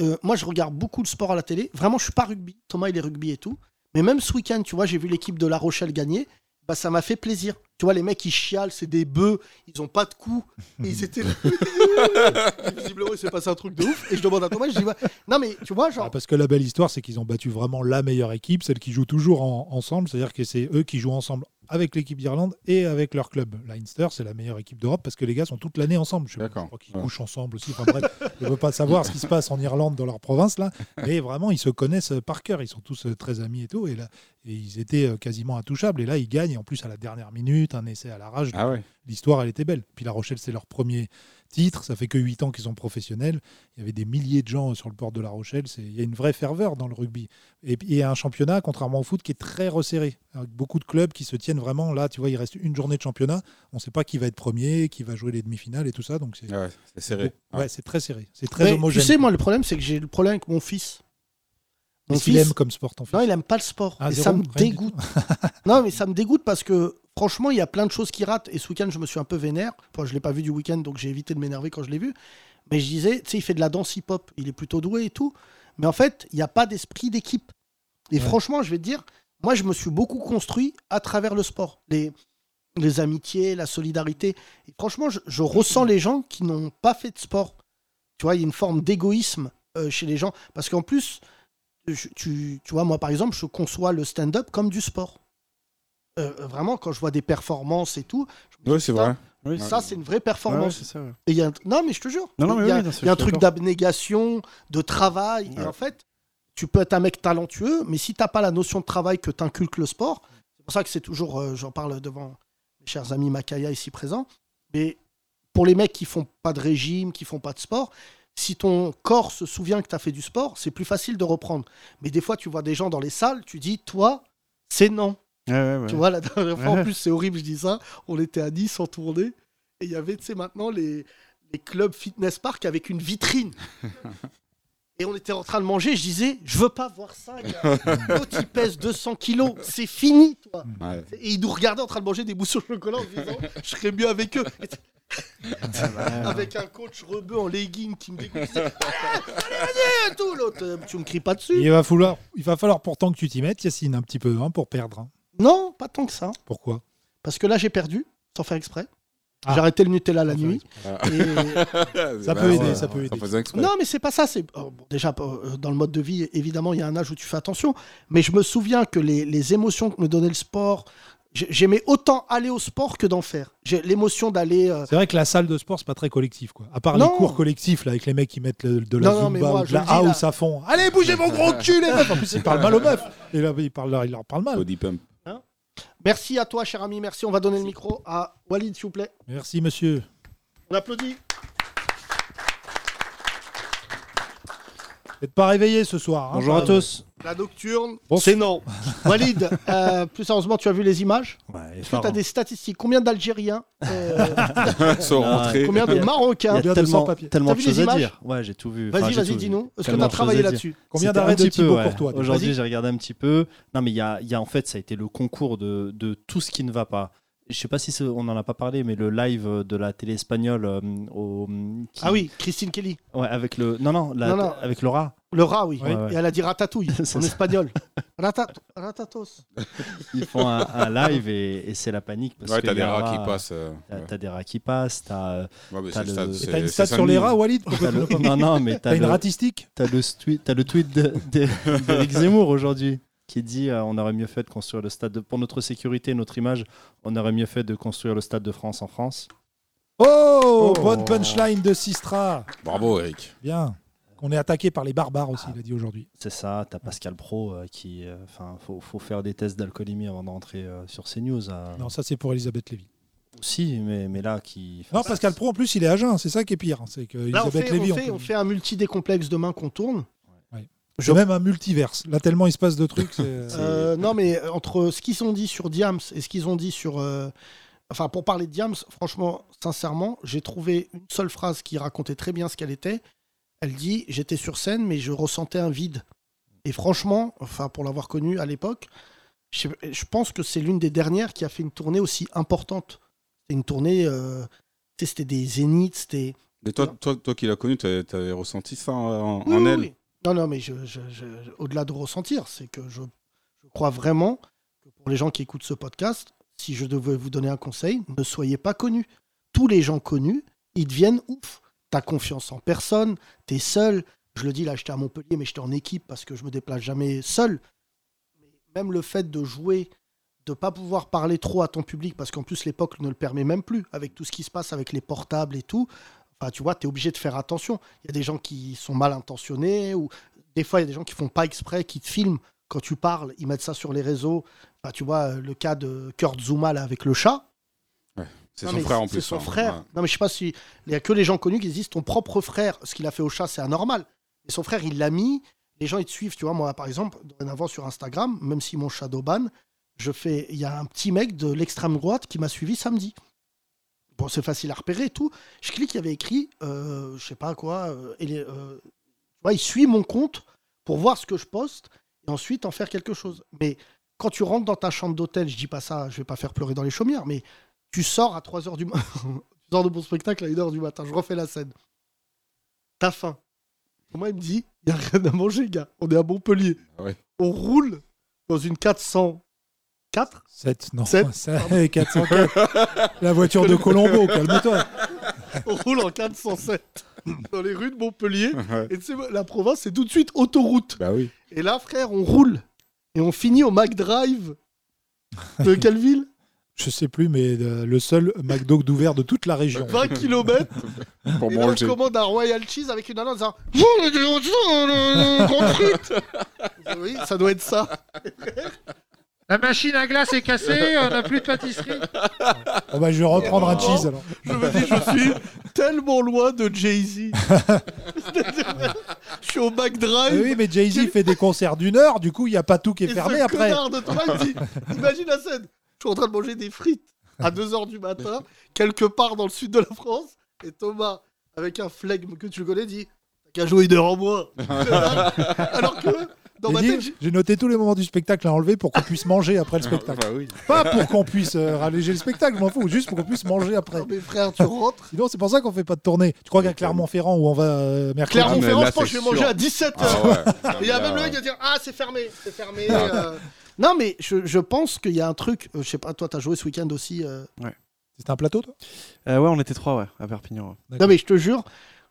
Speaker 6: euh, moi je regarde beaucoup de sport à la télé. Vraiment, je suis pas rugby. Thomas il est rugby et tout, mais même ce week-end, tu vois, j'ai vu l'équipe de La Rochelle gagner. Bah ça m'a fait plaisir. Tu vois les mecs ils chialent, c'est des bœufs, ils ont pas de coups. Et ils étaient Et visiblement il s'est passé un truc de ouf. Et je demande à Thomas, je dis ouais. non mais tu vois genre
Speaker 7: Ah, Parce que la belle histoire, c'est qu'ils ont battu vraiment la meilleure équipe, celle qui joue toujours en- ensemble. C'est-à-dire que c'est eux qui jouent ensemble avec l'équipe d'Irlande et avec leur club. Leinster, c'est la meilleure équipe d'Europe parce que les gars sont toute l'année ensemble. Je, sais pas, je crois qu'ils couchent ensemble aussi. Enfin bref, je veux pas savoir ce qui se passe en Irlande dans leur province là. Mais vraiment, ils se connaissent par cœur. Ils sont tous euh, très amis et tout. Et là, et ils étaient euh, quasiment intouchables. Et là, ils gagnent. Et en plus, à la dernière minute, un essai à l'arrache.
Speaker 9: Ah ouais.
Speaker 7: L'histoire, elle était belle. Puis La Rochelle, c'est leur premier titre. Ça fait que 8 ans qu'ils sont professionnels. Il y avait des milliers de gens euh, sur le port de La Rochelle. C'est- Il y a une vraie ferveur dans le rugby. Et puis, il y a un championnat, contrairement au foot, qui est très resserré. Avec beaucoup de clubs qui se tiennent vraiment. Là, tu vois, il reste une journée de championnat. On ne sait pas qui va être premier, qui va jouer les demi-finales et tout ça. Donc c'est
Speaker 9: Ah Ouais, c'est serré.
Speaker 7: Ouais, c'est très serré. C'est très
Speaker 6: Mais
Speaker 7: homogène.
Speaker 6: Tu sais, moi, le problème, c'est que j'ai le problème avec mon fils.
Speaker 7: Qu'est-ce qu'il aime comme sport, ton fils
Speaker 6: Non, il aime pas le sport.
Speaker 7: Ah,
Speaker 6: et
Speaker 7: zéro
Speaker 6: ça me
Speaker 7: Rien du
Speaker 6: dégoûte. non, mais ça me dégoûte parce que, franchement, il y a plein de choses qui ratent. Et ce week-end, je me suis un peu vénère. Enfin, je l'ai pas vu du week-end, donc j'ai évité de m'énerver quand je l'ai vu. Mais je disais, tu sais, il fait de la danse hip-hop. Il est plutôt doué et tout. Mais en fait, il n'y a pas d'esprit d'équipe. Et franchement, je vais te dire, moi, je me suis beaucoup construit à travers le sport. Les... les amitiés, la solidarité. Et franchement, je, je ressens les gens qui n'ont pas fait de sport. Tu vois, il y a une forme d'égoïsme euh, chez les gens. Parce qu'en plus, je- tu, tu vois, moi par exemple, je conçois le stand-up comme du sport. Euh, vraiment, quand je vois des performances et tout,
Speaker 9: Oui, c'est vrai.
Speaker 6: ça, c'est une vraie
Speaker 8: Ouais, ouais,
Speaker 6: performance.
Speaker 8: c'est ça, ouais.
Speaker 6: Et il y a un- Non, mais je te jure.
Speaker 8: Non, non, mais
Speaker 6: il y a,
Speaker 8: oui, non, ça,
Speaker 6: il y a un
Speaker 8: je suis
Speaker 6: truc
Speaker 8: d'accord.
Speaker 6: d'abnégation, de travail. Et en fait, tu peux être un mec talentueux, mais si t'as pas la notion de travail que t'inculque le sport, c'est pour ça que c'est toujours, euh, j'en parle devant mes chers amis Makaya ici présents, mais pour les mecs qui font pas de régime, qui font pas de sport, si ton corps se souvient que tu as fait du sport, c'est plus facile de reprendre. Mais des fois, tu vois des gens dans les salles, tu dis, toi, c'est non.
Speaker 8: Ouais, ouais, ouais.
Speaker 6: Tu vois, la dernière fois, en
Speaker 8: Ouais.
Speaker 6: plus, c'est horrible, je dis ça. On était à Nice en tournée. Et il y avait, tu sais, maintenant, les, les clubs fitness park avec une vitrine. Et on était en train de manger. Je disais, je veux pas voir ça. gars. L'autre, il pèse 200 kilos. C'est fini, toi.
Speaker 9: Ouais.
Speaker 6: Et ils nous regardaient en train de manger des mousses au chocolat en se disant, je serais mieux avec eux. Et
Speaker 7: Ah,
Speaker 6: avec un coach rebeu en legging qui me dégoûtait. Ah, Allez, vas-y, et tout. L'autre, euh, tu me cries pas dessus.
Speaker 7: Il va, falloir, il va falloir pourtant que tu t'y mettes, Yacine, un petit peu, hein, pour perdre. hein.
Speaker 6: Non, pas tant que ça.
Speaker 7: Pourquoi
Speaker 6: Parce que là, j'ai perdu, sans faire exprès. J'ai arrêté le Nutella la nuit.
Speaker 9: Et-
Speaker 7: Ah. Ça
Speaker 9: Bah,
Speaker 7: peut
Speaker 9: ouais, ça
Speaker 7: aider, ça peut aider.
Speaker 9: faisait exprès.
Speaker 6: Non, mais c'est pas ça. C'est oh, bon, déjà euh, dans le mode de vie, évidemment, il y a un âge où tu fais attention. Mais je me souviens que les, les émotions que me donnait le sport, j'ai- j'aimais autant aller au sport que d'en faire. J'ai l'émotion d'aller. euh,
Speaker 7: C'est vrai que la salle de sport, c'est pas très collectif, quoi. À part
Speaker 6: Non.
Speaker 7: les cours collectifs, là, avec les mecs qui mettent le- de la
Speaker 6: Non, non, mais
Speaker 7: zumba
Speaker 6: moi,
Speaker 7: ou de
Speaker 6: je
Speaker 7: la
Speaker 6: le dis, là. Euh.
Speaker 7: house à fond. Allez, bougez vos gros culs, les meufs En plus, ils parlent mal aux meufs. Et là, ils, parlent, ils leur parlent mal.
Speaker 9: Body pump.
Speaker 6: Merci à toi, cher ami. Merci. On va donner le micro à Walid, s'il vous plaît.
Speaker 7: Merci, monsieur.
Speaker 6: On applaudit.
Speaker 7: Vous n'êtes pas réveillé ce soir. hein,
Speaker 6: Bonjour
Speaker 7: par
Speaker 6: à
Speaker 7: exemple.
Speaker 6: tous. La nocturne.
Speaker 7: Bon,
Speaker 6: Ah, bah, c'est non. Walid, euh, plus sérieusement, tu as vu les images Est-ce que
Speaker 7: effarant.
Speaker 6: tu as des statistiques Combien d'Algériens euh,
Speaker 9: Sont rentrés.
Speaker 6: Combien de Marocains
Speaker 7: Il y a
Speaker 6: Combien de
Speaker 7: tellement-
Speaker 6: sans-papiers
Speaker 7: tellement
Speaker 6: T'as
Speaker 7: de
Speaker 6: vu les
Speaker 7: choses à
Speaker 6: images
Speaker 7: dire.
Speaker 10: Ouais, j'ai tout vu.
Speaker 6: Vas-y,
Speaker 10: Enfin, j'ai
Speaker 6: vas-y,
Speaker 10: tout vu.
Speaker 6: dis-nous. Est-ce que
Speaker 10: Tellement
Speaker 6: t'as
Speaker 10: de choses
Speaker 6: travaillé
Speaker 10: à dire.
Speaker 6: là-dessus Combien
Speaker 10: C'était un
Speaker 6: d'arrêts de
Speaker 10: petit
Speaker 6: Thibaut
Speaker 10: peu, ouais.
Speaker 6: Courtois, déjà
Speaker 10: Aujourd'hui,
Speaker 6: Vas-y.
Speaker 10: j'ai regardé un petit peu. Non, mais il y a, il y a- en fait, ça a été le concours de, de tout ce qui ne va pas. Je sais pas si c'est- on en a pas parlé, mais le live euh, de la télé espagnole euh, au, qui-
Speaker 6: Ah oui, Christine Kelly.
Speaker 10: Ouais, avec le. Non, non, la-
Speaker 6: Non, non.
Speaker 10: avec le rat.
Speaker 6: Le rat, oui.
Speaker 10: Ouais, ouais.
Speaker 6: Et elle a dit ratatouille en
Speaker 10: ça.
Speaker 6: espagnol. Ratat- Ratatos.
Speaker 10: Ils font un, un live et, et c'est la panique. Parce
Speaker 9: Ouais,
Speaker 10: que
Speaker 9: t'as
Speaker 10: il y
Speaker 9: des
Speaker 10: a un
Speaker 9: rats qui
Speaker 10: rat,
Speaker 9: passent, euh,
Speaker 10: t'as- T'as des rats qui passent. T'as. euh,
Speaker 9: mais
Speaker 10: t'as
Speaker 9: c'est le stade,
Speaker 10: le-
Speaker 9: c'est-
Speaker 7: T'as une stat sur les rats, Walid Pourquoi
Speaker 10: T'as
Speaker 7: tu
Speaker 10: le-
Speaker 7: l'as pas mis
Speaker 10: Non, non, mais t'as
Speaker 7: une
Speaker 10: le-
Speaker 7: ratistique
Speaker 10: T'as le, stui- t'as le tweet de- de- d'Éric Zemmour aujourd'hui qui dit euh, on aurait mieux fait de construire le stade de- pour notre sécurité, notre image, on aurait mieux fait de construire le stade de France en France.
Speaker 7: Oh,
Speaker 10: Oh.
Speaker 7: Bonne punchline de Sistra.
Speaker 9: Bravo, Eric.
Speaker 7: Bien. On est attaqué par les barbares aussi, il a dit aujourd'hui.
Speaker 10: C'est ça, t'as Pascal Pro euh, qui, euh, enfin, faut, faut faire des tests d'alcoolémie avant d'entrer euh, sur CNews. euh,
Speaker 7: Non, ça c'est pour Elisabeth Lévy.
Speaker 10: Aussi, mais, mais là qui.
Speaker 7: Non, Pascal Pro en plus, il est à jeun, c'est ça qui est pire. hein, C'est que
Speaker 6: Là, Bah, on
Speaker 7: Elisabeth
Speaker 6: fait, on,
Speaker 7: Lévy, on
Speaker 6: fait,
Speaker 7: peut-
Speaker 6: on fait un multi-décomplexe demain qu'on tourne.
Speaker 7: J'ai même un multiverse. Là, tellement il se passe de trucs. c'est-
Speaker 6: Euh, non, mais entre ce qu'ils ont dit sur Diams et ce qu'ils ont dit sur. euh, Enfin, pour parler de Diams, franchement, sincèrement, j'ai trouvé une seule phrase qui racontait très bien ce qu'elle était. Elle dit J'étais sur scène, mais je ressentais un vide. Et franchement, enfin, pour l'avoir connue à l'époque, je, je pense que c'est l'une des dernières qui a fait une tournée aussi importante. C'est une tournée. euh, tu sais, c'était des zéniths, c'était.
Speaker 9: Mais toi, toi, toi qui l'as connu, t'avais t'avais ressenti ça en, en-
Speaker 6: Oui,
Speaker 9: en
Speaker 6: oui,
Speaker 9: elle
Speaker 6: oui. Non, non, mais je, je- je- je- au-delà de ressentir, c'est que je, je crois vraiment que pour les gens qui écoutent ce podcast, si je devais vous donner un conseil, ne soyez pas connus. Tous les gens connus, ils deviennent ouf. T'as confiance en personne, t'es seul. Je le dis là, j'étais à Montpellier, mais j'étais en équipe parce que je me déplace jamais seul. Mais même le fait de jouer, de pas pouvoir parler trop à ton public, parce qu'en plus l'époque ne le permet même plus, avec tout ce qui se passe avec les portables et tout. Enfin, tu vois, tu es obligé de faire attention. Il y a des gens qui sont mal intentionnés, ou des fois, il y a des gens qui font pas exprès, qui te filment quand tu parles, ils mettent ça sur les réseaux. Enfin, tu vois, euh, le cas de Kurt Zuma là, avec le chat.
Speaker 9: Ouais. C'est
Speaker 6: Non,
Speaker 9: son
Speaker 6: mais
Speaker 9: frère en plus.
Speaker 6: C'est son
Speaker 9: hein.
Speaker 6: frère.
Speaker 9: Ouais.
Speaker 6: Non, mais je sais pas si. Il n'y a que les gens connus qui se disent ton propre frère, ce qu'il a fait au chat, c'est anormal. Et son frère, il l'a mis. Les gens, ils te suivent. Tu vois, moi, par exemple, dorénavant sur Instagram, même si mon shadow ban, je fais. Il y a un petit mec de l'extrême droite qui m'a suivi samedi. Bon, c'est facile à repérer et tout. Je clique, il y avait écrit, euh, je sais pas quoi, euh, et les- euh, tu vois, il suit mon compte pour voir ce que je poste et ensuite en faire quelque chose. Mais quand tu rentres dans ta chambre d'hôtel, je dis pas ça, je vais pas faire pleurer dans les chaumières, mais tu sors à 3 heures du matin, tu sors de bon spectacle à 1 heure du matin, je refais la scène. T'as faim. Moi, il me dit, il n'y a rien à manger, gars. On est à Montpellier.
Speaker 9: Ah ouais.
Speaker 6: On roule dans une 400 4
Speaker 7: 7, non.
Speaker 6: Sept.
Speaker 7: ça-
Speaker 6: Pardon.
Speaker 7: 404. La voiture de Colombo, calme-toi.
Speaker 6: On roule en 407 dans les rues de Montpellier.
Speaker 9: Ah Ouais.
Speaker 6: Et tu sais, la province, c'est tout de suite autoroute.
Speaker 9: Bah oui.
Speaker 6: Et là, frère, on roule. Et on finit au Mac Drive de quelle ville
Speaker 7: Je sais plus, mais euh, le seul McDo d'ouvert de toute la région.
Speaker 6: 20 km.
Speaker 7: Pour
Speaker 6: et là, on
Speaker 7: manger.
Speaker 6: commande un Royal Cheese avec une nana en disant Vous, les deux, on dit, oh, le- le grand truc Oui, ça doit être ça.
Speaker 2: La machine à glace est cassée, on n'a plus de pâtisserie.
Speaker 7: Oh bah, je vais reprendre un cheese alors.
Speaker 6: Je me dis, je suis tellement loin de Jay-Z. C'est-à-dire, je suis au Mac Drive.
Speaker 7: Eh oui, mais Jay-Z fait des concerts d'une heure, du coup, il n'y a pas tout qui est
Speaker 6: Et
Speaker 7: fermé
Speaker 6: ce
Speaker 7: après.
Speaker 6: connard de Thomas me dit Imagine la scène. Je suis en train de manger des frites à 2h du matin, quelque part dans le sud de la France, et Thomas, avec un flegme que tu connais, dit T'as qu'à jouer une heure en moins. Alors que dans
Speaker 7: Il
Speaker 6: ma
Speaker 7: dit,
Speaker 6: tête, j'ai-
Speaker 7: J'ai noté tous les moments du spectacle à enlever pour qu'on puisse manger après
Speaker 9: Ah,
Speaker 7: le spectacle.
Speaker 9: bah
Speaker 7: Pas pour qu'on puisse euh, ralléger le spectacle, je m'en fous, juste pour qu'on puisse manger après.
Speaker 6: mes frères, tu rentres.
Speaker 7: Sinon, c'est pour ça qu'on fait pas de tournée. Tu crois qu'à Clermont-Ferrand où on va euh, mercredi
Speaker 8: Ah,
Speaker 6: Clermont-Ferrand, je pense que je vais manger à 17h. il y a
Speaker 7: Ah,
Speaker 6: même le
Speaker 7: ouais.
Speaker 6: mec qui va dire Ah, c'est fermé, c'est fermé. euh. Non, mais je, je pense qu'il y a un truc. euh, je sais pas, toi, t'as joué ce week-end aussi. euh,
Speaker 8: Ouais.
Speaker 7: C'était un plateau, toi
Speaker 8: Euh, Ouais, on était trois, ouais, à Perpignan. ouais.
Speaker 6: Non mais je te jure,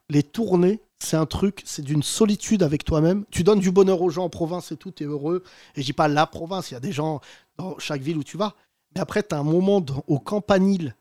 Speaker 6: les tournées, c'est un truc, c'est d'une solitude avec toi-même. Tu donnes du bonheur aux gens en province et tout, t'es heureux. Et je dis pas la province, il y a des gens dans chaque ville où tu vas. Mais après, t'as un moment dans- au campanile.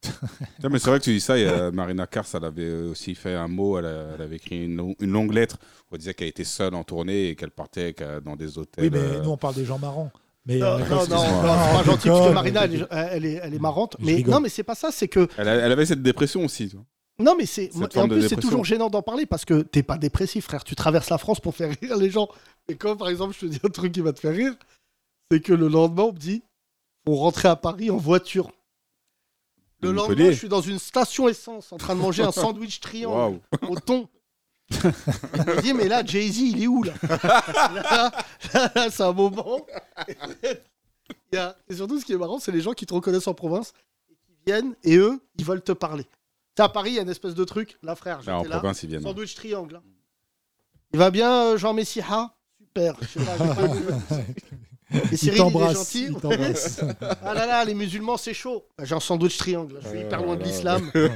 Speaker 9: Putain, mais c'est vrai que tu dis ça, il y a Marina Kars, elle avait aussi fait un mot, elle, a- elle avait écrit une, long- une longue lettre où elle disait qu'elle était seule en tournée et qu'elle partait qu'elle- dans des hôtels.
Speaker 7: Oui, mais
Speaker 9: euh,
Speaker 7: Ah, nous, on parle des gens marrants. Mais,
Speaker 6: Non,
Speaker 7: euh,
Speaker 6: non, non, non,
Speaker 7: excuse-moi.
Speaker 6: c'est pas gentil parce
Speaker 7: Déconne.
Speaker 6: que Marina, elle, est- elle est, elle est marrante. Mais
Speaker 9: rigole.
Speaker 6: non, mais c'est pas ça, c'est que
Speaker 9: elle, a- elle avait cette dépression aussi. tu vois.
Speaker 6: Non, mais c'est.
Speaker 9: Cette
Speaker 6: Et en
Speaker 9: forme de
Speaker 6: plus, c'est
Speaker 9: dépression.
Speaker 6: toujours gênant d'en parler parce que t'es pas dépressif, frère. Tu traverses la France pour faire rire les gens. Et comme par exemple, je te dis un truc qui va te faire rire, c'est que le lendemain, on me dit on rentrait à Paris en voiture. Le
Speaker 9: De
Speaker 6: lendemain,
Speaker 9: Montpellier.
Speaker 6: je suis dans une station essence en train de manger un sandwich triangle au thon. Et je me dis mais là, Jay-Z, il est où là Là, là, là, c'est un moment. Il y a- Et surtout, ce qui est marrant, c'est les gens qui te reconnaissent en province viennent et eux, ils veulent te parler. Tu sais, à Paris, il y a une espèce de truc. Là, frère, j'étais
Speaker 9: Là, en
Speaker 6: là.
Speaker 9: province, ils viennent.
Speaker 6: Sandwich triangle. hein. Il va bien, euh, Jean Messiha Super. Je sais pas, j'ai pas de nouvelles.
Speaker 7: Il
Speaker 6: Et Cyril, il, est
Speaker 7: t'embrasse,
Speaker 6: gentil.
Speaker 7: il t'embrasse.
Speaker 6: ah là là, les musulmans, c'est chaud. Bah, J'ai un sandwich triangle. Je suis
Speaker 7: Ah
Speaker 6: hyper
Speaker 7: là
Speaker 6: loin de
Speaker 7: là.
Speaker 6: l'islam. Euh,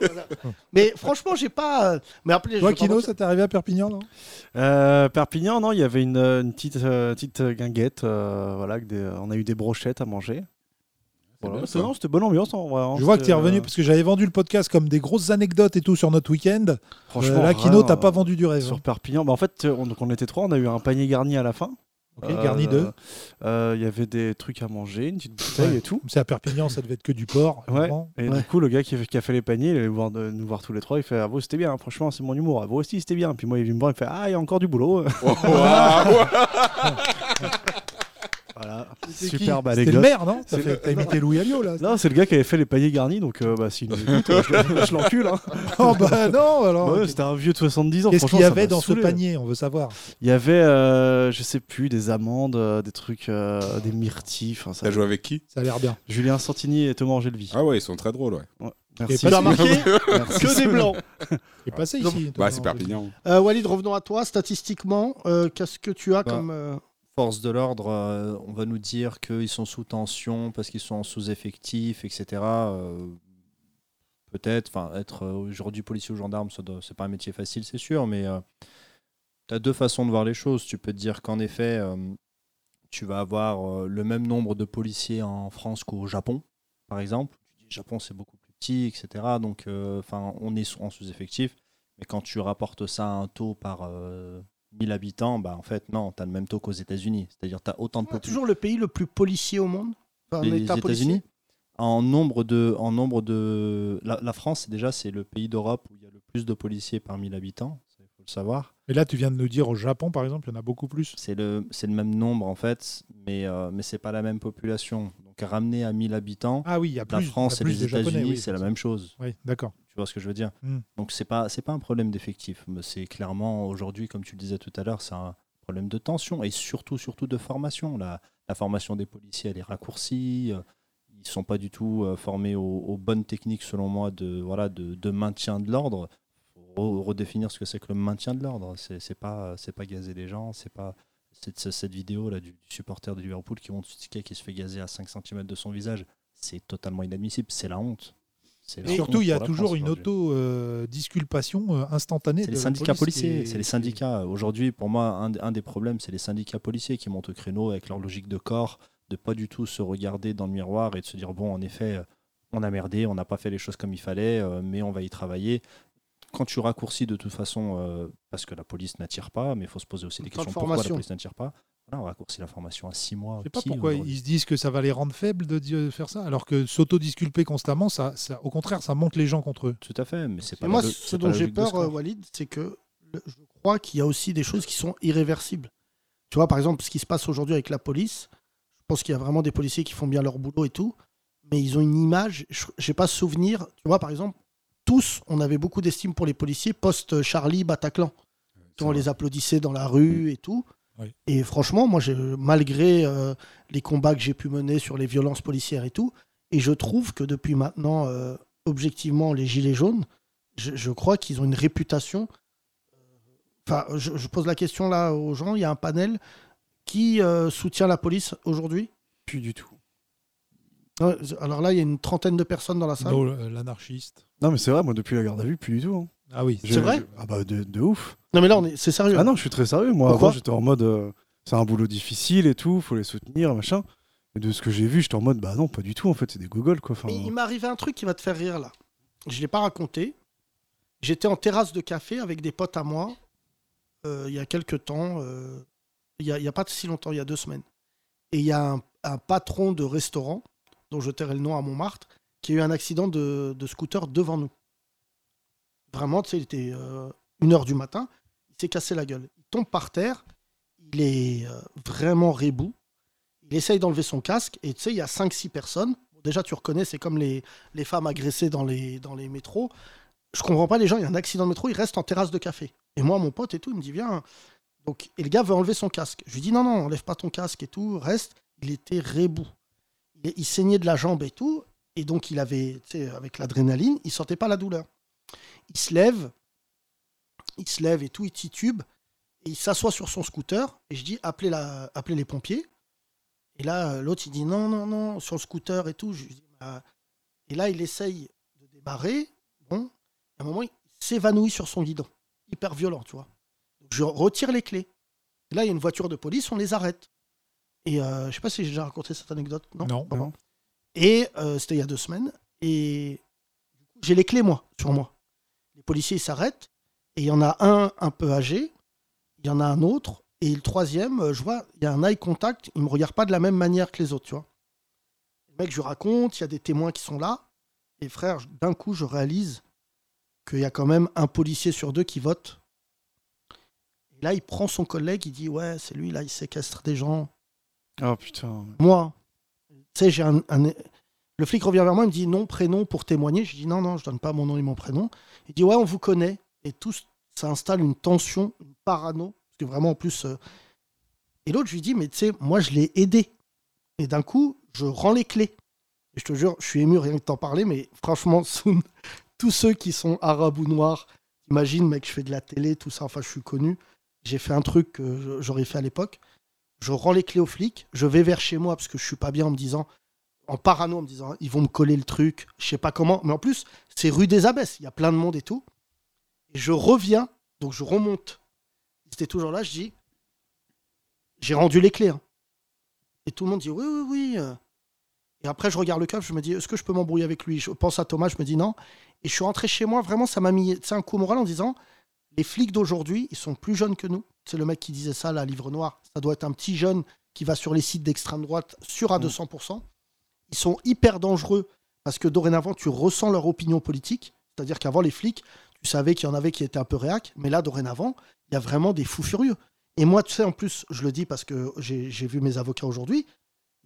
Speaker 6: voilà. Mais franchement, j'ai pas. euh, Mais après, je
Speaker 7: Toi,
Speaker 6: vais pas
Speaker 7: Kino,
Speaker 6: mentir.
Speaker 7: ça t'est arrivé à Perpignan, non
Speaker 8: Euh, Perpignan, non, il y avait une, euh, une petite, euh, petite guinguette. euh, voilà, avec des- on a eu des brochettes à manger. Voilà,
Speaker 7: bien,
Speaker 8: c'est-
Speaker 7: ça.
Speaker 8: non, c'était bonne ambiance. en vrai, hein,
Speaker 7: Je vois que tu
Speaker 8: c'était,
Speaker 7: es revenu
Speaker 8: euh,
Speaker 7: parce que j'avais vendu le podcast comme des grosses anecdotes et tout sur notre week-end.
Speaker 8: Franchement,
Speaker 7: Euh, là,
Speaker 8: rien,
Speaker 7: Kino, t'as
Speaker 8: euh,
Speaker 7: pas vendu du rêve. hein.
Speaker 8: Sur Perpignan, bah, en fait, on, donc on était trois, on a eu un panier garni à la fin.
Speaker 7: Ok, garni de
Speaker 8: euh, Il y avait des trucs à manger, une petite bouteille et tout.
Speaker 7: C'est à Perpignan, ça devait être que du porc.
Speaker 8: Ouais.
Speaker 7: évidemment.
Speaker 8: Et du coup, le gars qui, qui a fait les paniers, il est allé voir, de- nous voir tous les trois. Il fait Ah, vous, c'était bien, franchement, c'est mon humour. Ah, vous aussi, c'était bien. Puis moi, il vient me voir, il fait Ah, il y a encore du boulot. voilà.
Speaker 7: C'était qui
Speaker 8: Superbe
Speaker 7: C'était
Speaker 8: anecdote.
Speaker 7: le maire, non T'as
Speaker 8: C'est
Speaker 7: fait-
Speaker 8: le-
Speaker 7: T'as imité Louis Alliot, là
Speaker 8: Non, c'est le gars qui avait fait les paniers garnis, donc euh, bah, s'il nous écoute, euh, je l'en- je l'encule. Hein.
Speaker 7: Oh, bah non, alors.
Speaker 8: Bah ouais, C'était un vieux de 70 ans.
Speaker 7: Qu'est-ce
Speaker 8: franchement,
Speaker 7: qu'il y
Speaker 8: ça
Speaker 7: avait
Speaker 8: m'a
Speaker 7: dans ce
Speaker 8: saoulé. hein.
Speaker 7: panier On veut savoir.
Speaker 8: Il y avait, euh, je sais plus, des amandes, euh, des trucs, euh, des myrtilles. enfin, ça-
Speaker 9: T'as joué avec qui
Speaker 7: Ça a l'air bien.
Speaker 8: Julien Santini et Thomas Angelvi.
Speaker 9: Ah ouais, ils sont très drôles, ouais.
Speaker 8: Ouais,
Speaker 7: Et pas
Speaker 8: Merci.
Speaker 7: marqué
Speaker 8: Merci.
Speaker 6: que des blancs.
Speaker 7: est passé
Speaker 6: Donc-
Speaker 7: ici.
Speaker 9: Bah, c'est Perpignan.
Speaker 6: Euh, Walid, revenons à toi. Statistiquement, euh, qu'est-ce que tu as
Speaker 14: Bah,
Speaker 6: comme. euh,
Speaker 14: Force de l'ordre, euh, on va nous dire qu'ils sont sous tension parce qu'ils sont en sous-effectif, etc. Euh, Peut-être, enfin, être euh, aujourd'hui policier ou gendarme, ce n'est pas un métier facile, c'est sûr, mais tu as deux façons de voir les choses. Tu peux te dire qu'en effet, euh, tu vas avoir euh, le même nombre de policiers en France qu'au Japon, par exemple. Tu dis, Japon, c'est beaucoup plus petit, etc. Donc, euh, enfin, on est sous- en sous-effectif. Mais quand tu rapportes ça à un taux par euh, 1000 habitants, bah, en fait, non, tu as le même taux qu'aux États-Unis. C'est-à-dire, tu as autant de
Speaker 6: C'est
Speaker 14: population.
Speaker 6: toujours le pays le plus policier au monde. Enfin, un
Speaker 14: Les
Speaker 6: État policier.
Speaker 14: États-Unis en nombre de, en nombre de, la, la France déjà c'est le pays d'Europe où il y a le plus de policiers par 1000 habitants, il faut le savoir.
Speaker 7: Et là, tu viens de nous dire au Japon, par exemple, il y en a beaucoup plus.
Speaker 14: C'est le, c'est le même nombre en fait, mais, euh, mais c'est pas la même population. Donc ramener à 1000 habitants,
Speaker 7: Ah oui, il y a
Speaker 14: la
Speaker 7: plus- il
Speaker 14: France
Speaker 7: y a
Speaker 14: et
Speaker 7: plus
Speaker 14: les
Speaker 7: de Japonais,
Speaker 14: États-Unis,
Speaker 7: oui,
Speaker 14: c'est la même chose.
Speaker 7: Oui, d'accord.
Speaker 14: Tu vois ce que je veux dire
Speaker 7: Mm.
Speaker 14: Donc c'est pas, c'est pas un problème d'effectif, mais c'est clairement aujourd'hui, comme tu le disais tout à l'heure, c'est un problème de tension et surtout, surtout de formation. La, la formation des policiers, elle est raccourcie. euh, Ils sont pas du tout euh, formés aux, aux bonnes techniques, selon moi, de, voilà, de, de maintien de l'ordre. Faut re- redéfinir ce que c'est que le maintien de l'ordre. C'est c'est pas, c'est pas gazer les gens, c'est pas cette, cette vidéo là du, du supporter de Liverpool qui monte sur ticket qui se fait gazer à 5 cm de son visage, c'est totalement inadmissible, c'est la honte. C'est la
Speaker 7: Et surtout,
Speaker 14: honte
Speaker 7: il y a
Speaker 14: pour la
Speaker 7: toujours
Speaker 14: France
Speaker 7: une
Speaker 14: aujourd'hui.
Speaker 7: auto-disculpation euh, instantanée.
Speaker 14: C'est
Speaker 7: de
Speaker 14: les
Speaker 7: la
Speaker 14: syndicats
Speaker 7: police qui
Speaker 14: policiers,
Speaker 7: est-
Speaker 14: c'est les syndicats. Aujourd'hui, pour moi, un, un des problèmes, c'est les syndicats policiers qui montent au créneau avec leur logique de corps, de pas du tout se regarder dans le miroir et de se dire bon, en effet, euh, on a merdé, on n'a pas fait les choses comme il fallait, euh, mais on va y travailler. Quand tu raccourcis de toute façon, euh, parce que la police n'attire pas, mais il faut se poser aussi des
Speaker 7: Temps de
Speaker 14: questions pourquoi la
Speaker 7: formation.
Speaker 14: police n'attire pas. Voilà, on raccourcit la formation à six mois.
Speaker 7: Je sais pas pourquoi ils se disent que ça va les rendre faibles de dire- faire ça, alors que s'autodisculper constamment, ça, ça- au contraire, ça monte les gens contre eux.
Speaker 14: Tout à fait, mais c'est
Speaker 7: pas
Speaker 6: Et
Speaker 7: la
Speaker 6: moi,
Speaker 7: lo-
Speaker 6: ce
Speaker 7: c'est pas
Speaker 6: dont
Speaker 7: la
Speaker 6: j'ai
Speaker 7: logique de
Speaker 6: peur,
Speaker 7: score.
Speaker 6: euh, Walid, c'est que le- je crois qu'il y a aussi des choses qui sont irréversibles. Tu vois, par exemple, ce qui se passe aujourd'hui avec la police, je pense qu'il y a vraiment des policiers qui font bien leur boulot et tout, mais ils ont une image, je- j'ai pas souvenir, tu vois, par exemple, tous, on avait beaucoup d'estime pour les policiers post-Charlie, Bataclan. Tu vois, on les applaudissait dans la
Speaker 7: Mm.
Speaker 6: rue et tout.
Speaker 7: Oui.
Speaker 6: Et franchement, moi, j'ai- malgré euh, les combats que j'ai pu mener sur les violences policières et tout, et je trouve que depuis maintenant, euh, objectivement, les Gilets jaunes, je, je crois qu'ils ont une réputation. euh, Enfin, je, je pose la question là aux gens. Il y a un panel qui euh, soutient la police aujourd'hui
Speaker 8: Plus du tout.
Speaker 6: Alors là, il y a une trentaine de personnes dans la salle.
Speaker 7: Non, euh, l'anarchiste.
Speaker 8: Non, mais c'est vrai, moi, depuis la garde à vue, plus du tout. hein.
Speaker 7: Ah oui,
Speaker 8: Je-
Speaker 6: c'est vrai
Speaker 8: je- Ah bah, de, de ouf.
Speaker 6: Non, mais là, on est- c'est sérieux.
Speaker 8: Ah non, je suis très sérieux. Moi,
Speaker 6: Pourquoi
Speaker 8: avant, j'étais en mode, euh, c'est un boulot difficile et tout, faut les soutenir, machin. Et de ce que j'ai vu, j'étais en mode, bah non, pas du tout, en fait, c'est des gogoles, quoi. Enfin,
Speaker 6: Mais il m'est arrivé un truc qui va te faire rire là. Je ne l'ai pas raconté. J'étais en terrasse de café avec des potes à moi euh, il y a quelques temps, euh, il n'y a, il y a pas si longtemps, il y a deux semaines. Et il y a un, un patron de restaurant, dont je tairai le nom à Montmartre, qui a eu un accident de, de scooter devant nous. Vraiment, tu sais, il était 1h du matin, il s'est cassé la gueule. Il tombe par terre, il est euh, vraiment rebou. Il essaye d'enlever son casque et tu sais, il y a 5-6 personnes. Bon, déjà, tu reconnais, c'est comme les, les femmes agressées dans les, dans les métros. Je comprends pas les gens, il y a un accident de métro, ils restent en terrasse de café. Et moi, mon pote et tout, il me dit, viens. Donc, et le gars veut enlever son casque. Je lui dis, non, non, enlève pas ton casque et tout, reste. Il était rebou. Il, il saignait de la jambe et tout. Et donc, il avait, tu sais, avec l'adrénaline, il sentait pas la douleur. Il se lève, il se lève et tout, il titube. Et il s'assoit sur son scooter. Et je dis, appelez, la, appelez les pompiers. Et là, euh, l'autre, il dit non, non, non, sur le scooter et tout. Je lui dis, Bah. Et là, il essaye de démarrer. Bon, à un moment, il s'évanouit sur son guidon. Hyper violent, tu vois. Donc, je retire les clés. Et là, il y a une voiture de police, on les arrête. Et euh, je sais pas si j'ai déjà raconté cette anecdote. Non.
Speaker 7: Non,
Speaker 6: Bon,
Speaker 7: non.
Speaker 6: bon. Et euh, c'était il y a deux semaines. Et du coup, j'ai les clés, moi, sur moi. Les policiers, ils s'arrêtent. Et il y en a un un peu âgé. Il y en a un autre. Et le troisième, euh, je vois, il y a un eye contact. Il me regarde pas de la même manière que les autres, tu vois. Le mec, je lui raconte, il y a des témoins qui sont là. Et frère, je- d'un coup, je réalise qu'il y a quand même un policier sur deux qui vote. Et là, il prend son collègue, il dit Ouais, c'est lui, là, il séquestre des gens.
Speaker 8: Ah putain.
Speaker 6: Moi, tu sais, j'ai un, un- Le flic revient vers moi, il me dit non, prénom pour témoigner. Je dis non, non, je donne pas mon nom et mon prénom. Il dit ouais, on vous connaît. Et tout, ça installe une tension, une parano. Parce que vraiment, en plus. euh, Et l'autre, je lui dis mais tu sais, moi, je l'ai aidé. Et d'un coup, je rends les clés. Et je te jure, je suis ému rien que t'en parler, mais franchement, Soun, tous ceux qui sont arabes ou noirs, imagine, mec, je fais de la télé, tout ça, enfin, je suis connu. J'ai fait un truc que je- j'aurais fait à l'époque je rends les clés aux flics, je vais vers chez moi parce que je suis pas bien en me disant, en parano, en me disant, ils vont me coller le truc, je sais pas comment. Mais en plus, c'est rue des Abbesses, il y a plein de monde et tout. Et je reviens, donc je remonte. Ils étaient toujours là, je dis, j'ai rendu les clés. hein. Et tout le monde dit, oui, oui, oui. euh. Et après, je regarde le coffre, je me dis, est-ce que je peux m'embrouiller avec lui Je pense à Thomas, je me dis non. Et je suis rentré chez moi, vraiment, ça m'a mis tu sais, un coup au moral en disant, les flics d'aujourd'hui, ils sont plus jeunes que nous. C'est le mec qui disait ça, là, Livre Noir. Ça doit être un petit jeune qui va sur les sites d'extrême droite, sûr à 200%. Ils sont hyper dangereux parce que dorénavant, tu ressens leur opinion politique. C'est-à-dire qu'avant, les flics, tu savais qu'il y en avait qui étaient un peu réac, mais là, dorénavant, il y a vraiment des fous furieux. Et moi, tu sais, en plus, je le dis parce que j'ai j'ai vu mes avocats aujourd'hui,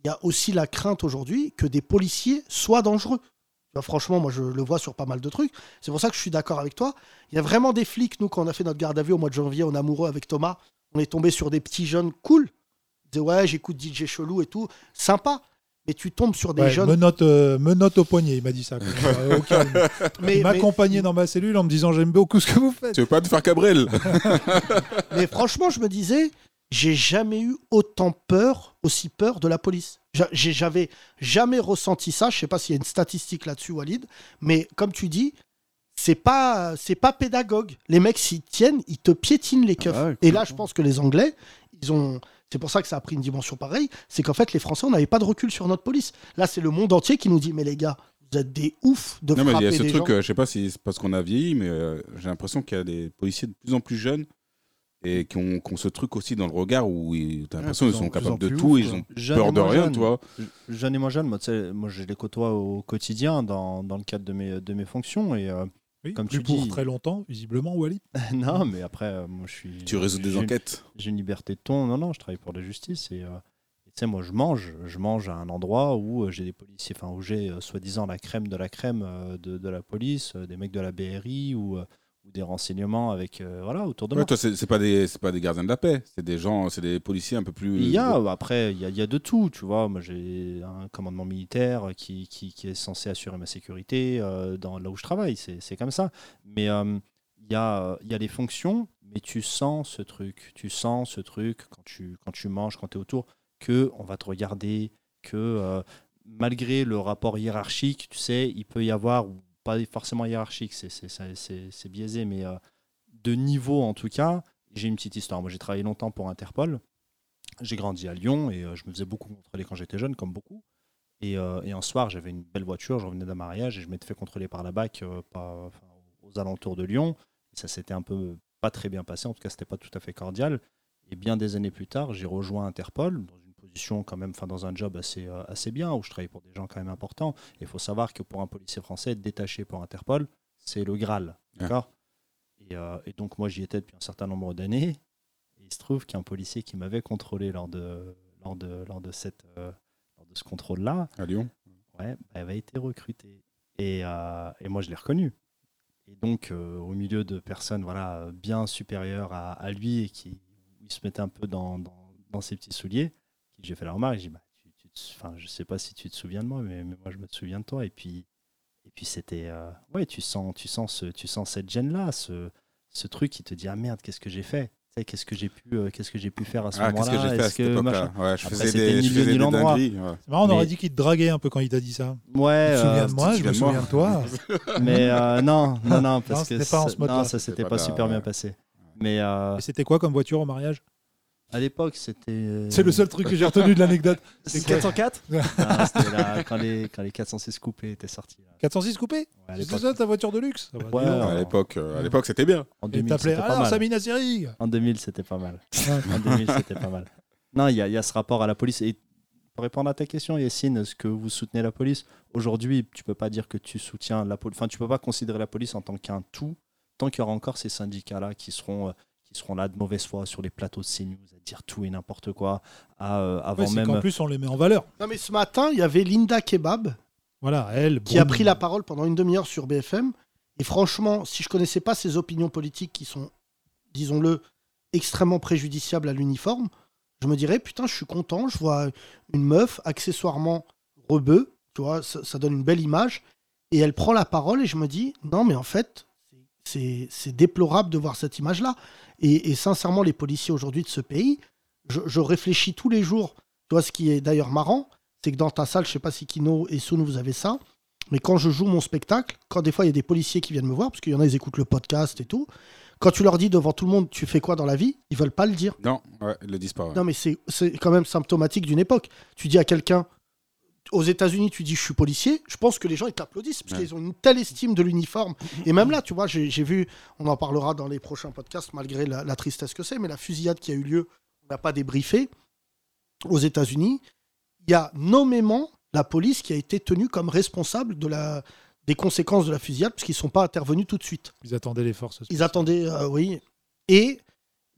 Speaker 6: il y a aussi la crainte aujourd'hui que des policiers soient dangereux. Tu vois, franchement, moi, je le vois sur pas mal de trucs. C'est pour ça que je suis d'accord avec toi. Il y a vraiment des flics, nous, quand on a fait notre garde à vue au mois de janvier, en amoureux avec Thomas, on est tombé sur des petits jeunes cool. Ils disaient, ouais, j'écoute DJ Chelou et tout. Sympa. Mais tu tombes sur des
Speaker 7: Ouais,
Speaker 6: jeunes.
Speaker 7: menottes, euh, menottes au poignet, il m'a dit ça. quoi. Euh, au calme.
Speaker 6: Mais-
Speaker 7: il m'accompagnait dans ma cellule en me disant j'aime beaucoup ce que vous faites.
Speaker 9: Tu veux pas te faire Cabrel
Speaker 6: Mais franchement, je me disais, j'ai jamais eu autant peur, aussi peur de la police. J'a- j'ai- J'avais jamais ressenti ça. Je sais pas s'il y a une statistique là-dessus, Walid, mais comme tu dis, c'est pas c'est pas pédagogue. Les mecs s'y tiennent, ils te piétinent les keufs. Et là, je pense que les Anglais, ils ont c'est pour ça que ça a pris une dimension pareille, c'est qu'en fait les Français, on n'avait pas de recul sur notre police. Là, c'est le monde entier qui nous dit mais les gars, vous êtes des oufs de
Speaker 9: Non, mais
Speaker 6: frapper
Speaker 9: il y a ce
Speaker 6: des
Speaker 9: truc,
Speaker 6: gens.
Speaker 9: euh, je sais pas si c'est parce qu'on a vieilli, mais euh, j'ai l'impression qu'il y a des policiers de plus en plus jeunes et qui ont, qui ont ce truc aussi dans le regard où ils- t'as l'impression
Speaker 14: Ouais,
Speaker 9: qu'ils sont
Speaker 14: Ah, plus en- plus en
Speaker 9: capables de
Speaker 14: plus
Speaker 9: tout,
Speaker 14: ouf,
Speaker 9: ils
Speaker 14: quoi.
Speaker 9: ont
Speaker 14: Jeune et
Speaker 9: peur de
Speaker 14: moins
Speaker 9: rien,
Speaker 14: jeune.
Speaker 9: tu vois.
Speaker 14: Je- Jeune et moins jeune, moi, tu sais, moi, je les côtoie au quotidien dans, dans le cadre de mes, de mes fonctions. Et, euh, comme
Speaker 7: plus
Speaker 14: tu
Speaker 7: pour
Speaker 14: dis,
Speaker 7: très longtemps, visiblement, Wally.
Speaker 14: non, mais après, euh, moi, je suis.
Speaker 9: Tu résous des
Speaker 14: j'ai une-
Speaker 9: enquêtes.
Speaker 14: J'ai une liberté de ton. Non, non, je travaille pour la justice. Et, euh, et tu sais, moi, je mange. Je mange à un endroit où euh, j'ai des policiers, enfin, où j'ai euh, soi-disant la crème de la crème euh, de, de la police, euh, des mecs de la BRI ou, euh, ou des renseignements avec. euh, voilà, autour de
Speaker 9: Ouais,
Speaker 14: moi.
Speaker 9: toi, c'est c'est pas des, c'est pas des gardiens de la paix, c'est des gens, c'est des policiers un peu plus.
Speaker 14: Il y a, euh, après, il y a, il y a de tout, tu vois. Moi, j'ai un commandement militaire qui, qui, qui est censé assurer ma sécurité euh, dans, là où je travaille, c'est c'est comme ça. Mais euh, il y, a, euh, il y a les fonctions, mais tu sens ce truc. Tu sens ce truc quand tu, quand tu manges, quand tu es autour, que on va te regarder, que euh, malgré le rapport hiérarchique, tu sais, il peut y avoir, ou pas forcément hiérarchique, c'est- c'est- c'est c'est- c'est biaisé, mais euh, de niveau en tout cas, j'ai une petite histoire. Moi, j'ai travaillé longtemps pour Interpol. J'ai grandi à Lyon et euh, je me faisais beaucoup contrôler quand j'étais jeune, comme beaucoup. Et, euh, et un soir, j'avais une belle voiture, je revenais d'un mariage et je m'étais fait contrôler par la BAC euh, par- enfin, aux alentours de Lyon. Ça s'était un peu pas très bien passé, en tout cas, c'était pas tout à fait cordial. Et bien des années plus tard, j'ai rejoint Interpol dans une position quand même, enfin dans un job assez, euh, assez bien où je travaillais pour des gens quand même importants. Et il faut savoir que pour un policier français, être détaché pour Interpol, c'est le Graal. D'accord et, euh, et donc, moi, j'y étais depuis un certain nombre d'années. Et Il se trouve qu'un policier qui m'avait contrôlé lors de, lors de, lors de, cette, euh, lors de ce contrôle-là.
Speaker 9: À Lyon
Speaker 14: Ouais, bah, avait été recruté. Et, euh, et moi, je l'ai reconnu. Et donc, euh, au milieu de personnes voilà, euh, bien supérieures à, à lui et qui il se mettait un peu dans, dans, dans ses petits souliers, j'ai fait la remarque. J'ai dit, bah, tu, tu te- enfin, je sais pas si tu te souviens de moi, mais, mais moi, je me souviens de toi. Et puis, et puis c'était. euh, ouais, tu sens, tu, sens ce, tu sens cette gêne-là, ce, ce truc qui te dit Ah merde, qu'est-ce que j'ai fait Tu sais, Qu'est-ce que j'ai pu, euh, qu'est-ce que j'ai pu faire à ce
Speaker 9: Ah, qu'est-ce
Speaker 14: moment-là
Speaker 9: que j'ai fait à
Speaker 14: Est-ce
Speaker 9: cette époque-là
Speaker 14: machin
Speaker 9: Ouais, je
Speaker 14: Après,
Speaker 9: faisais
Speaker 14: c'était
Speaker 9: des- je
Speaker 14: ni lieu
Speaker 9: faisais
Speaker 14: ni
Speaker 9: des
Speaker 14: l'endroit.
Speaker 9: dingueries, ouais.
Speaker 7: C'est marrant, on
Speaker 14: Mais-
Speaker 7: aurait dit qu'il te draguait un peu quand il t'a dit ça.
Speaker 14: Ouais,
Speaker 7: Je me souviens
Speaker 14: euh,
Speaker 7: de moi, je me souviens de toi.
Speaker 14: Mais euh, non, non, non, parce
Speaker 7: c'était
Speaker 14: que
Speaker 7: pas en ce
Speaker 14: ça-
Speaker 7: mode
Speaker 14: non, ça s'était pas, super bien passé. Mais euh,
Speaker 7: C'était quoi comme voiture au mariage
Speaker 14: à l'époque, c'était.
Speaker 7: C'est le seul truc que j'ai retenu de l'anecdote.
Speaker 14: euh, C'est
Speaker 7: quoi
Speaker 14: 404 Ah, C'était là, quand les, quand les 406 coupés étaient sortis. là.
Speaker 7: 406 coupé
Speaker 14: à
Speaker 7: C'est
Speaker 14: l'époque.
Speaker 7: ça ta voiture de luxe Ça va, dis
Speaker 14: Ouais,
Speaker 7: donc.
Speaker 9: À l'époque, euh, à l'époque, c'était bien.
Speaker 14: En
Speaker 7: Et
Speaker 14: 2000,
Speaker 7: t'appelais
Speaker 14: c'était pas
Speaker 7: alors
Speaker 14: mal.
Speaker 7: Samina Seri
Speaker 14: En 2000, c'était pas mal.
Speaker 7: Ouais.
Speaker 14: en 2000, c'était pas mal. Non, il y, a- il y a ce rapport à la police. Et pour répondre à ta question, Yacine, est-ce que vous soutenez la police Aujourd'hui, tu peux pas dire que tu soutiens la police. Enfin, tu peux pas considérer la police en tant qu'un tout tant qu'il y aura encore ces syndicats-là qui seront. euh, qui seront là de mauvaise foi sur les plateaux de CNews à dire tout et n'importe quoi à, euh, avant
Speaker 7: Ouais, c'est
Speaker 14: même
Speaker 7: qu'en plus, on les met en valeur.
Speaker 6: Non mais ce matin, il y avait Linda Kebab
Speaker 7: Voilà, elle.
Speaker 6: qui a pris la parole pendant une demi-heure sur BFM. Et franchement, si je connaissais pas ses opinions politiques qui sont, disons-le, extrêmement préjudiciables à l'uniforme, je me dirais putain, je suis content, je vois une meuf accessoirement rebeu, tu vois, ça, ça donne une belle image. Et elle prend la parole et je me dis non mais en fait, c'est c'est déplorable de voir cette image-là. Et, et sincèrement, les policiers aujourd'hui de ce pays, je, je réfléchis tous les jours. Tu vois, ce qui est d'ailleurs marrant, c'est que dans ta salle, je sais pas si Kino et Soun, vous avez ça, mais quand je joue mon spectacle, quand des fois il y a des policiers qui viennent me voir, parce qu'il y en a, ils écoutent le podcast et tout, quand tu leur dis devant tout le monde, tu fais quoi dans la vie, ils veulent pas le dire.
Speaker 9: Non, ouais, ils le disent pas. ouais.
Speaker 6: Non, mais c'est c'est quand même symptomatique d'une époque. Tu dis à quelqu'un, aux États-Unis, tu dis je suis policier, je pense que les gens ils t'applaudissent parce
Speaker 9: Ouais.
Speaker 6: qu'ils ont une telle estime de l'uniforme. Et même là, tu vois, j'ai j'ai vu, on en parlera dans les prochains podcasts malgré la, la tristesse que c'est, mais la fusillade qui a eu lieu, on n'a pas débriefé aux États-Unis. Il y a nommément la police qui a été tenue comme responsable de la, des conséquences de la fusillade puisqu'ils ne sont pas intervenus tout de suite.
Speaker 7: Ils attendaient les forces.
Speaker 6: Ils attendaient, euh, oui. Et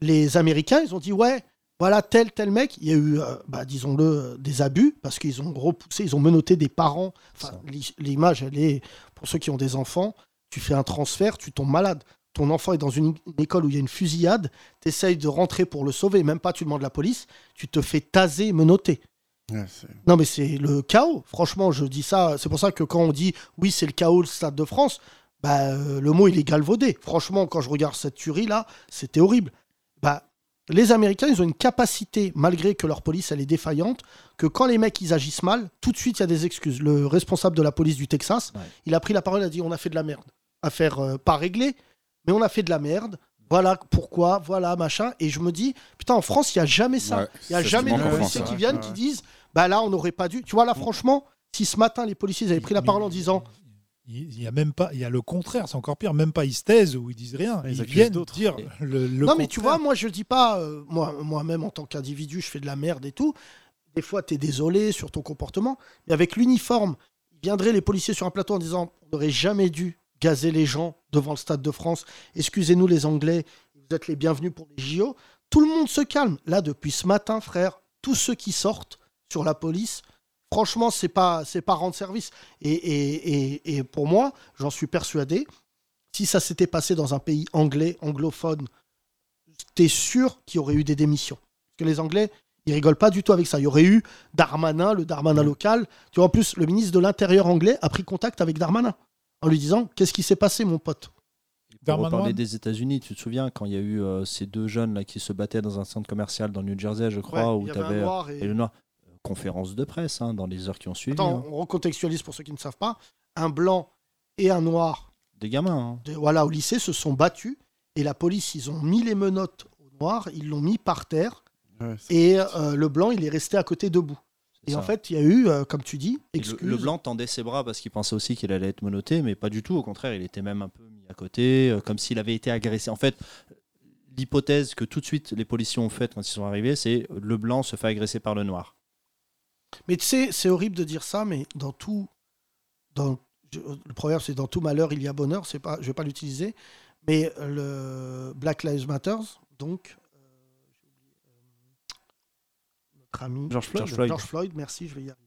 Speaker 6: les Américains, ils ont dit ouais, voilà tel tel mec. Il y a eu, euh, bah, disons-le, euh, des abus parce qu'ils ont repoussé, ils ont menotté des parents. Enfin, l'i- l'image, elle est pour ceux qui ont des enfants. Tu fais un transfert, tu tombes malade. Ton enfant est dans une, une école où il y a une fusillade. Tu essayes de rentrer pour le sauver, même pas tu demandes la police. Tu te fais taser, menotter. Non, mais c'est le chaos. Franchement, je dis ça. C'est pour ça que quand on dit oui, c'est le chaos, le Stade de France, bah, euh, le mot, il est galvaudé. Franchement, quand je regarde cette tuerie-là, c'était horrible. Bah, les Américains, ils ont une capacité, malgré que leur police, elle est défaillante, que quand les mecs, ils agissent mal, tout de suite, il y a des excuses. Le responsable de la police du Texas, il a pris la parole, il a dit, on a fait de la merde. Affaire euh, pas réglée, mais on a fait de la merde. Voilà pourquoi, voilà machin. Et je me dis, putain, en France, il n'y a jamais ça. Il
Speaker 9: Ouais,
Speaker 6: n'y a
Speaker 9: ça, c'est
Speaker 6: jamais
Speaker 9: manque en
Speaker 6: de
Speaker 9: France,
Speaker 6: policiers
Speaker 9: hein.
Speaker 6: qui
Speaker 9: ouais.
Speaker 6: viennent,
Speaker 9: Ouais.
Speaker 6: qui disent, bah là, on n'aurait pas dû. Tu vois, là, franchement, si ce matin, les policiers ils avaient pris la parole en disant,
Speaker 7: Il y a même pas, il y a le contraire, c'est encore pire. Même pas ils se taisent ou ils disent rien. Ils,
Speaker 6: accusent
Speaker 7: viennent
Speaker 6: d'autres.
Speaker 7: dire le, le
Speaker 6: non, mais tu vois, moi, je dis pas, euh, moi- moi-même, en tant qu'individu, je fais de la merde et tout. Des fois, tu es désolé sur ton comportement. Mais avec l'uniforme, viendraient les policiers sur un plateau en disant on n'aurait jamais dû gazer les gens devant le Stade de France. Excusez-nous, les Anglais, vous êtes les bienvenus pour les JO. Tout le monde se calme. Là, depuis ce matin, frère, tous ceux qui sortent sur la police, franchement, c'est pas, c'est pas rendre service. Et, et- et- et pour moi, j'en suis persuadé, si ça s'était passé dans un pays anglais, anglophone, t'es sûr qu'il y aurait eu des démissions. Parce que les Anglais, ils rigolent pas du tout avec ça. Il y aurait eu Darmanin, le Darmanin local. Tu vois, en plus, le ministre de l'Intérieur anglais a pris contact avec Darmanin en lui disant Qu'est-ce qui s'est passé, mon pote
Speaker 14: On
Speaker 6: Darmanin
Speaker 14: parlait des États-Unis, tu te souviens quand il y a eu euh, ces deux jeunes là qui se battaient dans un centre commercial dans le New Jersey, je crois,
Speaker 6: Ouais, il
Speaker 14: où
Speaker 6: y
Speaker 14: tu
Speaker 6: avait un
Speaker 14: avais
Speaker 6: noir et-
Speaker 14: le noir. Euh, Conférence de presse hein, dans les heures qui ont suivi.
Speaker 6: Attends,
Speaker 14: hein.
Speaker 6: on recontextualise pour ceux qui ne savent pas un blanc et un noir
Speaker 14: Des gamins. hein.
Speaker 6: de- voilà, au lycée se sont battus et la police, ils ont mis les menottes au noir, ils l'ont mis par terre et euh, le blanc, il est resté à côté debout. Et
Speaker 14: ça.
Speaker 6: en fait, il y a eu, euh, comme tu dis,
Speaker 14: Et Le, le
Speaker 6: excuse.
Speaker 14: blanc tendait ses bras parce qu'il pensait aussi qu'il allait être menotté, mais pas du tout. Au contraire, il était même un peu mis à côté, euh, comme s'il avait été agressé. En fait, l'hypothèse que tout de suite les policiers ont faite quand ils sont arrivés, c'est euh, le blanc se fait agresser par le noir.
Speaker 6: Mais tu sais, c'est horrible de dire ça, mais dans tout. Dans, je- le proverbe, c'est dans tout malheur, il y a bonheur. C'est pas, je vais pas l'utiliser. Mais euh, le Black Lives Matter, donc. euh, j'ai oublié, euh, notre ami.
Speaker 8: George Floyd. George Floyd.
Speaker 6: merci, je vais y arriver.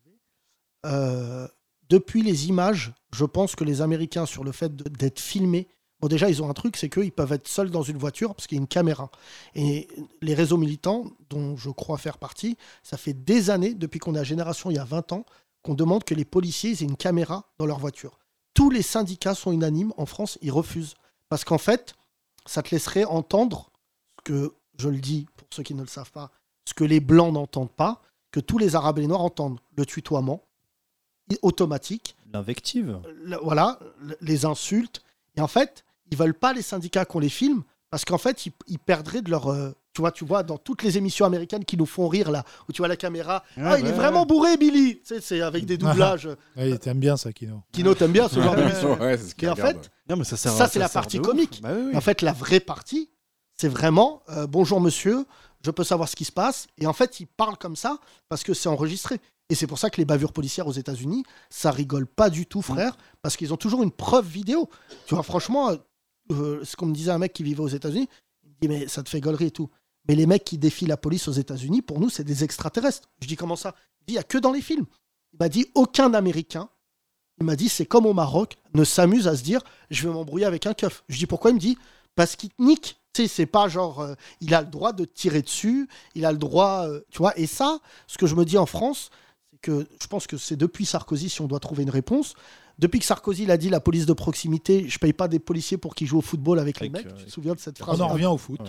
Speaker 6: Euh, depuis les images, je pense que les Américains, sur le fait de- d'être filmés, bon, déjà, ils ont un truc, c'est qu'ils peuvent être seuls dans une voiture parce qu'il y a une caméra. Et les réseaux militants, dont je crois faire partie, ça fait des années, depuis qu'on est à Génération il y a 20 ans, qu'on demande que les policiers ils aient une caméra dans leur voiture. Tous les syndicats sont unanimes en France, ils refusent. Parce qu'en fait, ça te laisserait entendre ce que, je le dis pour ceux qui ne le savent pas, ce que les blancs n'entendent pas, que tous les arabes et les noirs entendent, le tutoiement i- automatique,
Speaker 14: L'invective.
Speaker 6: le- voilà, le- les insultes. Et en fait, ils veulent pas les syndicats qu'on les filme parce qu'en fait, ils, ils perdraient de leur. euh, tu vois, tu vois, dans toutes les émissions américaines qui nous font rire là, où tu vois la caméra, ah, il
Speaker 7: ouais,
Speaker 6: est vraiment bourré, Billy. Tu sais, c'est avec des doublages.
Speaker 7: Ouais, ils t'aiment Ah, bien ça, Kino.
Speaker 6: Kino, t'aimes bien ce genre d'émission.
Speaker 7: Ouais, c'est ce qu'il
Speaker 6: Et en
Speaker 7: regarde.
Speaker 6: fait,
Speaker 7: Non, mais ça sert à-
Speaker 6: ça,
Speaker 7: ça
Speaker 6: c'est la
Speaker 7: sert de
Speaker 6: partie
Speaker 7: ouf.
Speaker 6: comique.
Speaker 7: Bah oui, oui.
Speaker 6: En fait, la vraie partie, c'est vraiment euh, bonjour monsieur, je peux savoir ce qui se passe. Et en fait, ils parlent comme ça parce que c'est enregistré. Et c'est pour ça que les bavures policières aux États-Unis, ça rigole pas du tout, frère, parce qu'ils ont toujours une preuve vidéo. Tu vois, franchement, euh, euh, ce qu'on me disait un mec qui vivait aux États-Unis, il me dit mais ça te fait gaulerie et tout. Mais les mecs qui défient la police aux États-Unis, pour nous, c'est des extraterrestres. Je dis comment ça Il dit il y a que dans les films. Il m'a dit aucun Américain il m'a dit, c'est comme au Maroc, ne s'amuse à se dire, je vais m'embrouiller avec un keuf. Je dis pourquoi Il me dit, parce qu'il te nique. Tu sais, c'est pas genre, euh, il a le droit de te tirer dessus, il a le droit, euh, tu vois. Et ça, ce que je me dis en France, c'est que je pense que c'est depuis Sarkozy, si on doit trouver une réponse. Depuis que Sarkozy, il a dit la police de proximité, je paye pas des policiers pour qu'ils jouent au football avec, les mecs. tu te souviens de cette phrase
Speaker 7: On en revient au foot.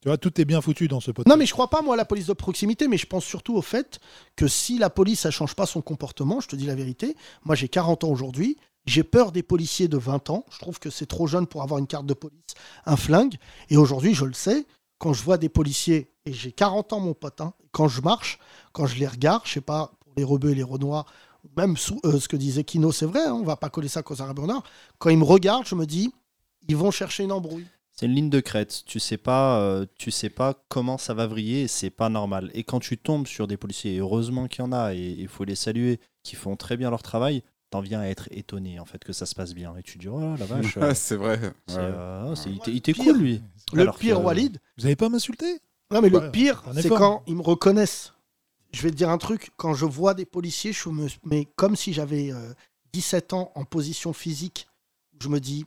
Speaker 7: Tu vois, tout est bien foutu dans ce podcast.
Speaker 6: non, mais je crois pas, moi, à la police de proximité, mais je pense surtout au fait que si la police, ne change pas son comportement, je te dis la vérité, moi j'ai 40 ans aujourd'hui, j'ai peur des policiers de 20 ans, je trouve que c'est trop jeune pour avoir une carte de police, un flingue, et aujourd'hui, je le sais, quand je vois des policiers, et j'ai 40 ans, mon pote, hein, quand je marche, quand je les regarde, je sais pas, pour les rebeux et les renois, même sous, euh, ce que disait Kino, c'est vrai, hein, on va pas coller ça qu'aux Arabes et aux Noirs, quand ils me regardent, je me dis, ils vont chercher une embrouille.
Speaker 14: C'est une ligne de crête. Tu sais pas, euh, tu sais pas comment ça va vriller. et C'est pas normal. Et quand tu tombes sur des policiers, et heureusement qu'il y en a, et il faut les saluer, qui font très bien leur travail, t'en viens à être étonné en fait que ça se passe bien. Et tu te dis oh là, la vache. euh,
Speaker 9: C'est vrai.
Speaker 14: c'est,
Speaker 9: Ouais.
Speaker 14: euh, c'est- il était- il était cool lui.
Speaker 6: Le
Speaker 14: Alors
Speaker 6: pire,
Speaker 14: que-
Speaker 6: Walid.
Speaker 7: Vous avez pas m'insulté
Speaker 6: Non, mais
Speaker 7: Ouais,
Speaker 6: le pire,
Speaker 7: un
Speaker 6: c'est
Speaker 7: effort.
Speaker 6: quand ils me reconnaissent. Je vais te dire un truc. Quand je vois des policiers, je me mets comme si j'avais euh, 17 ans en position physique. Je me dis,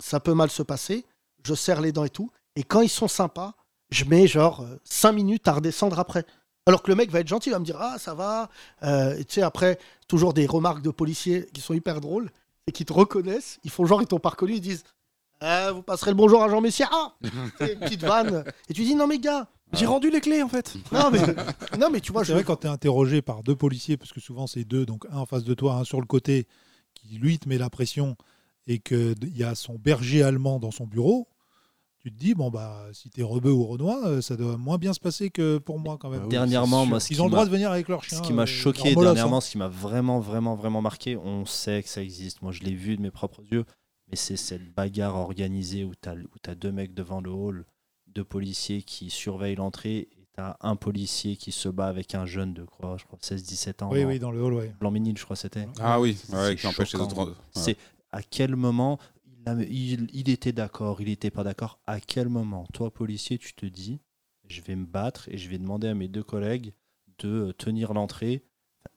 Speaker 6: ça peut mal se passer. Je serre les dents et tout. Et quand ils sont sympas, je mets genre 5 minutes à redescendre après. Alors que le mec va être gentil, il va me dire Ah, ça va. Euh, et tu sais, après, toujours des remarques de policiers qui sont hyper drôles et qui te reconnaissent. Ils font genre, ils t'ont pas reconnu, ils euh, disent Ah, Vous passerez le bonjour à Jean Messia. Ah Tu sais, Une petite vanne. Et tu dis Non, mais gars,
Speaker 8: J'ai rendu les clés en fait.
Speaker 6: Non mais, non, mais tu vois,
Speaker 7: C'est vrai quand tu es interrogé par deux policiers, parce que souvent c'est deux, donc un en face de toi, un sur le côté, qui lui te met la pression, et qu'il y a son berger allemand dans son bureau, tu te dis, bon bah si t'es rebeu ou renois, euh, ça doit moins bien se passer que pour moi quand même. Bah
Speaker 14: Dernièrement,
Speaker 7: C'est sûr.
Speaker 14: moi, ce
Speaker 7: ils
Speaker 14: qui
Speaker 7: ont le droit
Speaker 14: m'a-
Speaker 7: de venir avec leur chien.
Speaker 14: Ce qui m'a
Speaker 7: euh,
Speaker 14: choqué
Speaker 7: leur molasse,
Speaker 14: dernièrement,
Speaker 7: hein.
Speaker 14: ce qui m'a vraiment, vraiment, vraiment marqué, on sait que ça existe. Moi, je l'ai vu de mes propres yeux, mais c'est cette bagarre organisée où t'as où t'as deux mecs devant le hall, deux policiers qui surveillent l'entrée, et t'as un policier qui se bat avec un jeune de quoi, je crois, 16-17 ans.
Speaker 7: Oui, oui, dans le hall, ouais.
Speaker 14: Blanc-Ménil, je crois, c'était.
Speaker 9: Ah oui,
Speaker 14: C'est
Speaker 9: ouais, qui empêche les
Speaker 14: choquant.
Speaker 9: autres- ouais.
Speaker 14: C'est à quel moment il a- il, il était d'accord, il était pas d'accord. À quel moment, toi, policier, tu te dis, je vais me battre et je vais demander à mes deux collègues de euh, tenir l'entrée.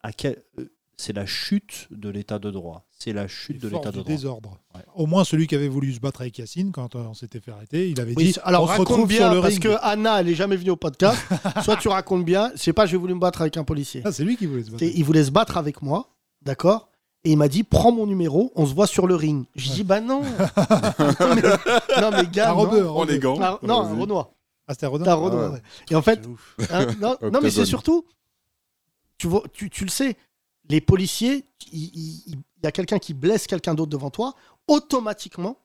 Speaker 14: À quel... euh, C'est la chute de l'état de droit. C'est la chute de
Speaker 7: forces
Speaker 14: l'état de
Speaker 7: du
Speaker 14: droit.
Speaker 7: désordre. Au moins celui qui avait voulu se battre avec Yacine, quand euh, on s'était fait arrêter, il avait
Speaker 6: Oui,
Speaker 7: dit,
Speaker 6: alors
Speaker 7: on se
Speaker 6: raconte
Speaker 7: retrouve
Speaker 6: bien
Speaker 7: sur le
Speaker 6: parce
Speaker 7: ring.
Speaker 6: que Anna elle est jamais venue au podcast. Soit tu racontes bien. Je sais pas, j'ai voulu me battre avec un policier.
Speaker 7: Ah, c'est lui qui voulait se battre.
Speaker 6: Il voulait se battre avec moi, d'accord. Et il m'a dit prends mon numéro, on se voit sur le ring. Je dis bah non. mais- non mais gars,
Speaker 7: Un
Speaker 6: non.
Speaker 7: rebeu, un rebeu.
Speaker 6: Ah, non, un Renoir.
Speaker 7: Ah, c'était un Renoir.
Speaker 6: T'as un Renoir,
Speaker 7: Ah ouais.
Speaker 6: ouais. Et en fait,
Speaker 7: C'est ouf.
Speaker 6: hein, non, non, mais c'est
Speaker 7: Octogone.
Speaker 6: surtout, tu, vois, tu, tu le sais, les policiers, il il- il- il y a quelqu'un qui blesse quelqu'un d'autre devant toi, automatiquement,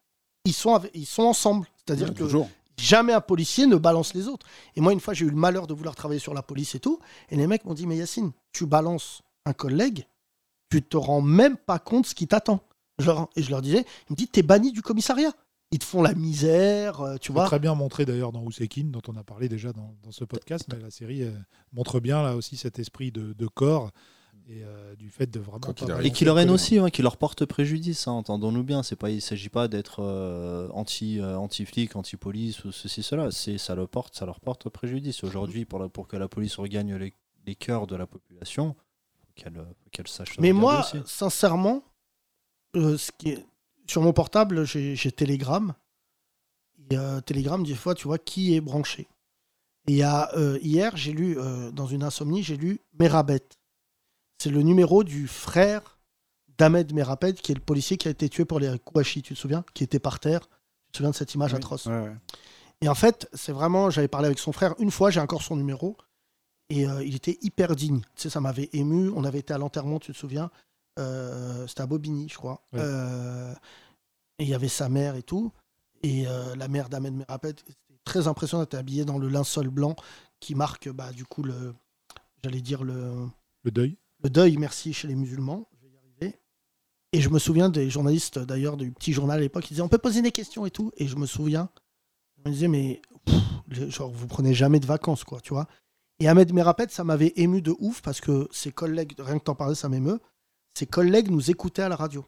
Speaker 6: ils sont, avec- ils sont ensemble. C'est-à-dire
Speaker 9: Ouais,
Speaker 6: que
Speaker 9: toujours.
Speaker 6: jamais un policier ne balance les autres. Et moi, une fois, j'ai eu le malheur de vouloir travailler sur la police et tout, et les mecs m'ont dit, mais Yacine, tu balances un collègue, tu te rends même pas compte ce qui t'attend. Je leur- Et je leur disais, ils me disent, t'es banni du commissariat. Ils te font la misère, euh, tu
Speaker 7: C'est
Speaker 6: vois.
Speaker 7: Très bien montré d'ailleurs dans Ousekin, dont on a parlé déjà dans, dans ce podcast, mais la série euh, montre bien là aussi cet esprit de, de corps et euh, du fait de vraiment. pas
Speaker 14: Et
Speaker 7: balancer
Speaker 14: qui leur
Speaker 7: le
Speaker 14: haine
Speaker 7: collègue.
Speaker 14: aussi, hein, qui leur porte préjudice, hein, entendons-nous bien. C'est pas, il s'agit pas d'être euh, anti, euh, anti-flic, anti-police ou ceci, cela. C'est, ça, leur porte, ça leur porte préjudice. Aujourd'hui, pour, la- pour que la police regagne les, les cœurs de la population, faut qu'elle, euh, faut qu'elle sache. se
Speaker 6: Mais
Speaker 14: regarder
Speaker 6: moi,
Speaker 14: aussi.
Speaker 6: sincèrement, euh, ce qui est- sur mon portable, j'ai j'ai Telegram. Et, euh, Telegram, des fois, tu vois qui est branché. Et il y a, euh, hier, j'ai lu, euh, dans une insomnie, j'ai lu Merabet. C'est le numéro du frère d'Ahmed Merabet, qui est le policier qui a été tué pour les Kouachi, tu te souviens Qui était par terre. Tu te souviens de cette image atroce Et en fait, c'est vraiment, j'avais parlé avec son frère une fois, j'ai encore son numéro. Et euh, il était hyper digne. Tu sais, ça m'avait ému. On avait été à l'enterrement, tu te souviens Euh, C'était à Bobigny, je crois.
Speaker 7: Ouais.
Speaker 6: Euh, et il y avait sa mère et tout. Et euh, la mère d'Ahmed Merabet, c'était très impressionnant. Elle était habillée dans le linceul blanc qui marque, bah, du coup, le. J'allais dire le.
Speaker 7: Le deuil.
Speaker 6: Le deuil, merci, chez les musulmans. Je vais y arriver. Et je me souviens des journalistes, d'ailleurs, du petit journal à l'époque, qui disaient on peut poser des questions et tout. Et je me souviens, je me disais mais pff, les- genre, vous prenez jamais de vacances, quoi, tu vois. Et Ahmed Merapet, ça m'avait ému de ouf parce que ses collègues, rien que t'en parler, ça m'émeut. Ses collègues nous écoutaient à la radio.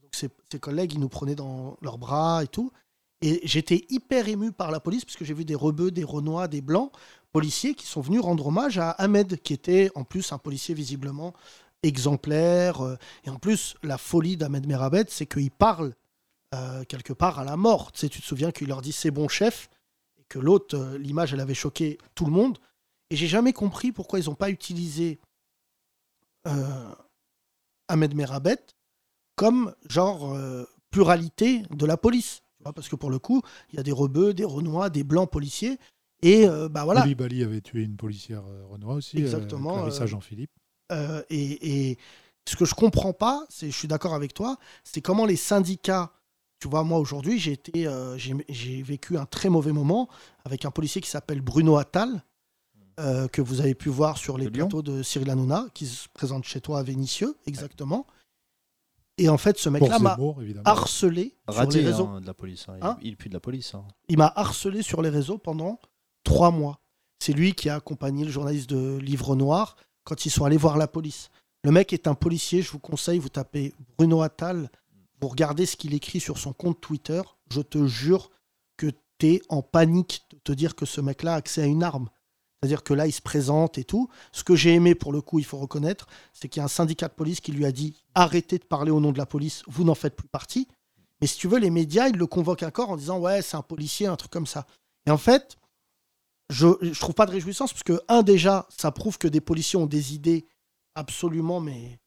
Speaker 6: Donc ses, ses collègues, ils nous prenaient dans leurs bras et tout. Et j'étais hyper ému par la police parce que j'ai vu des rebeux, des renois, des blancs policiers qui sont venus rendre hommage à Ahmed, qui était en plus un policier visiblement exemplaire. euh, Et en plus, la folie d'Ahmed Merabet, c'est qu'il parle euh, quelque part à la mort. Tu, sais, tu te souviens qu'il leur dit c'est bon chef, et que l'autre, euh, l'image, elle avait choqué tout le monde. Et j'ai jamais compris pourquoi ils n'ont pas utilisé euh, Ahmed Merabet comme genre euh, pluralité de la police. Tu vois, Parce que pour le coup, il y a des rebeux, des renois, des blancs policiers. Et euh, bah voilà.
Speaker 7: Oli Bali avait tué une policière euh, Renoir aussi. euh,
Speaker 6: Exactement,
Speaker 7: Clarissa
Speaker 6: euh,
Speaker 7: Jean-Philippe.
Speaker 6: Euh, et, et ce que je comprends pas, c'est, je suis d'accord avec toi, c'est comment les syndicats. Tu vois, moi aujourd'hui, j'ai été, euh, j'ai, j'ai vécu un très mauvais moment avec un policier qui s'appelle Bruno Attal, euh, que vous avez pu voir sur les plateaux de Cyril Hanouna, qui se présente chez toi à Vénissieux, exactement. Et en fait, ce mec-là
Speaker 14: Pour
Speaker 6: m'a
Speaker 14: Zemmour, évidemment.
Speaker 6: harcelé sur
Speaker 14: Raté
Speaker 6: les réseaux.
Speaker 14: hein, de la police. hein. Il-
Speaker 6: Hein
Speaker 14: il, pue de la police. hein.
Speaker 6: Il m'a harcelé sur les réseaux pendant trois mois. C'est lui qui a accompagné le journaliste de Livre Noir quand ils sont allés voir la police. Le mec est un policier, je vous conseille, vous tapez Bruno Attal, vous regardez ce qu'il écrit sur son compte Twitter, je te jure que t'es en panique de te dire que ce mec-là a accès à une arme. C'est-à-dire que là, il se présente et tout. Ce que j'ai aimé, pour le coup, il faut reconnaître, c'est qu'il y a un syndicat de police qui lui a dit arrêtez de parler au nom de la police, vous n'en faites plus partie. Mais si tu veux, les médias, ils le convoquent encore en disant ouais, c'est un policier, un truc comme ça. Et en fait, je ne trouve pas de réjouissance parce que, un, déjà, ça prouve que des policiers ont des idées absolument, mais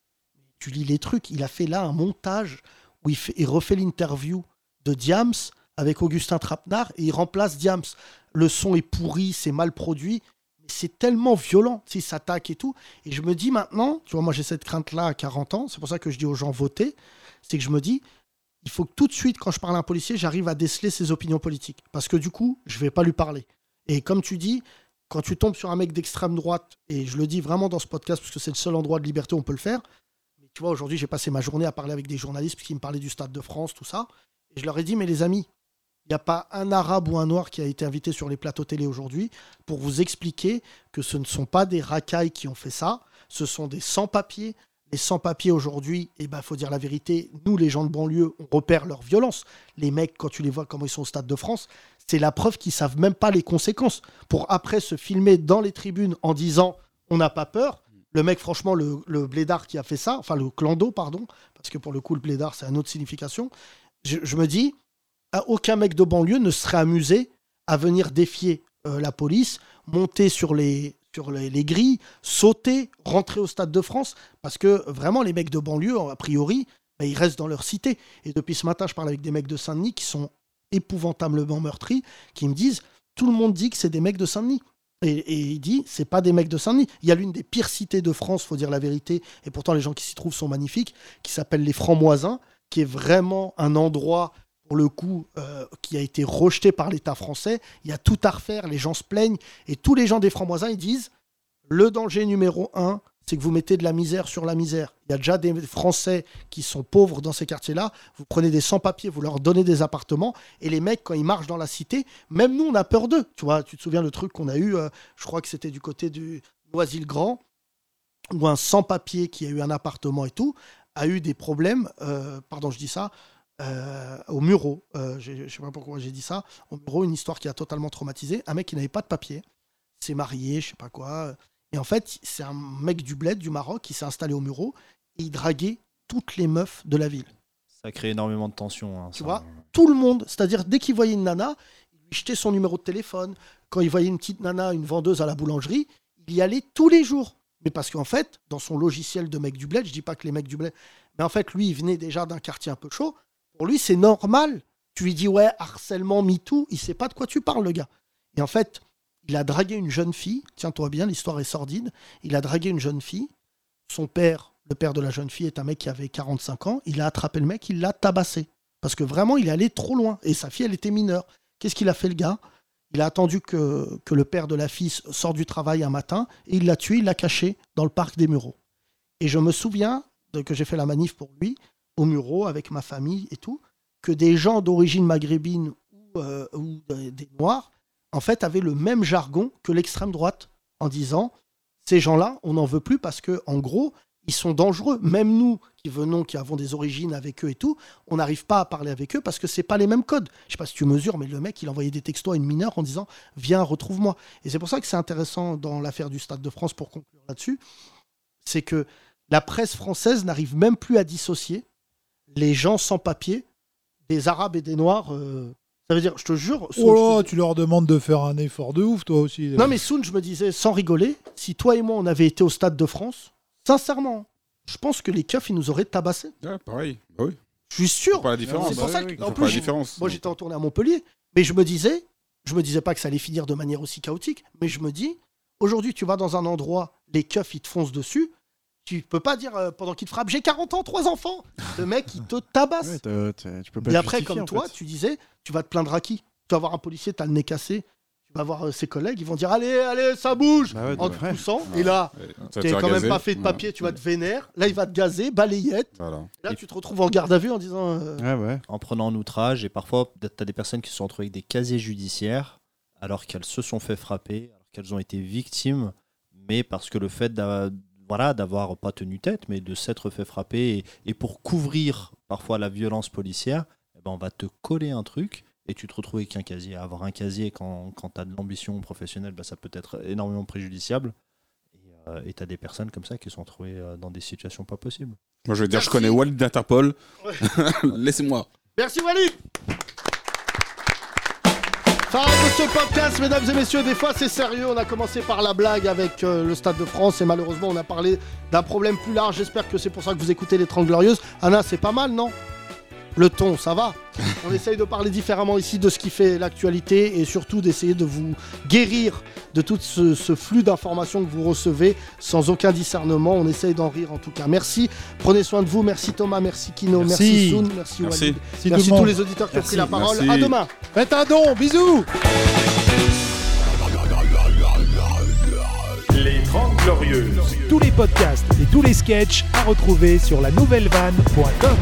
Speaker 6: tu lis les trucs. Il a fait là un montage où il, fait- il refait l'interview de Diams avec Augustin Trapenard et il remplace Diams. le son est pourri, c'est mal produit. mais C'est tellement violent s'ils s'attaquent et tout. Et je me dis maintenant, tu vois, moi j'ai cette crainte-là à 40 ans, c'est pour ça que je dis aux gens votez, c'est que je me dis, il faut que tout de suite, quand je parle à un policier, j'arrive à déceler ses opinions politiques. Parce que du coup, je vais pas lui parler. Et comme tu dis, quand tu tombes sur un mec d'extrême droite, et je le dis vraiment dans ce podcast, parce que c'est le seul endroit de liberté où on peut le faire, mais tu vois, aujourd'hui, j'ai passé ma journée à parler avec des journalistes qui me parlaient du Stade de France, tout ça. Et je leur ai dit, mais les amis, il n'y a pas un arabe ou un noir qui a été invité sur les plateaux télé aujourd'hui pour vous expliquer que ce ne sont pas des racailles qui ont fait ça, ce sont des sans-papiers. Les sans-papiers aujourd'hui, il ben, faut dire la vérité, nous les gens de banlieue, on repère leur violence. Les mecs, quand tu les vois comment ils sont au Stade de France, c'est la preuve qu'ils savent même pas les conséquences. Pour après se filmer dans les tribunes en disant on n'a pas peur, le mec, franchement, le, le blédard qui a fait ça, enfin le clando, pardon, parce que pour le coup, le blédard, c'est une autre signification. Je, je me dis, euh, aucun mec de banlieue ne serait amusé à venir défier euh, la police, monter sur les, sur les, les grilles, sauter, rentrer au Stade de France, parce que vraiment, les mecs de banlieue, a priori, bah, ils restent dans leur cité. Et depuis ce matin, je parle avec des mecs de Saint-Denis qui sont épouvantablement meurtris, qui me disent, tout le monde dit que c'est des mecs de Saint-Denis. Et, et il dit, c'est pas des mecs de Saint-Denis. Il y a l'une des pires cités de France, faut dire la vérité, et pourtant les gens qui s'y trouvent sont magnifiques, qui s'appelle les Francs-Moisins, qui est vraiment un endroit, pour le coup, euh, qui a été rejeté par l'État français. Il y a tout à refaire, les gens se plaignent, et tous les gens des Francs-Moisins, ils disent, le danger numéro un, c'est que vous mettez de la misère sur la misère. Il y a déjà des Français qui sont pauvres dans ces quartiers-là. Vous prenez des sans-papiers, vous leur donnez des appartements. Et les mecs, quand ils marchent dans la cité, même nous, on a peur d'eux. Tu vois, tu te souviens le truc qu'on a eu, euh, je crois que c'était du côté du Noisy-le-Grand, où un sans-papier qui a eu un appartement et tout, a eu des problèmes, euh, pardon, je dis ça, euh, au Muro. Euh, j'ai- je sais pas pourquoi j'ai dit ça. Au Muro, une histoire qui a totalement traumatisé. Un mec qui n'avait pas de papier s'est marié, je sais pas quoi. Et en fait, c'est un mec du bled, du Maroc, qui s'est installé au Muro et il draguait toutes les meufs de la ville.
Speaker 14: Ça crée énormément de tensions. hein,
Speaker 6: Tu
Speaker 14: ça.
Speaker 6: vois, tout le monde, c'est-à-dire dès qu'il voyait une nana, il lui jetait son numéro de téléphone. Quand il voyait une petite nana, une vendeuse à la boulangerie, il y allait tous les jours. Mais parce qu'en fait, dans son logiciel de mec du bled, je dis pas que les mecs du bled, mais en fait, lui, il venait déjà d'un quartier un peu chaud. Pour lui, c'est normal. Tu lui dis, ouais, harcèlement, MeToo, il sait pas de quoi tu parles, le gars. Et en fait, il a dragué une jeune fille. Tiens-toi bien, l'histoire est sordide. Il a dragué une jeune fille. Son père, le père de la jeune fille, est un mec qui avait 45 ans. Il a attrapé le mec, il l'a tabassé. Parce que vraiment, il est allé trop loin. Et sa fille, elle était mineure. Qu'est-ce qu'il a fait, le gars Il a attendu que, que le père de la fille sorte du travail un matin. Et il l'a tué, il l'a caché dans le parc des Mureaux. Et je me souviens de- que j'ai fait la manif pour lui, au Muro, avec ma famille et tout, que des gens d'origine maghrébine ou, euh, ou des, des Noirs, en fait, avaient le même jargon que l'extrême droite, en disant ces gens-là, on n'en veut plus parce que, en gros, ils sont dangereux. Même nous qui venons, qui avons des origines avec eux et tout, on n'arrive pas à parler avec eux parce que c'est pas les mêmes codes. Je sais pas si tu mesures, mais le mec, il envoyait des textos à une mineure en disant Viens, retrouve-moi. Et c'est pour ça que c'est intéressant dans l'affaire du Stade de France, pour conclure là-dessus, c'est que la presse française n'arrive même plus à dissocier les gens sans papier des Arabes et des Noirs. euh, Ça veut dire, je te jure. Soun, je te
Speaker 7: Oh, tu leur demandes de faire un effort de ouf, toi aussi.
Speaker 6: non, mais Soon, je me disais, sans rigoler, si toi et moi, on avait été au Stade de France, sincèrement, je pense que les keufs, ils nous auraient tabassés.
Speaker 9: Ouais, pareil. Bah oui.
Speaker 6: Je suis sûr.
Speaker 9: Pas la différence.
Speaker 6: C'est pour
Speaker 9: Bah
Speaker 6: ça
Speaker 9: oui,
Speaker 6: que,
Speaker 9: oui,
Speaker 6: en
Speaker 9: faut
Speaker 6: plus,
Speaker 9: pas la
Speaker 6: j'ai-
Speaker 9: différence.
Speaker 6: moi, j'étais en tournée à Montpellier, mais je me disais, je me disais pas que ça allait finir de manière aussi chaotique, mais je me dis, aujourd'hui, tu vas dans un endroit, les keufs, ils te foncent dessus, tu peux pas dire euh, pendant qu'ils te frappent, j'ai 40 ans, trois enfants. Le mec, il te tabasse.
Speaker 8: Ouais, t'as- t'as- tu peux pas
Speaker 6: Et après,
Speaker 8: justifier,
Speaker 6: comme
Speaker 8: en
Speaker 6: toi,
Speaker 8: fait.
Speaker 6: tu disais, tu vas te plaindre à qui Tu vas voir un policier, t'as le nez cassé, tu vas voir euh, ses collègues, ils vont dire Allez, allez, ça bouge
Speaker 8: Bah ouais,
Speaker 6: En
Speaker 8: de
Speaker 6: te
Speaker 8: vrai.
Speaker 6: poussant.
Speaker 9: Ouais.
Speaker 6: Et là,
Speaker 9: Ouais, ça va te
Speaker 6: t'es
Speaker 9: faire
Speaker 6: quand même
Speaker 9: gazer.
Speaker 6: pas fait de papier, tu vas te vénère. Là, il va te gazer, balayette.
Speaker 9: Voilà.
Speaker 6: Là, tu te retrouves en garde à vue en disant euh,
Speaker 14: En prenant un outrage, et parfois, tu as des personnes qui se sont retrouvées avec des casiers judiciaires, alors qu'elles se sont fait frapper, alors qu'elles ont été victimes, mais parce que le fait d'a- voilà, d'avoir pas tenu tête, mais de s'être fait frapper, et, et pour couvrir parfois la violence policière, eh ben, on va te coller un truc. Et tu te retrouves avec un casier. Avoir un casier quand, quand tu as de l'ambition professionnelle, bah, ça peut être énormément préjudiciable. Et euh, et tu as des personnes comme ça qui se sont retrouvées euh, dans des situations pas possibles.
Speaker 9: Moi, je vais dire, je connais Walid d'Interpol. Laissez-moi.
Speaker 6: Merci Walid Ça arrête de ce podcast, mesdames et messieurs. Des fois, c'est sérieux. On a commencé par la blague avec euh, le Stade de France et malheureusement, on a parlé d'un problème plus large. J'espère que c'est pour ça que vous écoutez les 30 Glorieuses. Anna, c'est pas mal, non le ton, ça va. On essaye de parler différemment ici de ce qui fait l'actualité et surtout d'essayer de vous guérir de tout ce, ce flux d'informations que vous recevez sans aucun discernement. On essaye d'en rire en tout cas. Merci. Prenez soin de vous. Merci Thomas. Merci Kino. Merci,
Speaker 7: Merci.
Speaker 6: Soun. Merci
Speaker 7: Merci.
Speaker 6: Walid. Merci
Speaker 7: Merci tout le
Speaker 6: tous
Speaker 7: monde.
Speaker 6: les auditeurs qui ont pris la
Speaker 7: Merci.
Speaker 6: parole.
Speaker 7: Merci.
Speaker 6: À demain.
Speaker 7: Faites un don, bisous
Speaker 15: Les 30 Glorieuses.
Speaker 7: Tous les podcasts et tous les sketchs à retrouver sur la nouvelle vanne.com.